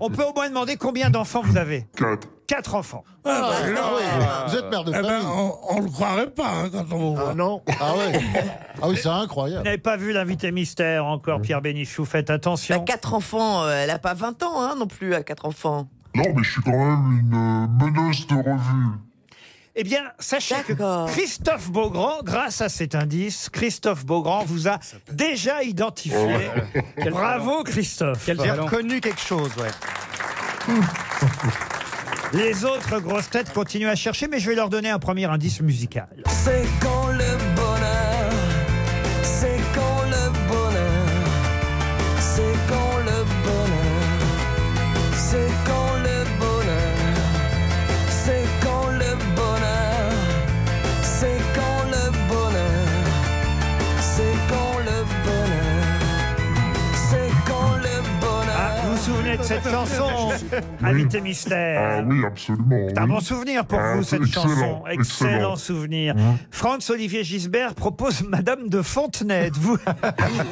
S3: on peut au moins demander combien d'enfants vous avez
S16: Quatre.
S3: Quatre enfants.
S7: Ah, bah,
S3: Ah ouais, vous êtes mère de
S7: Eh ben,
S3: famille.
S7: on, on le croirait pas hein, quand on vous voit. Ah
S14: non.
S8: Ah ouais. Ah oui, c'est incroyable.
S3: Vous n'avez pas vu l'invité mystère encore, Pierre Bénichou, faites attention.
S9: Bah, Quatre enfants, euh, elle a pas 20 ans hein, non plus, à quatre enfants.
S16: Non, mais je suis quand même une euh, menace de revue.
S3: Eh bien, sachez que Christophe Beaugrand, grâce à cet indice, Christophe Beaugrand vous a déjà identifié.
S7: *laughs*
S14: Quel
S3: Bravo Christophe.
S14: J'ai reconnu quelque chose, ouais.
S3: *laughs* Les autres grosses têtes continuent à chercher, mais je vais leur donner un premier indice musical.
S5: C'est quand le bonheur, c'est quand le bonheur, c'est quand le bonheur, c'est quand le bonheur, c'est quand le bonheur, c'est quand le bonheur, c'est quand le bonheur, c'est quand le bonheur.
S3: Ah, Vous vous souvenez de cette chanson, invité mystère
S16: Ah oui, absolument.
S3: C'est un
S16: oui.
S3: bon souvenir pour
S16: Ah,
S3: vous, cette
S16: excellent,
S3: chanson. Excellent, souvenir. Franz-Olivier Gisbert propose Madame de Fontenay. Êtes-vous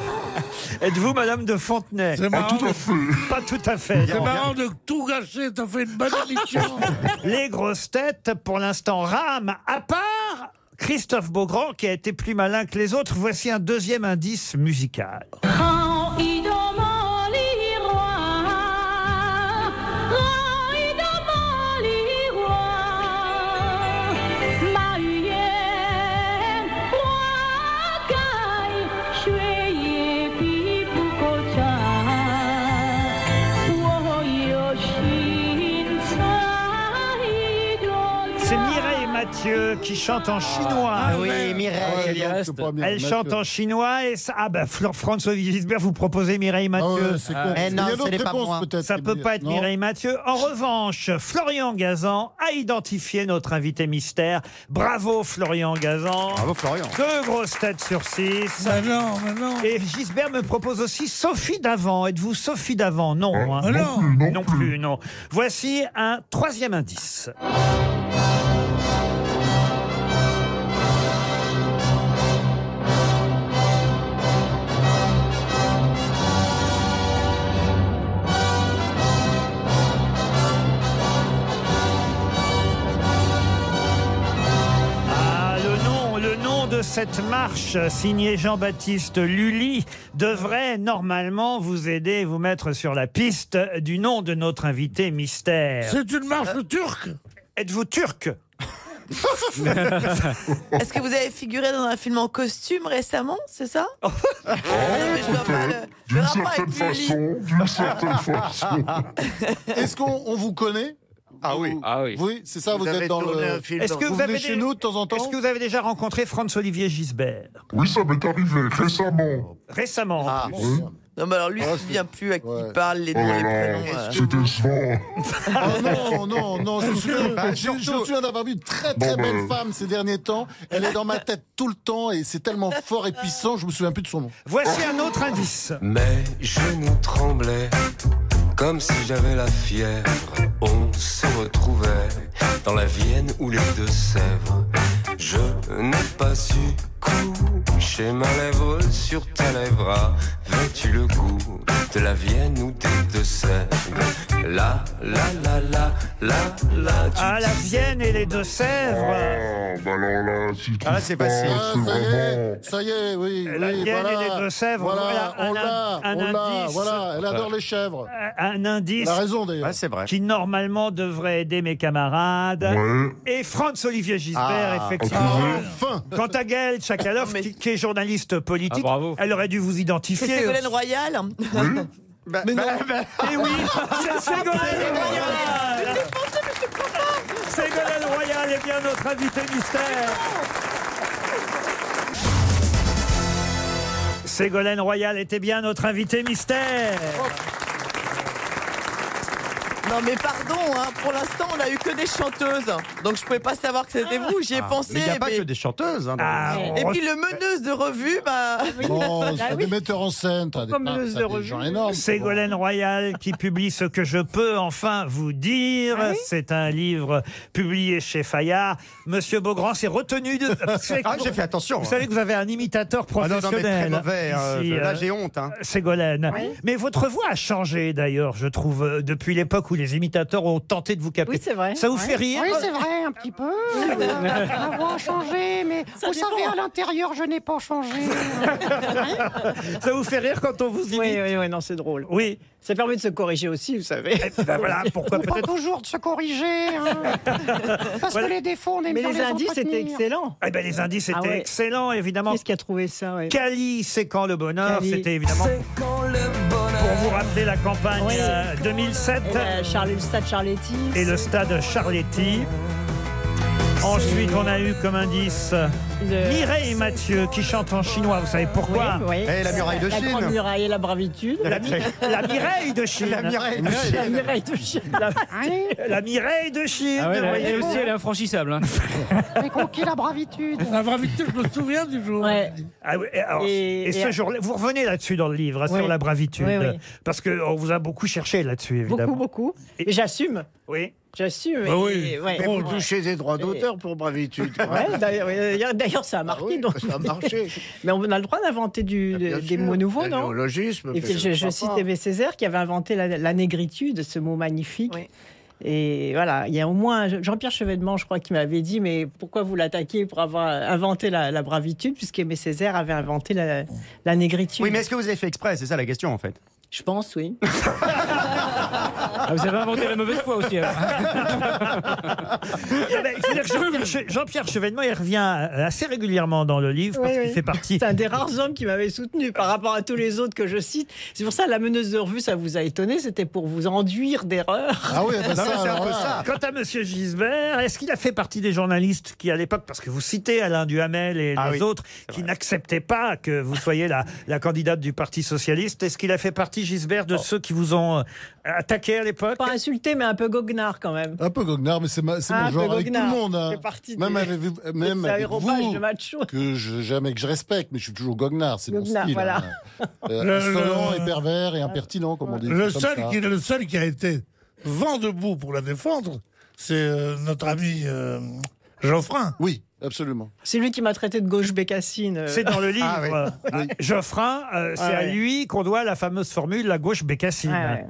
S3: *laughs* Êtes-vous Madame de Fontenay
S7: C'est marrant. Ah, tout à fait.
S3: Pas tout à fait.
S7: C'est marrant de tout gâcher, t'as fait une bonne émission.
S8: *laughs*
S3: *laughs* Les grosses têtes, pour l'instant, rament, à part Christophe Beaugrand, qui a été plus malin que les autres. Voici un deuxième indice musical.
S5: Rang idomant li roi, rang idomant li roi, ma huyen, roi gay, choueye pi pou kocha, wo yo shin sa idol.
S3: C'est Mireille Mathieu qui chante en chinois.
S10: Ah oui, Mireille, elle y reste.
S3: Elle chante en chinois et ça... Ah ben, Flor- François Gisbert, vous proposez Mireille Mathieu.
S8: ouais, c'est con. Ah. Eh Il y a non, d'autres ce n'est pas réponses, moi. peut-être,
S3: Ça
S8: qui
S3: peut
S8: me-
S3: pas être
S8: non.
S3: Mireille Mathieu. En revanche, Florian Gazan a identifié notre invité mystère. Bravo Florian Gazan. Bravo Florian. Deux grosses têtes sur six.
S7: Mais non, mais non.
S3: Et Gisbert me propose aussi Sophie Davant. Êtes-vous Sophie Davant Non. hein.
S7: Ah non.
S3: non plus, non. Voici un troisième indice. Ah, le nom, le nom de cette marche euh, signée Jean-Baptiste Lully devrait normalement vous aider, et vous mettre sur la piste du nom de notre invité mystère.
S7: C'est une marche turque.
S3: Êtes-vous turc *laughs*
S9: *laughs* Est-ce que vous avez figuré dans un film en costume récemment, c'est ça
S3: Oh,
S16: D'une certaine façon, d'une certaine façon.
S8: Ah. Est-ce qu'on on vous connaît
S14: Ah oui. Ah oui.
S8: Oui, c'est ça, vous,
S6: Vous avez
S8: êtes dans
S6: tourné
S8: le.
S6: un film Est-ce dans-
S3: que
S8: vous,
S3: vous
S8: venez
S3: avez
S8: chez
S3: des-
S8: nous de temps en temps
S3: Est-ce que vous avez déjà rencontré Franz-Olivier Gisbert
S16: Oui, ça m'est arrivé récemment.
S3: Récemment. en plus.
S9: Ah, Non, mais alors lui, il ne vient plus à qui il parle, les
S16: Oh
S9: noms,
S16: là
S9: les prénoms.
S16: là,
S9: euh.
S16: c'est décevant.
S8: Oh non, non, non, je me souviens, je,
S14: Surtout-
S8: je me souviens d'avoir vu une très très
S16: Bon, ben.
S8: belle femme ces derniers temps. Elle est dans ma tête tout le temps et c'est tellement fort et puissant, je me souviens plus de son nom.
S3: Voici un autre indice.
S5: Mes genoux tremblaient comme si j'avais la fièvre. On se retrouvait dans la Vienne ou les Deux-Sèvres. Je n'ai pas su coucher ma lèvre sur ta lèvre. Avais-tu le goût de la Vienne ou des Deux-Sèvres La, la, la, la, la, la. tu
S3: Ah, la Vienne et les Deux-Sèvres.
S16: Ah, bah alors là, si tu
S14: Ah, là, c'est
S16: pas,
S14: facile.
S8: Ah,
S16: c'est
S8: ça y
S16: vraiment...
S8: est, ça y est, oui,
S3: La
S8: oui,
S3: Vienne
S8: voilà,
S3: et les Deux-Sèvres,
S8: Voilà,
S3: voilà
S8: on
S3: un-
S8: l'a,
S3: un
S8: on l'a,
S3: indice.
S8: voilà. Elle adore les chèvres.
S3: Un indice.
S8: Elle a raison d'ailleurs.
S14: c'est vrai.
S3: qui normalement devrait aider mes camarades.
S16: Ouais.
S3: Et Franz-Olivier Gisbert,
S14: Ah,
S3: effectivement.
S16: ah
S8: Enfin
S3: Quant à Gaëlle
S9: *laughs*
S3: Tchakaloff, qui, qui est journaliste politique,
S13: Ah, bravo.
S3: elle aurait dû vous
S9: C'est
S3: identifier.
S9: Ségolène Royal *laughs*
S8: Mais non,
S3: Eh oui, c'est Ségolène Royal Ségolène Royal est bien notre invité mystère Ségolène Royal était bien notre invitée mystère.
S9: Non mais pardon, hein, pour l'instant on a eu que des chanteuses, donc je pouvais pas savoir que c'était vous, j'y ai
S10: Ah,
S9: pensé.
S10: mais il n'y a pas
S9: mais-
S10: que des chanteuses. hein, dans-
S3: Ah,
S9: Et puis le meneuse de revue, bah... *laughs*
S8: Bon,
S9: Ah
S8: t'as
S9: oui.
S8: Oh, des metteurs en scène,
S17: Oh,
S8: t'as des,
S9: Comme le
S8: t'as des gens énormes.
S3: Ségolène Royal
S8: *laughs*
S3: qui publie ce que je peux enfin vous dire.
S17: Ah
S3: C'est un livre publié chez Fayard. Monsieur Beaugrand s'est retenu de.
S10: Ah, j'ai fait attention,
S3: Vous
S10: hein.
S3: savez que vous avez un imitateur
S10: Ah non, non, mais
S3: professionnel.
S10: très mauvais, hein,
S3: ici,
S10: je- là,
S3: euh,
S10: j'ai honte, hein.
S3: Ségolène. Mais votre voix a changé d'ailleurs, je trouve, euh, depuis l'époque où les imitateurs ont tenté de vous capter.
S17: Oui, c'est vrai.
S3: Ça vous fait rire
S17: Oui, c'est vrai, un petit peu.
S3: *laughs*
S17: Euh, Ma voix a changé, mais
S18: Ça
S17: vous
S18: dépend.
S17: savez, à l'intérieur, je n'ai pas changé.
S3: *laughs* Ça vous fait rire quand on vous imite
S18: Oui, oui, oui, non, c'est drôle.
S3: Oui. Eh ben
S18: Ça permet de se corriger aussi, vous savez.
S3: voilà, pourquoi
S17: Pas toujours de se corriger. hein. Parce
S18: Voilà.
S17: que les défauts, on aime
S18: Mais
S17: bien
S18: les indices étaient
S17: entretenir.
S18: excellents.
S3: Eh ben, les indices étaient
S18: Ah ouais.
S3: excellents, évidemment.
S18: Qu'est-ce qui a trouvé ça ouais.
S3: Cali, c'est quand le bonheur,
S18: Cali.
S3: c'était évidemment.
S18: C'est
S3: Pour vous rappeler la campagne
S18: Oui.
S3: euh, 2007
S18: Et la Char- le stade Charletti.
S3: et le stade Charletti. Ensuite, on a eu comme indice euh,
S18: Le-
S3: Mireille Mathieu qui chante en chinois. Vous savez pourquoi
S18: Oui, oui. Eh, la Grande muraille et la bravitude.
S3: La, Mi- la Mireille de Chine.
S18: La Mireille de Chine. La Mireille de Chine. Ah
S3: La, la Mireille de Chine.
S13: Ah ouais, là,
S3: voyez-vous.
S13: elle aussi, elle est infranchissable. hein.
S17: Mais conquis la bravitude.
S7: La bravitude, je me souviens du jour.
S3: *laughs* Ah oui, et, alors,
S7: Et-
S3: et ce
S7: et-
S3: jour-là, vous revenez là-dessus dans le livre, hein,
S7: Oui.
S3: sur la bravitude.
S7: Oui, oui.
S3: Parce qu'on vous a beaucoup cherché là-dessus, évidemment.
S18: Beaucoup, beaucoup. Et j'assume.
S3: Oui.
S18: J'assume.
S3: Bah oui.
S18: et- ouais.
S6: Mais
S18: Ouais.
S6: vous touchez des droits d'auteur pour bravitude.
S18: Ouais, d'ailleurs, euh, d'ailleurs, ça a marqué. donc.
S6: ça a marché.
S18: *laughs*
S6: Ah,
S18: Mais on a le droit d'inventer du-
S6: bien
S18: des
S6: sûr.
S18: mots nouveaux,
S6: Le
S18: non
S6: néologisme,
S18: Et
S6: mais
S18: puis, je,
S6: je
S18: je
S6: crois
S18: cite
S6: pas.
S18: Aimé Césaire qui avait inventé la, la négritude, ce mot magnifique. Et voilà, il y a au moins Jean-Pierre Chevènement, je crois, qui m'avait dit Mais pourquoi vous l'attaquez pour avoir inventé la, la bravitude Puisqu'Aimé Césaire avait inventé la, la négritude.
S10: Oui, mais est-ce que vous avez fait exprès C'est ça la question en fait.
S18: Je pense, *laughs* oui.
S13: Ah, vous avez inventé la mauvaise foi aussi. alors.
S3: Ah ben, c'est-à-dire que Jean-Pierre Che- Jean-Pierre Chevènement, il revient euh, assez régulièrement dans le livre parce
S18: Oui,
S3: qu'il
S18: oui.
S3: fait partie.
S18: C'est un des rares hommes qui m'avait soutenu par rapport à tous les autres que je cite. C'est pour ça la meneuse de revue, ça vous a étonné, c'était pour vous enduire d'erreurs. *laughs*
S7: Ah.
S3: Quant à Monsieur Gisbert, est-ce qu'il a fait partie des journalistes qui, à l'époque, parce que vous citez Alain Duhamel et
S7: Ah
S3: les autres, qui n'acceptaient pas que vous soyez la, la candidate du Parti Socialiste, est-ce qu'il a fait partie, Gisbert,
S7: Oh.
S3: de ceux qui vous ont euh, attaqué à l'époque
S18: Pas insulté, mais un peu goguenard quand même.
S8: Un peu goguenard, mais c'est ma- c'est
S18: Ah,
S8: mon
S18: un
S8: genre
S18: peu
S8: avec tout le
S18: goguenard.
S8: monde. hein.
S18: Fait partie
S8: Même
S18: des-
S8: avec, même
S18: des
S8: avec
S18: aéropages
S8: vous,
S18: de macho.
S8: que je, jamais que je respecte, mais je suis toujours goguenard, c'est mon
S18: Goguenard,
S8: style.
S18: voilà.
S8: hein. Euh,
S7: Le-
S8: insolent
S7: le-
S8: et pervers et impertinent, comme on dit.
S7: Le
S8: comme
S7: seul,
S8: ça.
S7: qui, le seul qui a été vent debout pour la défendre, c'est euh, notre ami euh, Geoffrin.
S8: Oui, absolument.
S18: C'est lui qui m'a traité de gauche bécassine. euh.
S3: C'est dans le livre.
S7: oui.
S3: Ah, Geoffrin, euh, c'est
S18: Ah,
S3: à
S18: oui.
S3: lui qu'on doit la fameuse formule la gauche bécassine.
S18: Ah Ouais,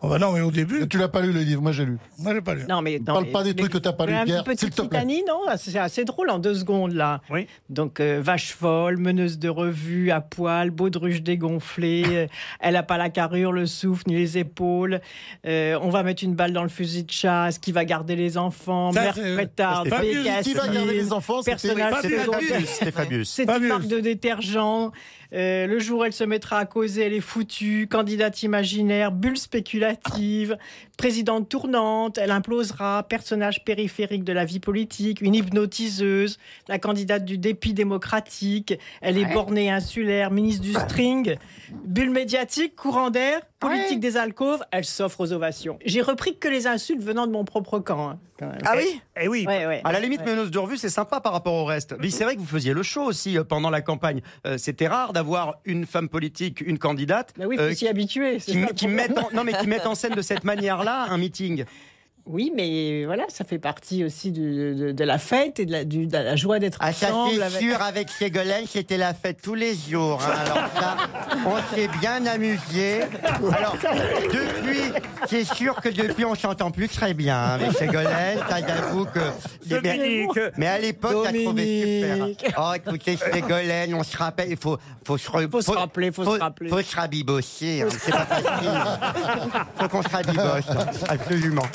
S7: Oh bah non, mais au début.
S8: Tu l'as pas lu le livre, moi j'ai lu.
S7: Moi j'ai pas lu.
S18: Non, mais, non,
S8: parle
S18: mais-
S8: pas des
S18: mais-
S8: trucs que t'as pas
S18: mais
S8: lu,
S18: un
S8: Pierre,
S18: petit
S8: s'il te plaît.
S18: litanie, non C'est assez drôle en deux secondes, là. Donc, euh, vache folle, meneuse de revue, à poil, baudruche
S8: *laughs*
S18: dégonflée, euh, elle a pas la carrure, le souffle, ni les épaules, euh, on va mettre une balle dans le fusil de chasse, qui va garder les enfants,
S8: Ça,
S18: mère
S8: c'est-
S18: pétard,
S8: c'était Fabius.
S18: Bécassine,
S8: Qui va garder les enfants, c'était-
S18: personnage
S8: Fabius.
S18: secondaire.
S8: Fabius, c'était Fabius.
S18: C'est une marque de détergent. Euh, le jour où elle se mettra à causer, elle est foutue. Candidate imaginaire, bulle spéculative, présidente tournante, elle implosera. Personnage périphérique de la vie politique, une hypnotiseuse, la candidate du dépit démocratique. Elle est
S17: Ouais.
S18: bornée insulaire, ministre du string, bulle médiatique, courant d'air, politique des alcôves. Elle s'offre aux ovations. J'ai repris que les insultes venant de mon propre camp. hein, quand même.
S10: Ah oui
S3: Eh oui.
S10: À la limite,
S18: Ouais.
S10: Menos de revue, c'est sympa par rapport au reste. Mais c'est vrai que vous faisiez le show aussi euh, pendant la campagne. Euh, C'était rare d'avoir une femme politique, une candidate. euh,
S18: oui, faut s'y
S10: qui-
S18: habituer, c'est ça
S10: Qui,
S18: le
S10: qui
S18: problème.
S10: mettent en, non, mais qui mettent en scène de cette manière-là un meeting.
S18: Oui, mais voilà, ça fait partie aussi du- de, de la fête et de la, du- de la joie d'être
S10: Ah,
S18: ensemble. avec-
S10: avec Ségolène, c'était la fête tous les jours. hein. Alors ça, on s'est bien amusé. Alors, depuis, c'est sûr que depuis, on s'entend plus très bien hein, avec Ségolène. Ça, j'avoue que...
S3: Dominique.
S10: Mais à l'époque, t'as trouvé
S18: Dominique.
S10: super. Oh, écoutez, Ségolène, on se rappelle, il faut, faut, se re-
S18: Faut se rappeler, faut se rappeler.
S10: Faut se rabibosser, hein, c'est pas facile. Faut qu'on se
S7: bah,
S10: rabibosse, absolument.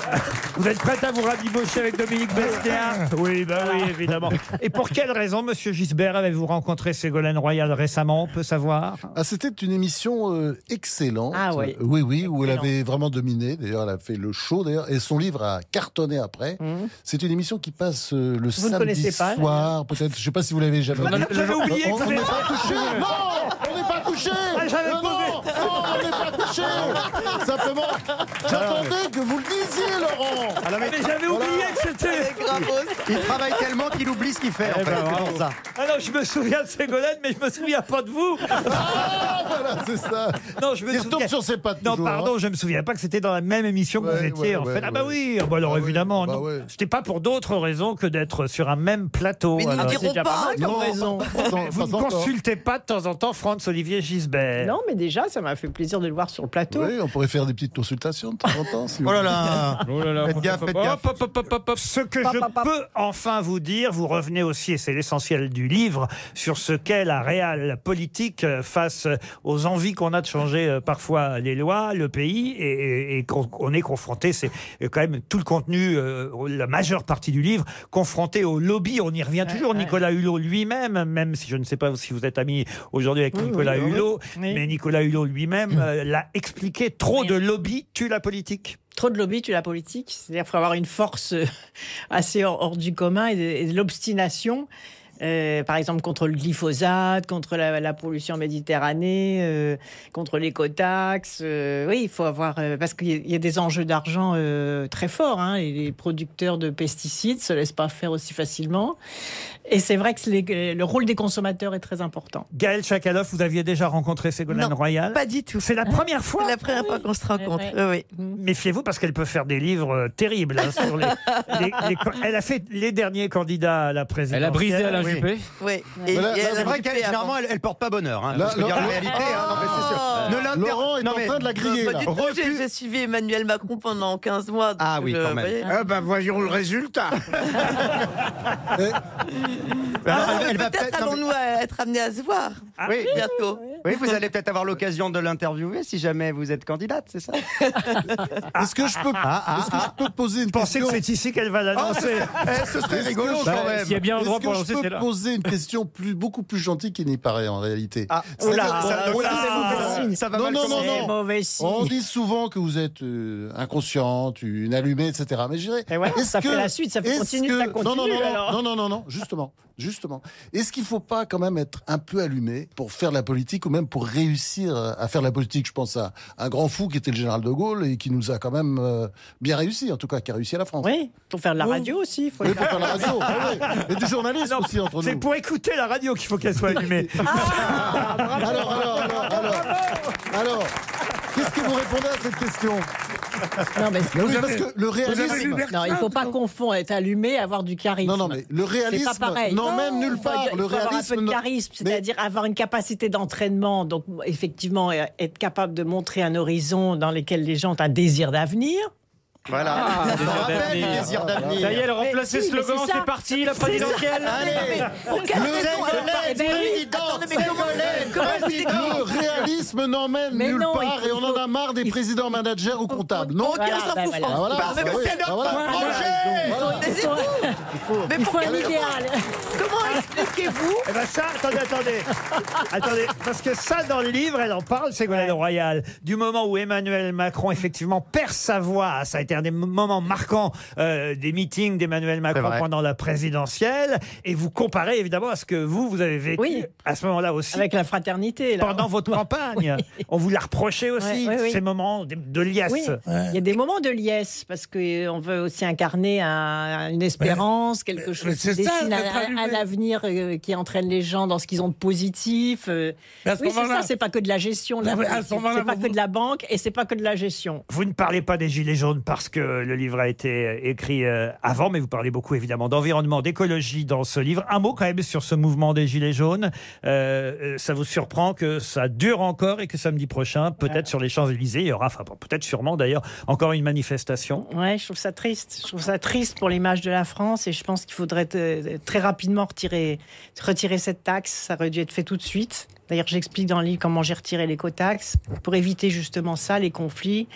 S3: Vous êtes prête à vous rabibocher avec Dominique Besnéard Oui, bah oui, évidemment. Et pour quelle raison, Monsieur Gisbert, avez-vous rencontré Ségolène Royal récemment On peut savoir.
S8: Ah, c'était une émission euh, excellente.
S3: Ah ouais.
S8: Euh, oui, oui, où elle avait vraiment dominé. D'ailleurs, elle a fait le show. D'ailleurs, et son livre a cartonné après. C'est une émission qui passe euh, le
S18: Mhm. Vous ne
S8: samedi
S18: connaissez pas,
S8: soir. Peut-être, je sais pas si vous l'avez jamais.
S18: J'avais
S8: vu.
S18: oublié que
S8: On
S18: vous
S8: on n'est
S18: avez-
S8: pas touché. Non, on n'est pas touché
S3: Ah, j'avais
S8: Non,
S3: pas
S8: non,
S3: vu.
S8: non, on n'est pas touché Simplement, j'attendais que vous le disiez, Laurent
S3: Ah Mais j'avais oublié que c'était.
S10: Il travaille tellement qu'il oublie ce qu'il fait. en
S3: Eh
S10: fait, c'est pour ça.
S3: Ah non, je me souviens de Ségolène, mais je me souviens pas de vous.
S8: voilà, c'est ça.
S3: Non, je me
S8: Il
S3: souviens.
S8: retombe sur ses pattes
S3: Non,
S8: toujours,
S3: pardon,
S8: hein.
S3: je me souviens pas que c'était dans la même émission que vous
S8: Ouais,
S3: étiez.
S8: ouais,
S3: en fait.
S8: ouais,
S3: ah bah
S8: ouais.
S3: oui, ah bah alors évidemment, non. C'était pas pour d'autres raisons que d'être sur un même plateau.
S18: Mais nous
S3: alors.
S18: ne dirons
S3: C'est déjà
S18: pas,
S3: mal.
S18: comme Non, raison. pas- pas
S3: Vous ne
S18: encore.
S3: consultez pas de temps en temps Franz Olivier Gisbert.
S18: Non, mais déjà, ça m'a fait plaisir de le voir sur le plateau.
S8: Oui, on pourrait faire des petites consultations de temps en temps. Si
S3: Oh là
S8: vous-
S3: là. Faites gaffe, faites gaffe. Ce que
S8: Pop,
S3: je
S8: pop, pop.
S3: peux enfin vous dire, vous revenez aussi, et c'est l'essentiel du livre, sur ce qu'est la réelle politique euh, face aux envies qu'on a de changer euh, parfois les lois, le pays, et, et- et qu'on on est confronté, c'est quand même tout le contenu, euh, la majeure partie du livre, confronté au lobby. On y revient toujours, Nicolas Hulot lui-même, même si je ne sais pas si vous êtes ami aujourd'hui avec
S18: Oui,
S3: Nicolas
S18: oui, oui.
S3: Hulot,
S18: Oui.
S3: mais Nicolas Hulot
S18: Mmh.
S3: lui-même euh, l'a expliqué, trop de lobby tue la politique.
S18: Trop de lobby, tu la politique. C'est-à-dire qu'il faut avoir une force euh, assez hors, hors du commun et de, et de l'obstination. Euh, par exemple, contre le glyphosate, contre la, la pollution en Méditerranée, euh, contre l'écotaxe. euh, oui, il faut avoir. euh, parce qu'il y a- il y, a des enjeux d'argent euh, très forts. hein, et les producteurs de pesticides ne se laissent pas faire aussi facilement. Et c'est vrai que les- le rôle des consommateurs est très important.
S3: Gaël Chakalov, vous aviez déjà rencontré Ségolène Royal
S9: Pas du tout.
S3: C'est la première fois
S9: La première fois qu'on se rencontre.
S3: Ouais,
S9: Oui.
S3: Méfiez-vous parce qu'elle peut faire des livres euh, terribles. hein,
S9: *laughs*
S3: sur les- les- les- elle a fait les derniers candidats à la présidentielle.
S13: Elle a brisé Alain
S3: Oui.
S13: Juppé.
S9: Oui.
S13: Mais
S9: Et-
S13: là-
S9: et
S13: là,
S9: elle
S13: c'est
S9: a
S13: vrai
S9: occupé
S13: qu'elle-
S9: avant.
S10: Généralement, elle, elle porte pas bonheur. Hein,
S13: Là,
S10: faut se dire
S13: Laurent-
S10: la réalité, hein, non, mais c'est sûr.
S9: Ah.
S10: Ne l'inter- non, mais-
S9: Bah, bah, dites donc, j'ai- J'ai suivi Emmanuel Macron pendant 15 mois.
S10: Ah
S9: donc,
S10: oui,
S9: euh,
S10: quand même.
S9: voyez.
S10: Ah,
S6: bah, voyons
S13: *laughs*
S6: le résultat.
S10: Alors,
S9: Ah,
S10: elle- elle va
S9: Peut-être
S10: peut-être- non, mais-
S9: allons-nous euh, être amenés à se voir.
S10: Oui.
S9: bientôt.
S10: Oui, vous allez peut-être avoir l'occasion de l'interviewer si jamais vous êtes candidate, c'est ça
S8: *laughs*
S10: Ah,
S8: Est-ce que je peux, est-ce que je peux poser une
S3: Pensez
S8: question Ah,
S3: que c'est ici qu'elle va l'annoncer.
S8: Eh, ce serait
S3: Est-ce
S8: rigolo
S3: que je-
S8: quand même.
S13: s'il y a bien un
S8: Est-ce
S13: endroit
S8: que
S13: pour
S8: je
S13: lancer,
S8: peux
S13: c'est là.
S8: poser une question plus, beaucoup plus gentille qu'il n'y paraît en réalité.
S10: oula,
S8: C'est-à-dire-
S10: ça-
S8: oula,
S10: ça-
S8: c'est mauvais signe.
S10: ça va
S8: non,
S10: mal
S8: non, non,
S10: commencer.
S8: non.
S10: C'est mauvais signe.
S8: On dit souvent que vous êtes euh, inconsciente, une allumée, etc. Mais je dirais,
S18: Eh ouais,
S8: est-ce
S18: ça fait
S8: que-
S18: la suite, ça fait-
S8: est-ce
S18: continue,
S8: que-
S18: ça continue,
S8: Non, non, non, non,
S18: alors.
S8: non, non, non, non, justement, justement. Est-ce qu'il faut pas quand même être un peu allumé pour faire de la politique ou même pour réussir euh, à faire de la politique Je pense à un grand fou qui était le général de Gaulle et qui nous a quand même euh, bien réussi, en tout cas, qui a réussi à la France.
S18: Oui, pour faire de la radio aussi. Faut
S8: Oui, pour faire de la radio. ah ouais. Et des journalistes aussi entre nous.
S3: C'est pour écouter la radio qu'il faut qu'elle soit allumée.
S9: Ah,
S8: Alors, alors, alors, alors, alors, qu'est-ce que vous répondez à cette question
S18: Non, mais
S8: Mais oui, parce que le réalisme.
S18: Non, il ne faut pas confondre être allumé et avoir du charisme.
S8: Non, non, mais le réalisme-
S18: C'est pas pareil.
S8: non, même nulle
S18: Il faut-
S8: part,
S18: Il faut
S8: le
S18: avoir un
S8: réalisme
S18: peu de
S8: ne-
S18: charisme, c'est-à-dire avoir une capacité d'entraînement. Donc, effectivement, euh, être capable de montrer un horizon dans lequel les gens ont un désir d'avenir.
S10: Voilà.
S18: Ah,
S10: Ça
S18: désir
S10: rappelle
S18: d'avenir.
S10: les désirs d'avenir.
S13: Ça y est, elle a remplacé
S18: Mais
S13: le
S18: si, mais
S13: slogan,
S18: c'est ça.
S13: c'est parti, la
S18: C'est ça.
S13: présidentielle.
S18: Allez.
S10: Pour quelle
S8: Le
S10: raison elle
S8: Ségolène,
S10: est présidente,
S8: attendez, mais
S10: Ségolène,
S8: comment vous
S10: présidente.
S8: dites- Le réalisme n'emmène
S10: Mais
S8: nulle
S10: non,
S8: part
S10: il faut-
S8: et on en a marre des présidents managers ou comptables. Non, Ah
S10: on tire Voilà, sa bah foufou. voilà. Parce que c'est notre
S8: projet.
S9: Mais c'est vous Mais
S18: Il faut
S9: pourquoi
S18: un idéal.
S9: Comment expliquez-vous
S3: Eh ben ça, attendez, attendez.
S8: Ah,
S3: attendez, parce que ça, dans le livre, elle en parle, Ségolène Royal. Du moment où Emmanuel Macron, effectivement, perd sa voix, ça a été un des moments marquants euh, des meetings d'Emmanuel Macron pendant la présidentielle. Et vous comparez, évidemment, à ce que vous, vous avez vécu à ce moment-là aussi.
S18: Avec la fraternité. là.
S3: Pendant votre campagne. On vous l'a reproché aussi,
S18: Ouais, ouais, ouais.
S3: ces moments de, de liesse.
S18: Oui, Il y a des moments de liesse parce qu'on veut aussi incarner un- une espérance, quelque
S7: mais
S18: chose qui
S7: c'est ça,
S18: dessine
S7: être allumé.
S18: un, un avenir euh, qui entraîne les gens dans ce qu'ils ont de positif. euh.
S7: Mais à ce
S18: oui, c'est
S7: moment-là-
S18: ça, c'est pas que de la gestion. la
S7: Non, mais à ce
S18: politique.
S7: moment-là,
S18: C'est pas
S7: vous-
S18: que de la banque et c'est pas que de la gestion.
S3: Vous ne parlez pas des Gilets jaunes parce que le livre a été euh, écrit euh, avant, mais vous parlez beaucoup évidemment d'environnement, d'écologie dans ce livre. Un mot quand même sur ce mouvement des Gilets jaunes. Euh, euh, ça vous surprend que ça dure encore et que samedi prochain, peut-être sur les Champs-Élysées, il y aura, enfin peut-être sûrement d'ailleurs, encore une manifestation.
S18: Ouais, je trouve ça triste. Je trouve ça triste pour l'image de la France et je pense qu'il faudrait euh, très rapidement retirer, retirer cette taxe. Ça aurait dû être fait tout de suite. D'ailleurs, j'explique dans le livre comment j'ai retiré l'écotaxe pour éviter justement ça, les conflits,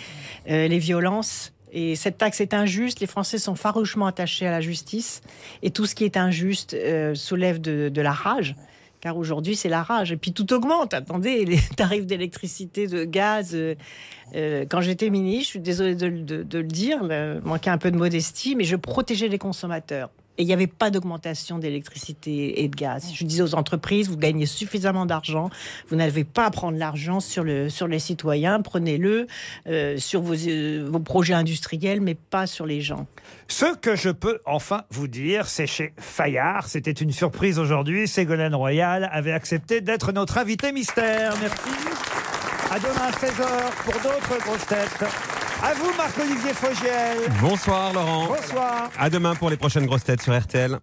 S18: euh, les violences. Et cette taxe est injuste. Les Français sont farouchement attachés à la justice et tout ce qui est injuste euh, soulève de, de la rage. Car aujourd'hui, c'est la rage. Et puis tout augmente. Attendez, les *laughs* tarifs d'électricité, de gaz, euh, euh, quand j'étais ministre, je suis désolée de, le- de- de le dire, le- manquer un peu de modestie, mais je protégeais les consommateurs. Et il n'y avait pas d'augmentation d'électricité et de gaz. Je disais aux entreprises, vous gagnez suffisamment d'argent, vous n'avez pas à prendre l'argent sur, le, sur les citoyens, prenez-le euh, sur vos, euh, vos projets industriels, mais pas sur les gens.
S3: Ce que je peux enfin vous dire, c'est chez Fayard. C'était une surprise aujourd'hui. Ségolène Royal avait accepté d'être notre invité mystère. Merci. À demain 16h pour d'autres grosses têtes. À vous, Marc-Olivier Fogiel.
S10: Bonsoir Laurent.
S3: Bonsoir.
S10: À demain pour les prochaines grosses têtes sur RTL.